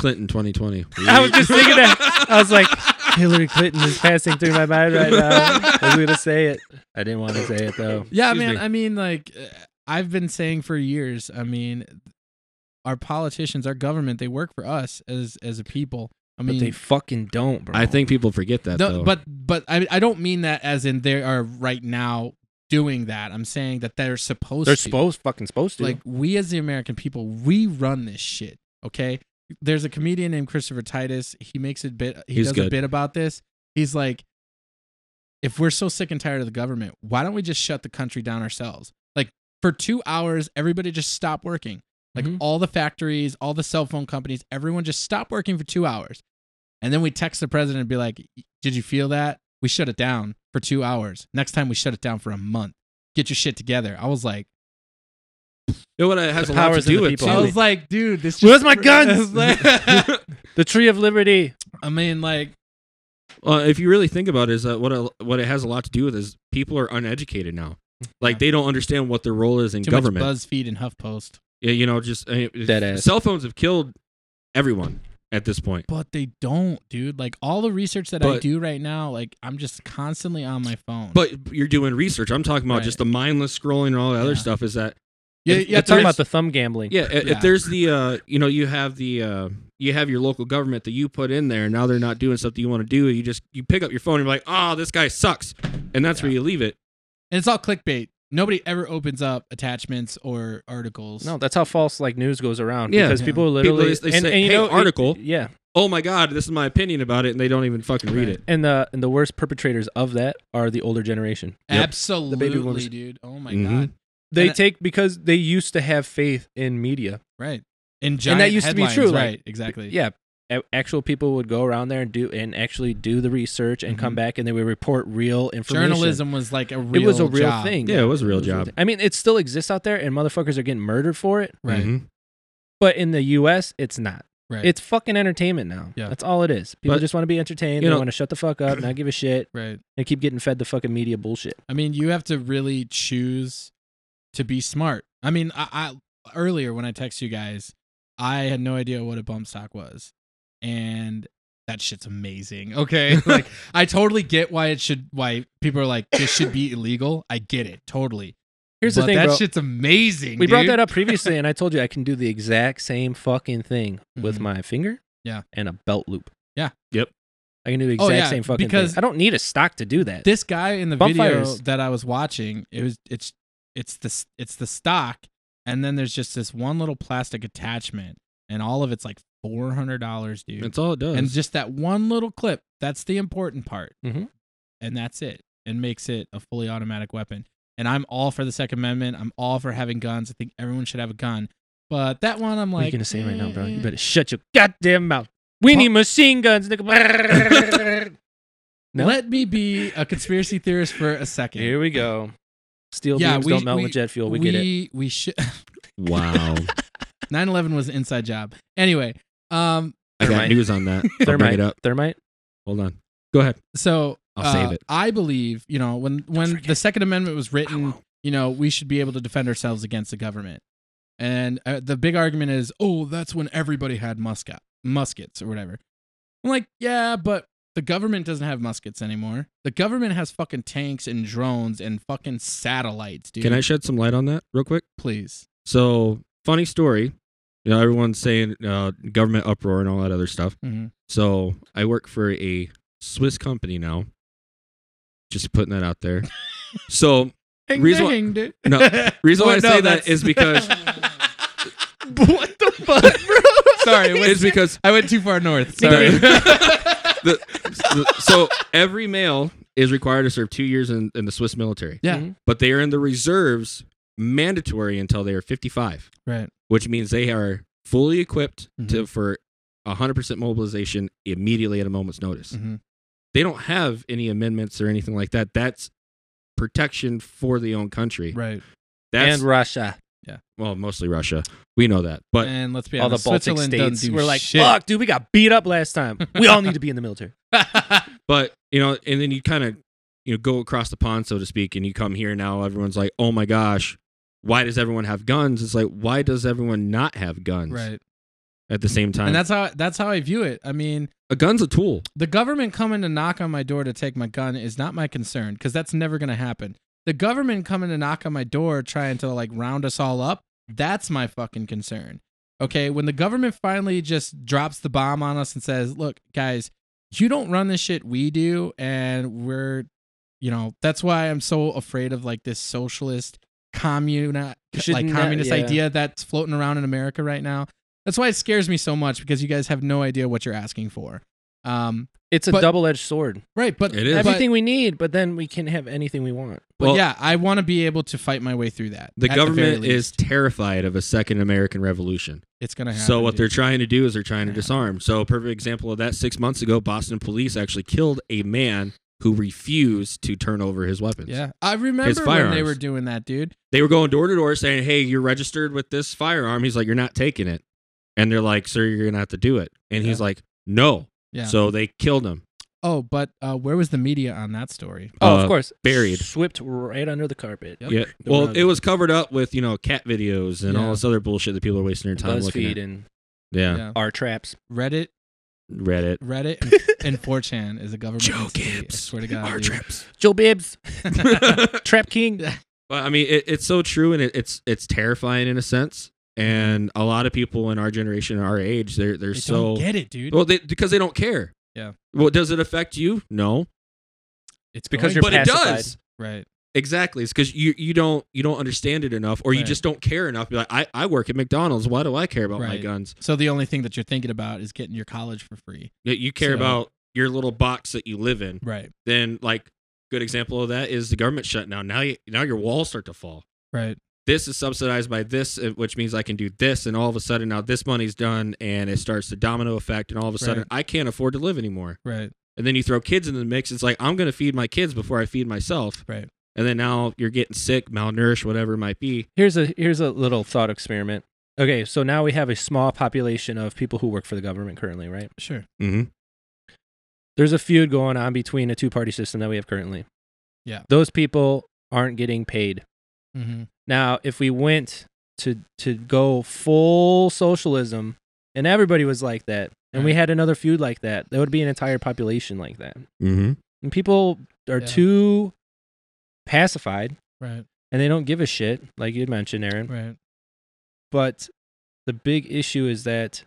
S3: Clinton 2020.
S2: (laughs) I was just thinking that. I was like, (laughs) Hillary Clinton is passing through my mind
S1: (laughs)
S2: right now. I was gonna say it. I didn't want to say it though.
S1: Yeah,
S3: Excuse
S1: man.
S3: me.
S1: I mean, like, uh, I've been saying for years. I mean, our politicians, our government, they work for us as as a people. I mean,
S2: but they fucking don't, bro.
S3: (laughs) I think people forget that.
S1: No,
S3: though.
S1: but but I I don't mean that as in they are right now doing that. I'm saying that they're supposed
S2: they're
S1: to.
S2: supposed fucking supposed to.
S1: Like we as the American people, we run this shit. Okay. There's a comedian named Christopher Titus. He makes a bit. He
S3: He's
S1: does a
S3: good.
S1: bit about this. He's like, if we're so sick and tired of the government, why don't we just shut the country down ourselves? Like for two hours, everybody just stop working. Like
S3: Mm-hmm.
S2: Mhm.
S1: all the factories, all the cell phone companies, everyone just stop working for two hours, and then we text the president and be like, "Did you feel that? We shut it down for two hours. Next time we shut it down for a month. Get your shit together." I was like.
S3: You know what it has
S2: The
S3: a lot to
S2: powers of
S3: do
S2: the
S3: with
S2: people.
S1: I
S2: Totally.
S1: was like, dude, this.
S2: Where's
S1: (laughs) just-
S2: my guns?
S1: I was
S2: (laughs)
S1: like-
S2: the Tree of Liberty.
S1: I mean, like,
S3: Well, uh, if you really think about it, is that what a, what it has a lot to do with is people are uneducated now. Like
S1: Yeah.
S3: they don't understand what their role is in
S1: too
S3: government.
S1: much BuzzFeed and HuffPost,
S3: Yeah, you know, just I mean,
S2: Dead ass.
S3: Cell phones have killed everyone at this point.
S1: but they don't, dude. Like all the research that I
S3: But-
S1: do right now, like I'm just constantly on my phone.
S3: But you're doing research. I'm talking about
S1: Right.
S3: just the mindless scrolling and all the other
S1: Yeah.
S3: stuff. Is that
S1: yeah,
S3: if-
S1: yeah,
S2: They're talking
S1: there
S2: about
S1: is-
S2: the thumb gambling.
S3: yeah, i-
S1: Yeah.
S3: If there's the uh, you know, you have the uh, you have your local government that you put in there, and now they're not doing stuff that you want to do. You just you pick up your phone and you're like, oh, this guy sucks, and that's where you leave it.
S1: and it's all clickbait. Nobody ever opens up attachments or articles.
S2: No, that's how false like news goes around.
S3: Yeah.
S2: because
S1: Yeah.
S2: people
S3: People
S2: literally
S3: they
S2: and,
S3: say,
S2: and you
S3: "Hey,
S2: know it-
S3: article."
S2: yeah,
S3: Oh my god, this is my opinion about it, and they don't even fucking read it.
S2: and the and the worst perpetrators of that are the older generation.
S3: Yep.
S1: absolutely,
S2: The baby boomers. Mm-hmm.
S1: dude. Oh my
S3: Mhm.
S1: god,
S2: They
S1: And I-
S2: take because they used to have faith in media.
S1: right? And, giant
S2: used to be
S1: headlines,
S2: true, like-
S1: right? exactly.
S2: Yeah, a- actual people would go around there and do and actually do the research and come
S1: Mhm.
S2: back and they would report real information.
S1: journalism was like a
S2: It
S1: real.
S2: was a real
S1: job.
S2: thing.
S3: Yeah, it was a real
S2: It was
S3: job.
S2: thing. I mean, it still exists out there, and motherfuckers are getting murdered for it.
S1: right?
S3: Mhm. (laughs)
S2: But in the U.S., it's not.
S1: Right.
S2: It's fucking entertainment now.
S1: Yeah.
S2: That's all it is. People
S3: But-
S2: just want to be entertained. They
S3: you know-
S2: want to shut the fuck up, not give a shit,
S1: right.
S2: and keep getting fed the fucking media bullshit.
S1: I mean, you have to really choose to be smart. I mean, I, I earlier when I text you guys, I had no idea what a bump stock was, and that shit's amazing.
S2: (laughs)
S1: Okay, like I totally get why it should. Why people are like this should be illegal. I get it totally.
S2: Here's
S1: But
S2: the thing,
S1: that
S2: bro.
S1: shit's amazing.
S2: we brought
S1: dude.
S2: that up previously, and I told you I can do the exact same fucking thing with
S1: Mhm.
S2: my finger.
S1: Yeah.
S2: And a belt loop.
S1: Yeah.
S3: Yep.
S2: I can do the exact
S1: yeah,
S2: same fucking
S1: because-
S2: thing. I don't need a stock to do that.
S1: This guy in the video
S2: Bumpfires.
S1: that I was watching, it was it's it's the it's the stock, and then there's just this one little plastic attachment, and all of it's like four hundred dollars, dude.
S3: That's all it does.
S1: and just that one little clip that's the important part
S2: Mhm.
S1: and that's it and makes it a fully automatic weapon and i'm all for the second amendment i'm all for having guns i think everyone should have a gun but that one i'm
S2: what are
S1: like
S2: you gonna say right now, bro? You
S1: eh.
S2: (laughs) better shut your goddamn mouth. We need machine guns, (laughs) nigga. No?
S1: let me be a conspiracy theorist for a second
S2: Here we go. Steel
S1: Yeah,
S2: beams
S1: we-
S2: don't melt
S1: we-
S2: with jet fuel.
S1: we
S2: We, get it.
S1: we should (laughs)
S3: wow,
S1: 9-11 was an inside job anyway um
S3: I
S2: Never
S3: got
S2: mind.
S3: news on (laughs) that. I'll bring
S2: Thermite.
S3: it up.
S2: Thermite.
S3: Hold on. Go ahead.
S1: so
S3: I'll
S1: uh,
S3: save it.
S1: i believe you know when when the
S2: forget.
S1: second amendment was
S2: I
S1: written
S2: won't.
S1: you know, we should be able to defend ourselves against the government. And uh, the big argument is, oh, that's when everybody had musket, muskets or whatever. I'm like, yeah, but the government doesn't have muskets anymore. The government has fucking tanks and drones and fucking satellites, dude.
S3: Can I shed some light on that real quick?
S1: please?
S3: So, funny story. You know, everyone's saying uh, government uproar and all that other stuff.
S1: Mhm.
S3: So, I work for a Swiss company now. Just putting that out there. so, Reason why-
S1: Ding, dude.
S3: no,
S1: (laughs)
S3: reason why I
S1: Wait, Oh, no,
S3: say that
S1: that's-
S3: is because
S1: (laughs) what the fuck, bro? Sorry, (laughs) I
S3: it's
S1: went,
S3: because
S1: I went too far north. (laughs) Sorry.
S3: the, the, so every male is required to serve two years in, in the Swiss military,
S1: yeah,
S2: Mhm.
S3: but they are in the reserves mandatory until they are 55.
S1: right.
S3: which means they are fully equipped to
S1: Mhm.
S3: for 100% mobilization immediately at a moment's notice.
S1: Mhm.
S3: They don't have any amendments or anything like that. That's protection for the own country.
S1: Right.
S3: That's
S2: and Russia.
S3: well, mostly Russia. We know that. But
S1: and let's be
S2: all the
S1: honest,
S2: Baltic
S1: Switzerland
S2: states.
S1: doesn't do
S2: We're like,
S1: shit. (laughs)
S2: fuck, dude, we got beat up last time. We all need to be in the (laughs) military.
S3: but you know, and then you kind of you know go across the pond so to speak and you come here now everyone's like, "Oh my gosh, why does everyone have guns? It's like why does everyone not have guns
S1: right.
S3: at the same time?
S1: And that's how that's how I view it. I mean,
S3: a gun's a tool.
S1: the government coming to knock on my door to take my gun is not my concern because that's never going to happen. The government coming to knock on my door trying to like round us all up, that's my fucking concern. Okay, when the government finally just drops the bomb on us and says, "Look, guys, you don't run the shit we do and we're you know, that's why I'm so afraid of like this socialist commune
S2: should
S1: like
S2: ne-
S1: communist
S2: yeah.
S1: idea that's floating around in America right now. That's why it scares me so much because you guys have no idea what you're asking for. Um,
S2: It's a
S1: But-
S2: double-edged sword.
S1: Right, but
S3: It is.
S1: but-
S2: Everything we need, but then we can have anything we want.
S1: But,
S3: Well-
S1: yeah, I want to be able to fight my way through that.
S3: The
S1: at very
S3: government
S1: least.
S3: is terrified of a second American Revolution.
S1: It's gonna happen.
S3: So what
S1: dude.
S3: they're trying to do is they're trying to
S1: Yeah.
S3: disarm. So a perfect example of that: six months ago, Boston police actually killed a man who refused to turn over his weapons.
S1: yeah, I remember when they
S3: firearms.
S1: were doing that, dude.
S3: They were going door to door saying, "Hey, you're registered with this firearm." He's like, "You're not taking it," and they're like, "Sir, you're gonna have to do it." And he's like, "No."
S1: Yeah.
S3: So they killed him.
S1: oh, but uh, where was the media on that story?
S2: Oh,
S3: Uh,
S2: of course.
S3: buried.
S2: Swept right under the carpet.
S1: Yep.
S3: Yeah.
S2: The
S3: Well,
S2: rug.
S3: it was covered up with you know cat videos and
S1: Yeah.
S3: all this other bullshit that people are wasting their time looking at.
S2: BuzzFeed (laughs) and
S3: yeah.
S2: our traps.
S1: Reddit,
S3: Reddit.
S1: Reddit,
S2: (laughs)
S3: (laughs)
S1: and 4chan is a government.
S3: Joe
S1: entity, I
S3: Gibbs.
S1: swear to God,
S3: Our
S1: dude. (laughs)
S3: trips. (laughs)
S2: Joe Bibbs,
S3: but
S2: Trap King.
S3: I mean, it, it's so true, and it, it's it's terrifying in a sense. And a lot of people in our generation, our age, they're they're
S1: They
S3: so
S1: don't get it, dude.
S3: well they, because they don't care.
S1: Yeah.
S3: Well, does it affect you? No,
S1: it's going-
S2: because you're
S3: but it
S2: pacified.
S3: does.
S1: right.
S3: Exactly. It's because you you don't you don't understand it enough, or you
S1: Right.
S3: just don't care enough. You're like, I I work at McDonald's. Why do I care about my
S1: Right.
S3: guns?
S1: So the only thing that you're thinking about is getting your college for free.
S3: You- You care
S1: So-
S3: about your little box that you live in.
S1: Right.
S3: Then like good example of that is the government shutdown. Now you now your walls start to fall.
S1: Right.
S3: this is subsidized by this, uh, which means I can do this, and all of a sudden now this money's done, and it starts the domino effect, and all of a sudden
S1: Right.
S3: I can't afford to live anymore.
S1: Right.
S3: And then you throw kids in the mix. It's like I'm going to feed my kids before I feed myself.
S1: Right.
S3: And then now you're getting sick, malnourished, whatever it might be.
S2: (laughs) Here's a here's a little thought experiment. Okay, so now we have a small population of people who work for the government currently, right?
S1: Sure.
S3: Mm-hmm.
S2: There's a feud going on between a two-party system that we have currently.
S1: Yeah.
S2: Those people aren't getting paid.
S1: Mm-hmm.
S2: Now, if we went to to go full socialism and everybody was like that and we
S1: Right.
S2: had another feud like that, there would be an entire population like that.
S3: Mm-hmm.
S2: And people are
S1: Yeah.
S2: too pacified
S1: Right.
S2: and they don't give a shit, like you'd mentioned, Aaron.
S3: (laughs)
S1: Right.
S2: But the big issue is that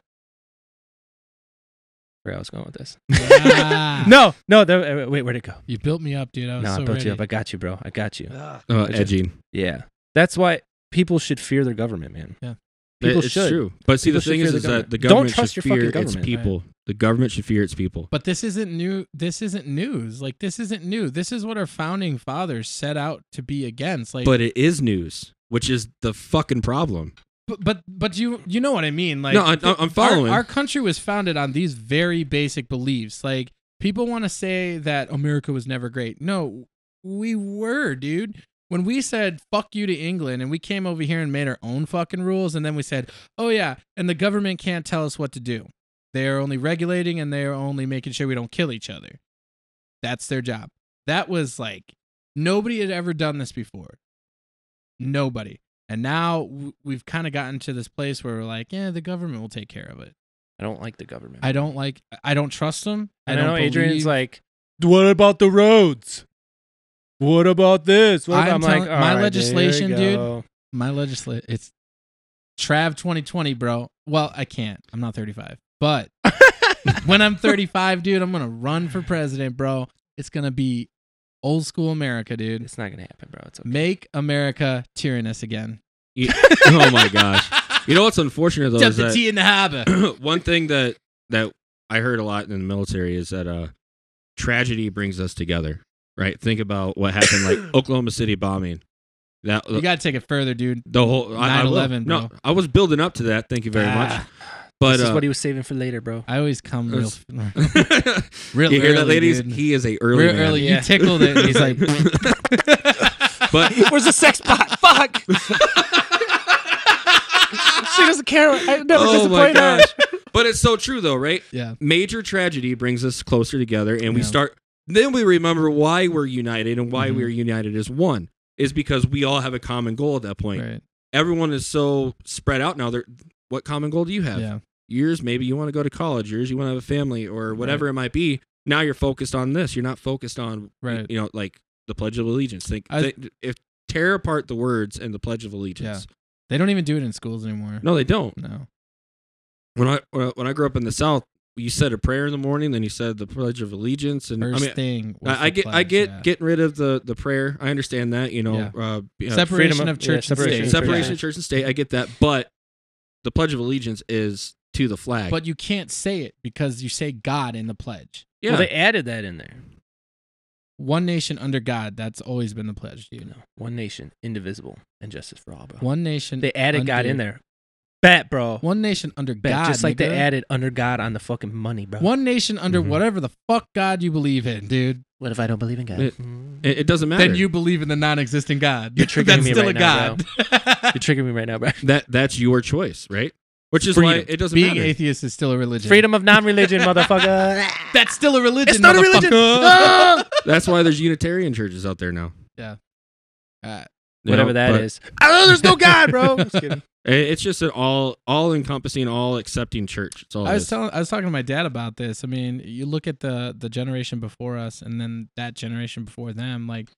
S2: where I was going with this.
S1: Ah.
S2: No, no, there, uh, wait, where'd it go?
S1: You built me up, dude. I was
S2: No,
S1: so Ah.
S2: I built
S1: ready.
S2: you up. I got you, bro. I got you.
S3: Uh,
S2: Which is-
S3: edging.
S2: Yeah. That's why people should fear their government, man.
S1: Yeah.
S2: People
S3: it's
S2: should.
S3: true. But see,
S2: People
S3: the
S2: should
S3: thing
S2: fear
S3: is,
S2: the
S3: is that the
S2: government. Don't
S3: government
S2: trust
S3: should
S2: your
S3: fear
S2: fucking
S3: its
S2: government.
S3: people. The government should fear its people.
S1: But this isn't new. This isn't news. Like this isn't new. This is what our founding fathers set out to be against. Like,
S3: But it is news, which is the fucking problem. (laughs)
S1: but but, but you you know what I mean? Like,
S3: No, I-
S1: th-
S3: I'm following.
S1: Our, our country was founded on these very basic beliefs. Like, people want to say that America was never great. No, we were, dude. When we said "fuck you" to England, and we came over here and made our own fucking rules, and then we said, "Oh yeah," and the government can't tell us what to do. They are only regulating, and they are only making sure we don't kill each other. That's their job. That was like nobody had ever done this before. Nobody. And now w- we've kind of gotten to this place where we're like, yeah, the government will take care of it.
S2: I don't like the government.
S1: I don't like, I don't trust them. I
S2: And I,
S1: don't
S2: know Adrian's
S1: believe-
S2: like, what about the roads? What about this? What about-"
S1: I'm
S2: I'm, like,
S1: telling-
S2: "All
S1: my
S2: right,
S1: legislation,
S2: there you
S1: dude,
S2: go."
S1: my legislate. It's Trav 2020, bro. Well, I can't. I'm not 35.
S2: (laughs)
S1: But when I'm 35, dude, I'm going to run for president, bro. It's going to be old school America, dude.
S2: It's not gonna happen, bro. It's okay.
S1: Make America tyrannous again.
S3: You- oh my
S1: (laughs)
S3: gosh! You know what's unfortunate though
S1: Dump
S3: is
S1: the
S3: that
S1: tea in the harbor.
S3: (clears throat) one thing that that I heard a lot in the military is that uh tragedy brings us together, right? Think about what happened like Oklahoma City bombing. That
S1: You got to take it further, dude.
S3: the whole I- I will.
S1: 9/11,
S3: No,
S1: bro.
S3: I was building up to that. Thank you very much.
S1: Ah,
S3: But
S2: this is
S3: uh,
S2: what he was saving for later, bro.
S1: (laughs) I always come real,
S3: That's-
S1: real Real
S3: (laughs) you hear that,
S1: early,
S3: ladies?
S1: dude.
S3: He is a early man.
S1: early.
S2: Yeah.
S1: You tickled it. He's like,
S3: (laughs) but
S2: Where's the sex pot? Fuck. she doesn't care. I (laughs) never
S3: oh my
S2: disappoint her.
S3: gosh! But it's so true though, right?
S1: yeah,
S3: major tragedy brings us closer together and we
S1: Yeah.
S3: start then we remember why we're united and why
S1: Mhm.
S3: we're united as one is because we all have a common goal at that point.
S1: right.
S3: Everyone is so spread out now. They're, what common goal do you have?
S1: Yeah.
S3: Yours, maybe you want to go to college. Yours, you want to have a family or whatever it might be. Now you're focused on this. You're not focused on,
S1: Right.
S3: you know, like the Pledge of Allegiance. Think
S1: I-
S3: th- if tear apart the words and the Pledge of Allegiance.
S1: They don't even do it in schools anymore.
S3: No, they don't.
S1: No.
S3: When I when I- when I grew up in the South, you said a prayer in the morning, then you said the Pledge of Allegiance, and
S1: First
S3: I mean,
S1: thing. was
S3: I, I
S1: the
S3: get I
S1: pledge,
S3: get
S1: yeah.
S3: getting rid of the the prayer. I understand that you know, uh, you know,
S1: separation
S2: freedom
S1: of
S2: of-
S1: church
S2: yeah,
S1: and
S2: separation
S1: state.
S2: of
S3: separation
S2: yeah.
S3: of church and state. I get that, but the Pledge of Allegiance is to the flag.
S1: But you can't say it because you say God in the pledge.
S3: yeah,
S2: Well, they added that in there.
S1: One nation under God. That's always been the pledge, dude.
S2: One nation, indivisible, and justice for all, bro.
S1: One nation.
S2: they added God
S1: under-
S2: in there. Bet, bro.
S1: One nation under
S2: Bet.
S1: God.
S2: Just like they
S1: nigga.
S2: added under God on the fucking money, bro.
S1: One nation under
S3: Mhm.
S1: whatever the fuck God you believe in, dude.
S2: What if I don't believe in God?
S3: It-
S2: Mm.
S3: it, it doesn't matter.
S1: Then you believe in the non-existent God.
S2: You're tricking
S1: (laughs) That's
S2: me
S1: still
S2: right
S1: a
S2: now,
S1: God. (laughs)
S2: You're triggering me right now, bro.
S3: that that's your choice, right? Which is why
S2: Freedom.
S3: it doesn't
S1: Being
S3: matter.
S1: atheist is still a religion.
S2: (laughs) Freedom of (laughs) non-religion, motherfucker.
S1: That's still a religion.
S2: It's not a religion.
S1: motherfucker.
S2: Ah!
S3: That's why there's Unitarian churches out there now.
S1: Uh,
S3: you
S2: Whatever
S3: know,
S2: that
S3: but
S2: is. I don't know, there's (laughs) no God, bro. Just kidding.
S3: it- It's just an all all encompassing, all accepting church. It's all.
S1: I
S3: it
S1: was
S3: is.
S1: telling, I was talking to my dad about this. I mean, you look at the the generation before us, and then that generation before them. Like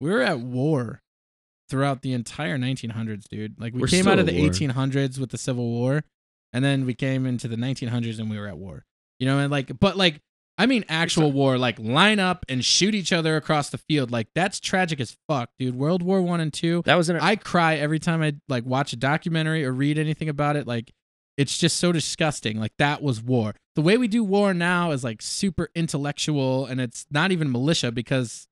S1: we were at war throughout the entire 1900s, dude. Like we
S3: We're
S1: came out
S3: still
S1: of
S3: at
S1: the
S3: war.
S1: 1800s with the Civil War, and then we came into the 1900s and we were at war. You know, and like, but like, I mean, actual war, like line up and shoot each other across the field. Like that's tragic as fuck, dude. World War One and Two.
S2: That was an.
S1: I cry every time I like watch a documentary or read anything about it. Like it's just so disgusting. Like that was war. The way we do war now is like super intellectual and it's not even militia because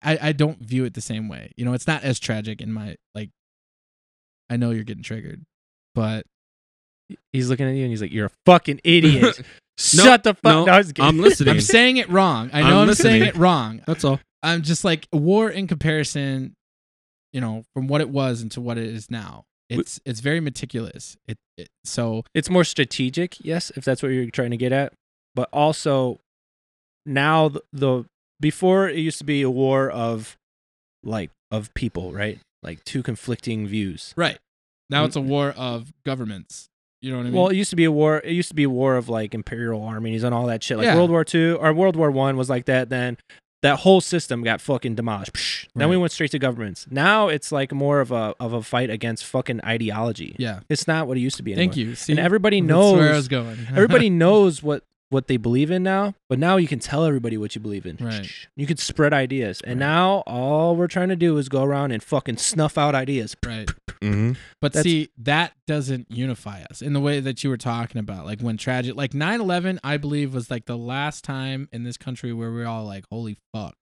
S1: I, I don't view it the same way. You know, it's not as tragic in my like I know you're getting triggered, but
S2: he's looking at you and he's like, "You're a fucking idiot." Shut the fuck.
S3: (laughs) no,
S2: no, I was
S1: (laughs)
S2: kidding.
S3: I'm listening.
S1: I'm saying it wrong. I know
S3: I'm
S1: I'm saying
S3: listening.
S1: it wrong.
S3: that's all.
S1: I'm just like war in comparison, you know, from what it was into what it is now. It's it's very meticulous. It, it so
S2: it's more strategic, yes, if that's what you're trying to get at. But also, now the, the before it used to be a war of like of people, right? Like two conflicting views.
S1: right now it's a war of governments. You know what I mean?
S2: Well, it used to be a war. It used to be a war of like imperial armies and all that shit. Like
S1: Yeah.
S2: World War Two or World War One was like that. Then that whole system got fucking demolished. Psh, Then we
S1: Right.
S2: went straight to governments. Now it's like more of a of a fight against fucking ideology.
S1: yeah.
S2: It's not what it used to be. Anymore.
S1: Thank you. See,
S2: And everybody
S1: that's
S2: knows
S1: where I was going. (laughs)
S2: everybody knows what what they believe in now but now you can tell everybody what you believe in
S1: Right.
S2: you can spread ideas and
S1: Right.
S2: now all we're trying to do is go around and fucking snuff out ideas
S1: right.
S3: Mm-hmm.
S1: But
S2: That's-
S1: see, that doesn't unify us in the way that you were talking about. Like when tragic, like 9 11, I believe was like the last time in this country where we are all like, holy fuck,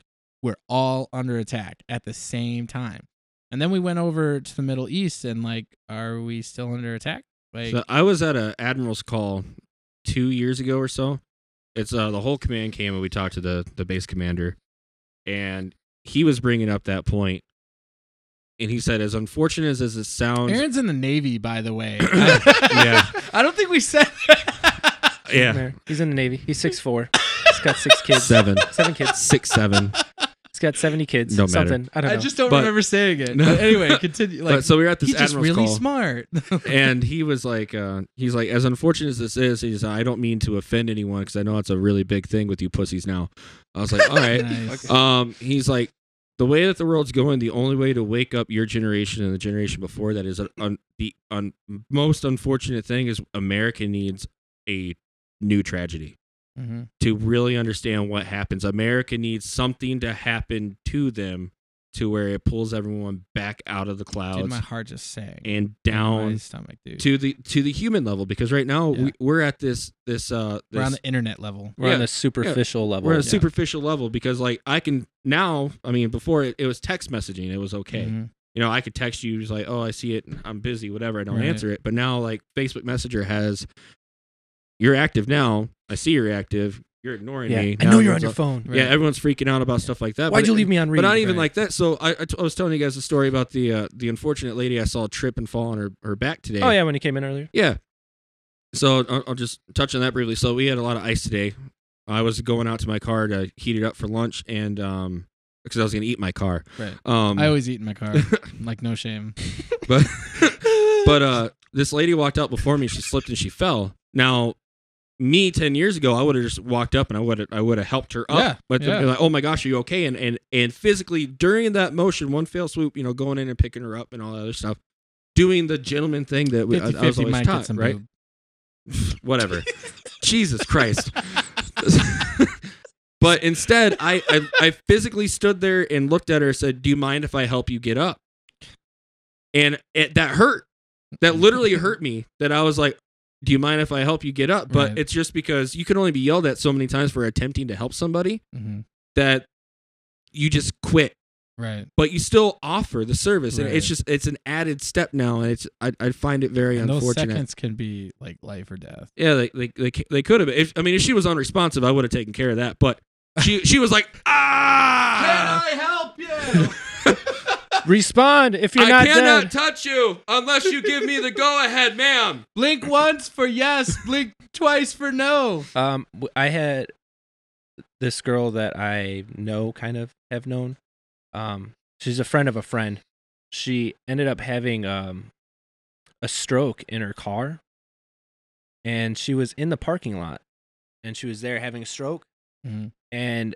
S1: we're all under attack at the same time. And then we went over to the Middle East and like, are we still under attack? Like,
S3: So I was at a admiral's call two years ago or so. It's uh, the whole command came and we talked to the the base commander, and he was bringing up that point, and he said, as unfortunate as as it sounds, (laughs)
S1: Aaron's in the Navy, by the
S3: (coughs)
S1: way. I,
S3: Yeah.
S1: (laughs) I don't think we said that.
S3: yeah,
S2: he's in the navy
S1: (laughs)
S2: he's six four he's got six kids
S3: seven,
S2: seven kids
S3: six, seven.
S2: he's got 70 kids
S3: No matter.
S2: something i don't
S1: I
S2: know
S1: just don't
S3: But-
S1: remember saying it.
S3: (laughs) No.
S1: But anyway, continue. (laughs) Like,
S3: but so we were at this
S1: he's just
S3: admiral's
S1: really
S3: call, (laughs)
S1: smart. (laughs)
S3: and he was like, uh, he's like, as unfortunate as this is, he's like, I don't mean to offend anyone because I know it's a really big thing with you pussies now. I was like, all right,
S1: Nice.
S3: Um, he's like, the way that the world's going, the only way to wake up your generation and the generation before that is an, un, the un, most unfortunate thing is America needs a new tragedy
S1: Mhm.
S3: to really understand what happens. America needs something to happen to them to where it pulls everyone back out of the
S1: Dude, my
S3: clouds
S1: heart just sang.
S3: and
S1: in my
S3: down
S1: stomach, dude.
S3: to the to the human level because right now
S1: Yeah.
S3: we, we're at this this uh
S1: We're on
S3: this
S1: the internet level.
S2: we're
S3: yeah,
S2: on the superficial level
S3: we're at a
S1: Yeah.
S3: superficial level because like I can now. I mean, before it, it was text messaging. It was okay.
S2: Mm-hmm.
S1: Mhm.
S3: You know, I could text you just like, oh, I see it. I'm busy. Whatever. I don't
S1: Right.
S3: answer it. But now, like Facebook Messenger has, you're active now. I see you're active. You're ignoring
S2: yeah
S3: me.
S2: i
S3: Now
S2: know you're on
S3: everyone's
S2: your phone
S1: Right.
S3: Yeah, everyone's freaking out about stuff like that.
S2: why'd
S3: but
S2: you
S3: it-
S2: leave me on read
S3: But not even
S1: right.
S3: like that. So I, I, t- I was telling you guys a story about the uh, the unfortunate lady I saw trip and fall on her, her back today.
S2: oh yeah when he came in
S3: (laughs)
S2: earlier
S3: Yeah. So I'll, I'll just touch on that briefly. So we had a lot of ice today. I was going out to my car to heat it up for lunch, and um, because I was gonna eat my car.
S1: Right.
S3: Um,
S1: I always eat in my
S3: (laughs)
S1: car. like no shame.
S3: but but uh, this lady walked up before me. She slipped and she fell. Now, me ten years ago, I would have just walked up and I would I would have helped her up.
S1: Yeah,
S3: but
S1: yeah.
S3: they're like, oh my gosh, are you okay? And and and physically during that motion, one fail swoop, you know, going in and picking her up and all that other stuff, doing the gentleman thing that we, I, I
S1: 50
S3: was
S1: 50
S3: always
S1: might get
S3: taught,
S1: some
S3: right?
S1: boob.
S3: Whatever. Jesus Christ. (laughs) but instead, I, I I physically stood there and looked at her and said, "Do you mind if I help you get up?" And it, that hurt. That literally hurt me. That I was like, "Do you mind if I help you get up?" But
S1: Right.
S3: it's just because you can only be yelled at so many times for attempting to help somebody
S1: Mhm.
S3: that you just quit.
S1: Right.
S3: But you still offer the service, and it's
S1: Right.
S3: just it's an added step now, and it's I, I find it very
S1: And those
S3: unfortunate.
S1: seconds can be like life or death.
S3: Yeah, they they they, they could have. If, I mean, if she was unresponsive, I would have taken care of that. But she she was like, ah,
S4: Can I help you?
S2: Respond if you're
S3: I
S2: not
S3: cannot
S2: dead.
S3: touch you unless you give me the go ahead, ma'am.
S1: Blink once for yes, blink twice for no.
S2: Um, w- I had this girl that I know, kind of have known. Um, she's a friend of a friend. She ended up having um a stroke in her car, and she was in the parking lot, and she was there having a stroke,
S1: Mhm.
S2: and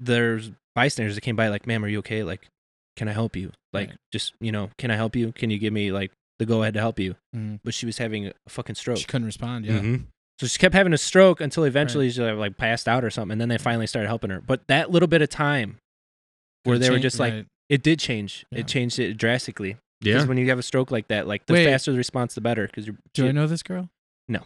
S2: there's bystanders that came by like, "Ma'am, are you okay? Like, can I help you? Like,
S1: Right.
S2: just you know, can I help you? Can you give me like the go ahead to help you?"
S1: Mhm.
S2: But she was having a fucking stroke.
S1: She couldn't respond.
S3: Mm-hmm.
S1: Yeah.
S2: So she kept having a stroke until eventually she uh, like, like passed out or something, and then they finally started helping her. But that little bit of time where they were
S1: Change-
S2: just like,
S1: right.
S2: it did change.
S1: Yeah.
S2: It changed it drastically. Because
S3: Yeah.
S2: when you have a stroke like that, like the
S1: Wait.
S2: faster the response, the better. Because you
S1: do I know this girl?
S2: you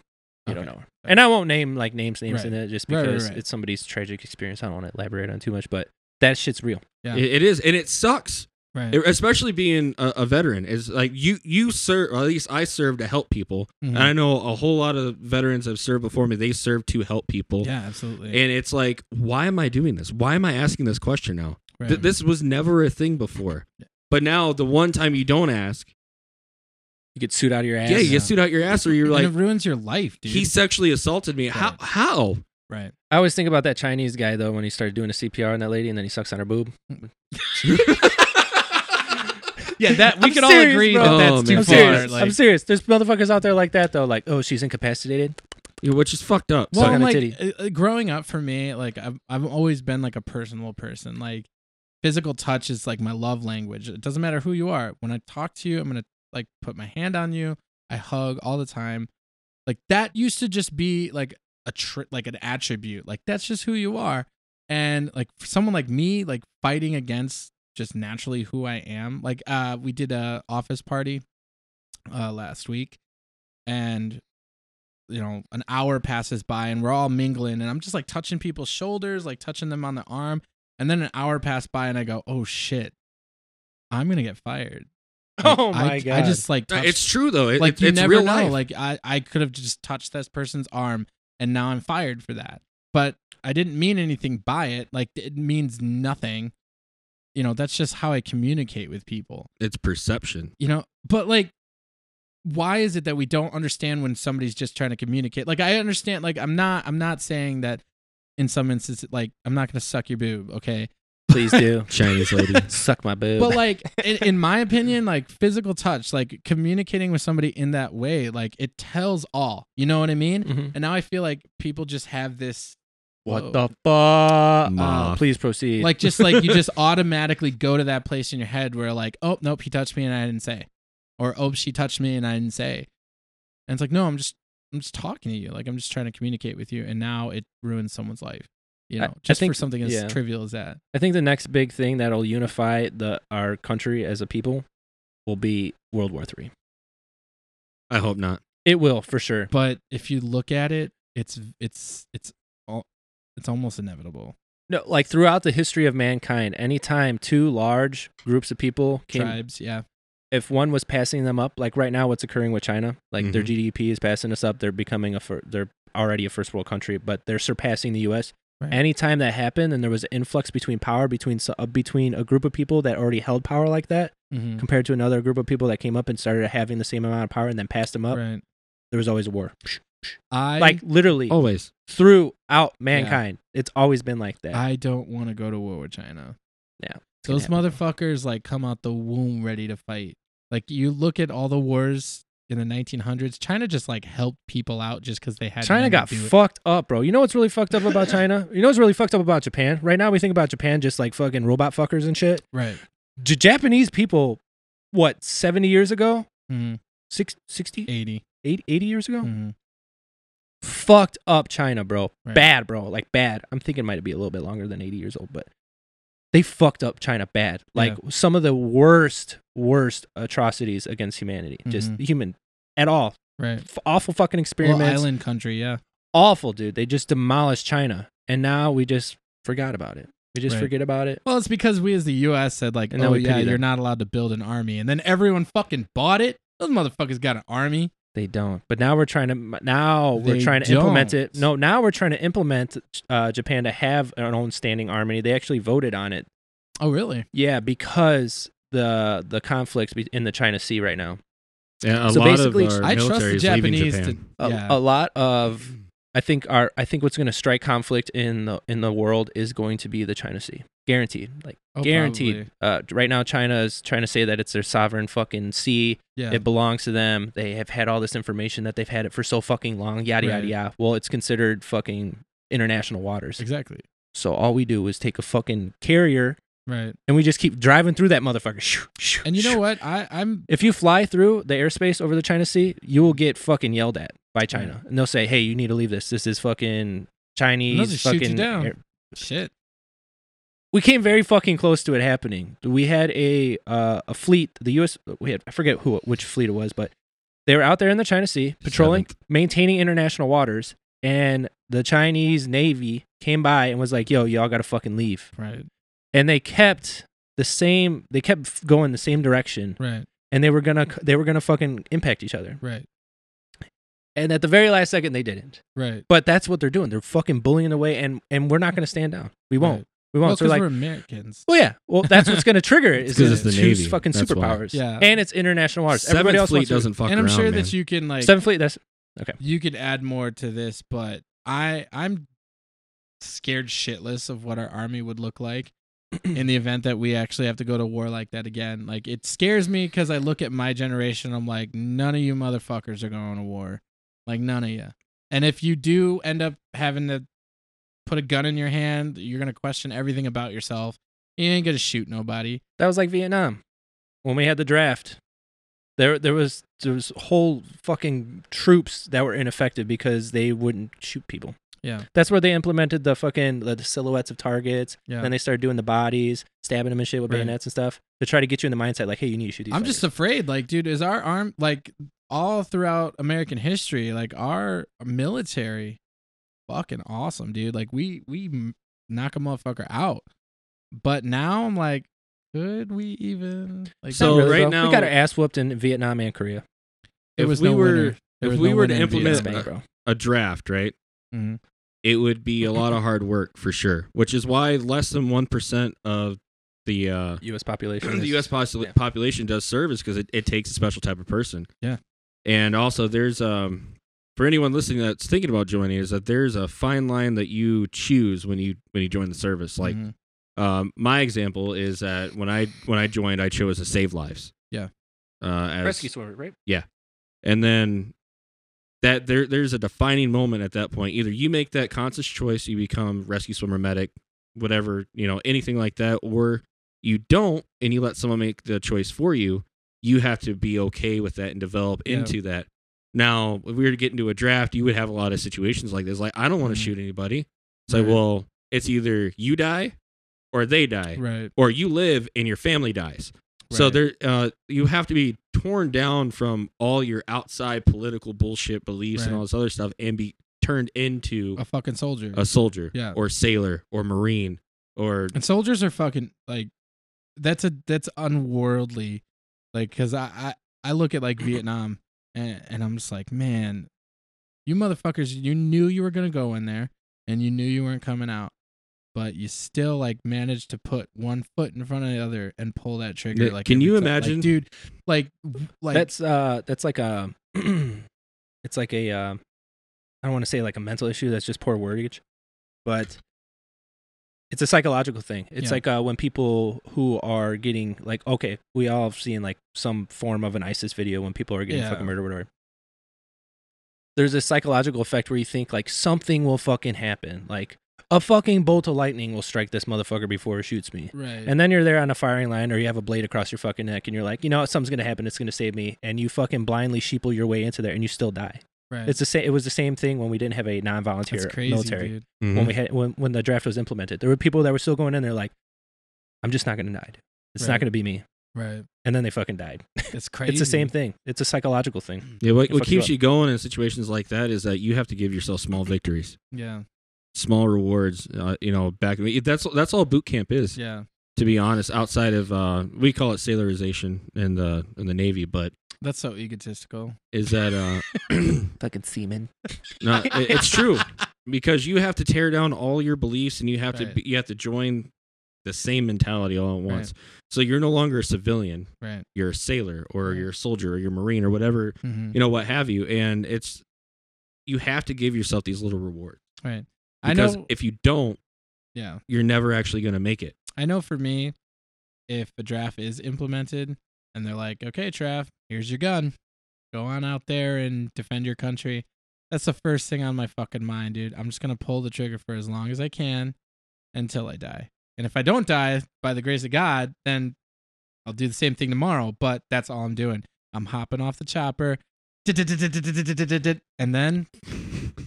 S2: don't
S1: Okay.
S2: know her. And I won't name like names, names
S1: Right.
S2: in it, just
S1: Right, right,
S2: because
S1: right.
S2: it's somebody's tragic experience. I don't want to elaborate on too much, but that shit's real.
S1: Yeah.
S3: It, it is, and it sucks,
S1: Right.
S3: It- especially being a, a veteran. Is like you you serve, or at least I serve to help people,
S1: Mhm.
S3: and I know a whole lot of veterans have served before me. They serve to help people,
S1: yeah, absolutely.
S3: and it's like, why am I doing this? Why am I asking this question now?
S1: right.
S3: Th- this was never a thing before. But now, the one time you don't ask,
S2: You get sued out of your ass.
S3: yeah, you
S1: Yeah.
S3: get sued out your ass, or you're
S1: And
S3: like,
S1: it ruins your life, dude.
S3: he sexually assaulted me. How?
S1: Right.
S3: How?
S1: right.
S2: I always think about that Chinese guy though when he started doing a CPR on that lady, and then he sucks on her boob.
S1: Yeah, that we
S2: I'm
S1: can all
S2: serious,
S1: agree
S2: bro.
S1: that
S3: Oh,
S1: that's too
S3: man.
S2: I'm
S1: far.
S2: serious.
S1: Like,
S2: I'm serious. There's motherfuckers out there like that though. Like, oh, she's incapacitated.
S3: Yeah, Which is fucked up.
S2: Suck
S1: well,
S2: on
S1: I'm
S2: a
S1: like
S2: titty.
S1: uh, uh, growing up for me, like I've I've always been like a personal person. Like physical touch is like my love language. It doesn't matter who you are. When I talk to you, I'm gonna like put my hand on you. I hug all the time. Like that used to just be like a tri- like an attribute. Like that's just who you are. And like for someone like me, like fighting against just naturally who I am. Like uh we did a office party uh last week and you know an hour passes by and we're all mingling and I'm just like touching people's shoulders, like touching them on the arm. And then an hour passed by and I go, "Oh shit. I'm going to get fired."
S3: (laughs)
S1: Like,
S2: oh
S1: I-
S2: my god.
S1: I just like touched
S3: Uh, it's true though. It,
S1: like
S3: it-
S1: you
S3: it's
S1: never
S3: real
S1: know.
S3: life.
S1: Like I, I could have just touched this person's arm, and now I'm fired for that. But I didn't mean anything by it. Like it means nothing. You know, that's just how I communicate with people.
S3: it's perception.
S1: You know, but like, why is it that we don't understand when somebody's just trying to communicate? Like I understand. Like I'm not. I'm not saying that. In some instances, like I'm not gonna suck your boob, okay?
S2: Please do.
S1: (laughs)
S3: Chinese lady.
S2: Suck my boob. (laughs)
S1: But like, in, in my opinion, like physical touch, like communicating with somebody in that way, like it tells all. You know what I mean?
S2: Mhm.
S1: And now I feel like people just have this oh, Whoa.
S2: what the fuck?
S3: Nah.
S2: Uh, please proceed.
S1: like just like you just automatically go to that place in your head where like, oh nope, he touched me and I didn't say. Or oh she touched me and I didn't say. And it's like, no, I'm just I'm just talking to you. Like I'm just trying to communicate with you and now it ruins someone's life. You
S2: I-
S1: know,
S2: I
S1: just for
S2: think-
S1: something as
S2: yeah.
S1: trivial as that.
S2: I think the next big thing that'll unify the our country as a people will be World War Three.
S3: I hope not.
S2: It will for sure.
S1: But if you look at it, it's it's it's all it's almost inevitable.
S2: No, like throughout the history of mankind, anytime two large groups of people came,
S1: Tribes, yeah.
S2: if one was passing them up, like right now, what's occurring with China? Like their
S1: Mm-hmm.
S3: Mhm.
S2: GDP is passing us up. They're becoming a fir- they're already a first world country, but they're surpassing the U.S.
S1: Right.
S2: Anytime that happened, and there was an influx between power between s- uh, between a group of people that already held power like that,
S1: Mhm.
S2: compared to another group of people that came up and started having the same amount of power and then passed them up,
S1: Right.
S2: there was always a war.
S1: I Oh.
S2: like literally
S3: Always.
S2: throughout mankind, it's always been like that.
S1: I don't want to go to war with China.
S2: gonna
S1: Those
S2: happen.
S1: motherfuckers like come out the womb ready to fight. Like you look at all the wars in the 1900s, China just like helped people out just because they had
S2: China
S1: men
S2: got
S1: to do it.
S2: fucked up, bro. You know what's really fucked up about China? You know what's really fucked up about Japan? Right now we think about Japan just like fucking robot fuckers and shit.
S1: right.
S2: J- Japanese people, what, 70 years ago?
S1: Mhm.
S2: Six, 60,
S1: 80.
S2: 80, 80 years ago?
S1: Mhm.
S2: Fucked up China, bro.
S1: Right.
S2: Bad, bro. Like bad. I'm thinking it might be a little bit longer than 80 years old, but they fucked up China bad. Like some of the worst, worst atrocities against humanity. Just
S1: Mhm.
S2: human at all.
S1: Right.
S2: F- awful fucking
S1: Well,
S2: experiments.
S1: island country, yeah.
S2: awful, dude. They just demolished China, and now we just forgot about it. We just
S1: Right.
S2: forget about it.
S1: Well, it's because we as the U.S. said like,
S2: And then
S1: oh
S2: we
S1: yeah,
S2: pity
S1: you're
S2: them.
S1: not allowed to build an army, and then everyone fucking bought it. Those motherfuckers got an army.
S2: They don't. But now we're trying to. Now we're
S1: They
S2: trying to implement
S1: don't.
S2: it. No, now we're trying to implement uh, Japan to have an own standing army. They actually voted on it.
S1: Oh really?
S2: Yeah, because the the conflicts be- in the China Sea right now.
S3: Yeah, a
S2: So
S3: lot
S2: basically,
S3: of our
S1: I trust
S3: military
S1: the
S3: is leaving
S1: Japanese
S3: Japan.
S1: to.
S2: A,
S1: yeah.
S2: a lot of. I think our I think what's going to strike conflict in the in the world is going to be the China Sea, guaranteed. Like
S1: Oh,
S2: guaranteed. Uh, right now, China is trying to say that it's their sovereign fucking sea.
S1: probably. Yeah.
S2: It belongs to them. They have had all this information that they've had it for so fucking long. Yada yada
S1: Right.
S2: yada. Well, it's considered fucking international waters.
S1: Exactly.
S2: So all we do is take a fucking carrier
S1: Right.
S2: and we just keep driving through that motherfucker. Shoo, shoo, (laughs)
S1: And you know
S2: shoo.
S1: what? I I'm
S2: If you fly through the airspace over the China Sea, you will get fucking yelled at by China, and they'll say, "Hey, you need to leave this. This is fucking Chinese
S1: just shoot you
S2: fucking
S1: down.
S2: air-
S1: shit.
S2: we came very fucking close to it happening. We had a uh, a fleet, the U.S. We had I forget who which fleet it was, but they were out there in the China Sea patrolling, maintaining international waters, and the Chinese Navy came by and was like, "Yo, y'all got to fucking leave."
S1: Right.
S2: And they kept the same. They kept f- going the same direction,
S1: Right.
S2: and they were gonna they were gonna fucking impact each other.
S1: Right.
S2: And at the very last second, they didn't.
S1: Right.
S2: But that's what they're doing. They're fucking bullying away, and and we're not gonna stand down. We won't.
S1: Right.
S2: We
S1: Well,
S2: won't. So
S1: because
S2: like,
S1: we're Americans.
S2: Well, yeah. Well, that's what's going to trigger it.
S3: It's
S2: Is
S1: 'cause
S2: that
S1: it's the
S2: two
S3: Navy.
S2: fucking
S3: That's why.
S2: superpowers.
S1: Yeah.
S2: And it's international waters. Everybody
S3: Seventh
S2: else
S3: Fleet
S2: wants to-
S3: doesn't fuck
S1: and I'm
S3: around,
S1: sure
S3: man.
S1: that you can like
S2: Seventh Fleet. That's
S1: you could add more to this, but I I'm scared shitless of what our army would look like in the event that we actually have to go to war like that again. Like it scares me because I look at my generation. I'm like, none of you motherfuckers are going to war. Like none of you. And if you do end up having to put a gun in your hand, you're gonna question everything about yourself. You ain't gonna shoot nobody.
S2: that was like Vietnam when we had the draft. There, there was there was whole fucking troops that were ineffective because they wouldn't shoot people.
S1: Yeah.
S2: That's where they implemented the fucking the, the silhouettes of targets.
S1: Yeah.
S2: Then they started doing the bodies, stabbing them and shit with
S1: Right.
S2: bayonets and stuff to try to get you in the mindset like, hey, you need to shoot these.
S1: I'm just
S2: fuckers.
S1: afraid, like, dude, is our arm like all throughout American history, like our military, fucking awesome, dude. Like we we m- knock a motherfucker out, but now I'm like, could we even like?
S3: So,
S2: Not really,
S3: right
S2: bro.
S3: now-
S2: we got our ass whooped in Vietnam and Korea.
S1: it
S3: if
S1: was
S3: we
S1: no
S3: were-
S1: winner. There
S3: if
S1: was
S3: we
S1: no
S3: were to
S1: winner in
S2: Yeah,
S3: implement-
S1: Vietnam.
S2: Spain, bro.
S3: a draft, right?
S1: Mhm.
S3: It would
S1: (laughs)
S3: be a lot of hard work for sure, which is why less than one percent of the uh,
S2: U.S. population.
S3: (clears throat) the
S2: is-
S3: U.S. Popul-
S2: yeah.
S3: population does service because it, it takes a special type of person.
S1: Yeah.
S3: And also, there's um for anyone listening that's thinking about joining, is that there's a fine line that you choose when you when you join the service. Like
S1: Mhm.
S3: um, my example is that when I when I joined, I chose to save lives.
S1: Yeah.
S3: Uh, as,
S2: rescue swimmer, right?
S3: and then that there there's a defining moment at that point either you make that conscious choice you become rescue swimmer medic whatever you know anything like that or you don't and you let someone make the choice for you you have to be okay with that and develop
S1: Yeah.
S3: into that now if we were to get into a draft you would have a lot of situations like this like i don't want to
S1: Mhm.
S3: shoot anybody it's
S1: Right.
S3: like well it's either you die or they die
S1: right.
S3: or you live and your family dies. So
S1: Right.
S3: there, uh, you have to be torn down from all your outside political bullshit beliefs and
S1: Right.
S3: all this other stuff, and be turned into
S1: A fucking soldier.
S3: a soldier,
S1: Yeah.
S3: or sailor, or marine, or
S1: And soldiers are fucking like that's a that's unworldly. Like cuz I, I I look at
S2: (clears throat)
S1: like Vietnam and and I'm just like, man, you motherfuckers, you knew you were going to go in there and you knew you weren't coming out, but you still like managed to put one foot in front of the other and pull that trigger
S3: Yeah,
S1: like
S3: can
S1: every
S3: you
S1: time. Like,
S3: imagine-
S1: dude, like w- like
S2: that's uh, that's like a, (clears throat) it's like a, uh, I don't want to say like a mental issue. That's just poor wordage, but it's a psychological thing. It's
S1: Yeah.
S2: like uh, when people who are getting like okay, we all have seen like some form of an ISIS video when people are getting
S1: Yeah.
S2: fucking murdered or whatever. There's a psychological effect where you think like something will fucking happen, like a fucking bolt of lightning will strike this motherfucker before it shoots me.
S1: Right.
S2: And then you're there on a firing line, or you have a blade across your fucking neck, and you're like, you know, what, something's gonna happen. It's gonna save me, and you fucking blindly sheeple your way into there, and you still die.
S1: right.
S2: It's the same. It was the same thing when we didn't have a
S1: That's
S2: non-volunteer
S1: crazy,
S2: military
S1: dude.
S2: when
S3: Mm-hmm.
S2: we had when, when the draft was implemented. There were people that were still going in there like, I'm just not gonna die. dude. It's not
S1: Right.
S2: gonna be me. (laughs)
S1: Right.
S2: And then they fucking died.
S1: It's crazy.
S2: It's the same thing. It's a psychological thing.
S3: yeah, what,
S2: It
S3: what
S2: fucks you
S3: keeps
S2: up.
S3: you going in situations like that is that you have to give yourself small victories,
S1: Yeah.
S3: small rewards. Uh, you know, back that's that's all boot camp is.
S1: Yeah.
S3: To be honest, outside of uh, we call it sailorization in the in the Navy, but
S1: That's so egotistical.
S3: is that uh,
S2: Fucking semen.
S3: no, it-
S1: (laughs)
S3: it's true because you have to tear down all your beliefs and you have to
S1: Right.
S3: be, you have to join the same mentality all at once. So you're no longer a civilian.
S1: Right.
S3: you're a sailor or
S1: Right.
S3: you're a soldier or you're a marine or whatever
S1: Mm-hmm.
S3: you know what have you and it's you have to give yourself these little rewards
S1: Right. I
S3: because
S1: know.
S3: if you don't
S1: yeah.
S3: you're never actually going to make it
S1: I know for me, if a draft is implemented and they're like, okay, Trav, here's your gun. Go on out there and defend your country. That's the first thing on my fucking mind, dude. I'm just going to pull the trigger for as long as I can until I die. And if I don't die by the grace of God, then I'll do the same thing tomorrow. But that's all I'm doing. I'm hopping off the chopper. And then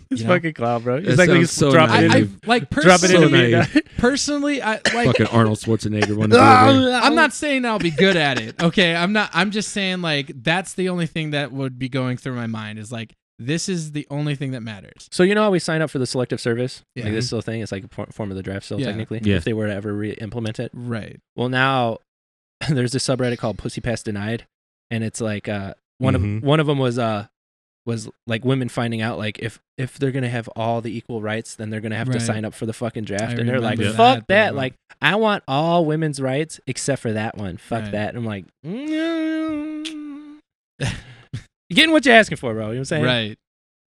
S2: It's
S1: You know?
S2: fucking clown, bro.
S3: That
S2: It's like they
S3: sounds
S2: just
S3: so
S2: drop
S3: naive.
S2: it in.
S1: I, I
S3: Dude.
S1: like
S2: Drop it in to
S3: So
S1: personally,
S2: me. (laughs)
S3: naive.
S1: personally I like
S3: fucking arnold schwarzenegger
S1: (laughs)
S3: wanted to
S1: I'm not saying I'll be good at it. Okay, I'm not. I'm just saying like that's the only thing that would be going through my mind is like this is the only thing that matters.
S2: So you know how we sign up for the selective service?
S1: Yeah. Mm-hmm.
S2: Like this still thing. It's like a por- form of the draft still
S1: Yeah.
S2: technically.
S3: Yeah.
S2: If they were to ever re-implement it.
S1: Right.
S2: Well, now (laughs) there's this subreddit called Pussy Pass Denied, and it's like uh, one
S3: Mhm.
S1: Mm-hmm.
S2: of one of them was uh was like women finding out like if if they're gonna have all the equal rights, then they're gonna have to
S1: Right.
S2: sign up for the fucking draft,
S1: I
S2: and they're like,
S1: remember
S2: fuck
S1: that,
S2: that,
S1: bro.
S2: like I want all women's rights except for that one, fuck
S1: Right.
S2: that. And
S1: (laughs)
S2: I'm like, mm, you're getting what you're asking for, bro. You know what I'm saying?
S1: Right.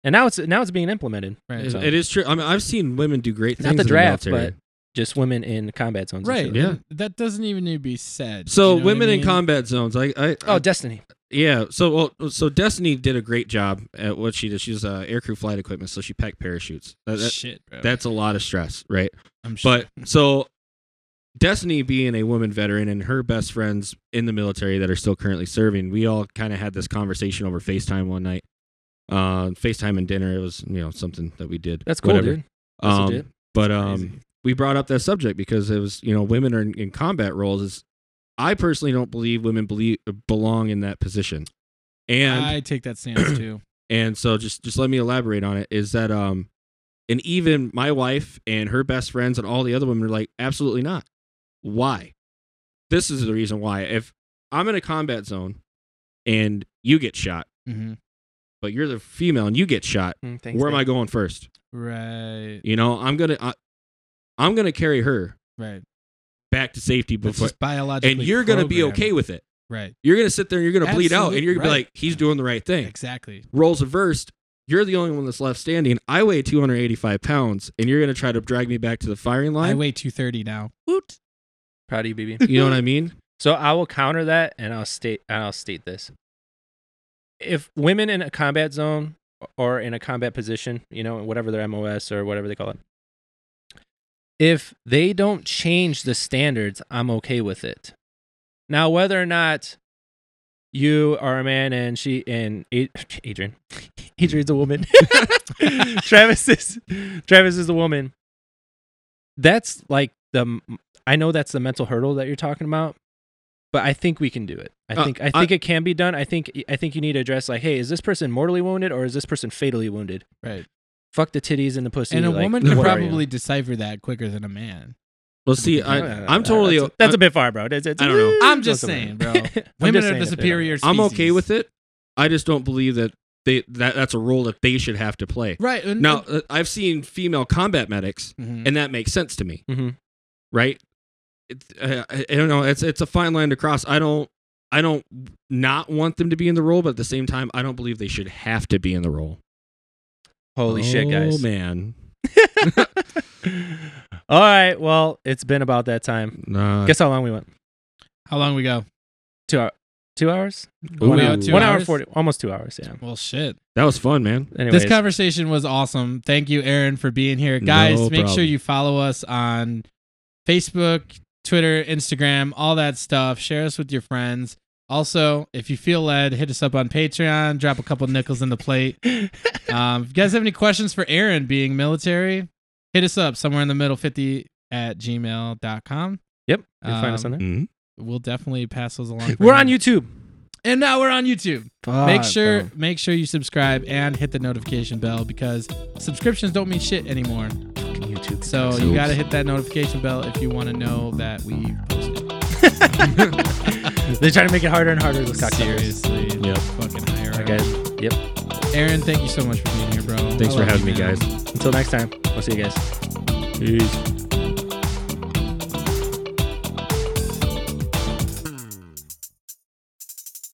S2: And now it's now it's being implemented.
S1: Right.
S3: do it it is true i mean i've seen women do great
S2: Not
S3: things
S2: the
S3: in
S2: draft,
S3: military.
S2: but just women in combat zones. and
S1: right.
S2: shit.
S3: Yeah.
S1: That doesn't even need to be said.
S3: so
S1: you know what I
S3: women in
S1: mean?
S3: combat zones i i, I
S2: Oh, Destiny.
S3: yeah so well so destiny did a great job at what she did she's uh aircrew flight equipment so she packed parachutes That- that,
S1: shit, bro.
S3: that's a lot of stress right
S1: I'm sure.
S3: But so Destiny being a woman veteran and her best friends in the military that are still currently serving, we all kind of had this conversation over FaceTime one night. Uh, FaceTime and dinner, it was, you know, something that we did.
S2: That's cool,
S3: whatever.
S2: dude. That's
S3: um,
S2: legit.
S3: But
S2: That's
S3: um,
S2: crazy.
S3: we brought up that subject because it was, you know, women are in, in combat roles. Is I personally don't believe women believe belong in that position. And
S1: I take that
S3: (clears throat)
S1: stance too.
S3: and so just just let me elaborate on it is that um and even my wife and her best friends and all the other women are like absolutely not why this is the reason why if i'm in a combat zone and you get shot
S1: hmm
S3: but you're the female and you get shot
S2: Mm, thanks,
S3: where am
S2: man.
S3: i going first
S1: Right.
S3: you know i'm gonna I, i'm gonna carry her
S1: Right.
S3: back to safety
S1: That's
S3: before
S1: just biologically.
S3: and you're gonna be
S1: programmed.
S3: okay with it
S1: Right.
S3: you're gonna sit there and you're gonna bleed out
S1: Absolute-
S3: and you're gonna be
S1: right.
S3: like he's doing the right thing
S1: Exactly.
S3: roles reversed. You're the only one that's left standing. I weigh 285 pounds, and you're gonna try to drag me back to the firing
S1: I
S3: line.
S1: weigh two thirty now. Woot.
S2: Proud of you, BB.
S3: (laughs) you know what I mean?
S2: So I will counter that, and I'll state and I'll state this: if women in a combat zone or in a combat position, you know, whatever their MOS or whatever they call it, if they don't change the standards, I'm okay with it. Now, whether or not you are a man and she and A- (laughs) Adrian, Adrian's a woman, (laughs) Travis is Travis is a woman. That's like the I know that's the mental hurdle that you're talking about, but I think we can do it. I
S3: Uh,
S2: think I think it can be done. I think I think you need to address like, hey, is this person mortally wounded or is this person fatally wounded?
S1: Right.
S2: Fuck the titties and the pussy.
S1: And a
S2: like, (laughs)
S3: (laughs)
S1: woman could
S2: what are you?
S1: probably decipher that quicker than a man. (laughs)
S3: Well, see, I,
S2: Yeah,
S3: I'm totally.
S2: That's a, that's a bit far, bro. It's, it's,
S3: I don't know.
S1: I'm just
S2: Go somewhere.
S1: saying, bro.
S2: (laughs) I'm just
S1: Women
S2: saying
S1: are
S2: if
S1: the
S2: they don't.
S1: superior.
S3: I'm okay
S1: species.
S3: with it. I just don't believe that they that that's a role that they should have to play.
S1: Right. And,
S3: Now, uh, I've seen female combat medics,
S1: Mhm.
S3: and that makes sense to me.
S2: Mhm.
S3: Right? It, uh, I, I don't know. It's it's a fine line to cross. I don't. I don't not want them to be in the role, but at the same time, I don't believe they should have to be in the role.
S2: Holy shit, guys.
S3: Oh man.
S2: (laughs) All right. Well, it's been about that time.
S3: Nah.
S2: Guess how long we went?
S1: How long we go?
S2: Two hour, two hours,
S3: Ooh,
S1: One hour, two
S2: one hour
S1: hours?
S2: forty, almost two hours. Yeah.
S1: Well, shit.
S3: That was fun, man.
S2: Anyways,
S1: This conversation was awesome. Thank you, Aaron, for being here. Guys,
S3: No
S1: make sure
S3: problem.
S1: you follow us on Facebook, Twitter, Instagram, all that stuff. Share us with your friends. Also, if you feel led, hit us up on Patreon, drop a couple nickels in the plate. Um, if you guys have any questions for Aaron being military, hit us up somewhere in the middle 50 at gmail.com.
S2: yep. You can find us
S1: Um,
S2: on there.
S3: Mhm.
S1: We'll definitely pass those along. for
S2: We're
S1: him.
S2: on YouTube.
S1: And now we're on YouTube make
S2: Fuck,
S1: sure
S2: bro.
S1: make sure you subscribe and hit the notification bell because subscriptions don't mean shit anymore.
S2: YouTube.
S1: So
S3: Oops.
S1: you gotta hit that notification bell if you want to know that we posted.
S2: (laughs) They're trying to make it harder and harder with cocktails.
S1: Seriously,
S3: Yep.
S1: fucking higher.
S2: Guys, yep.
S1: Aaron, thank you so much for being here, bro.
S3: Thanks
S1: I
S3: for
S1: love
S3: having me,
S1: man.
S3: guys.
S2: Until next time, we'll see you guys.
S3: Peace.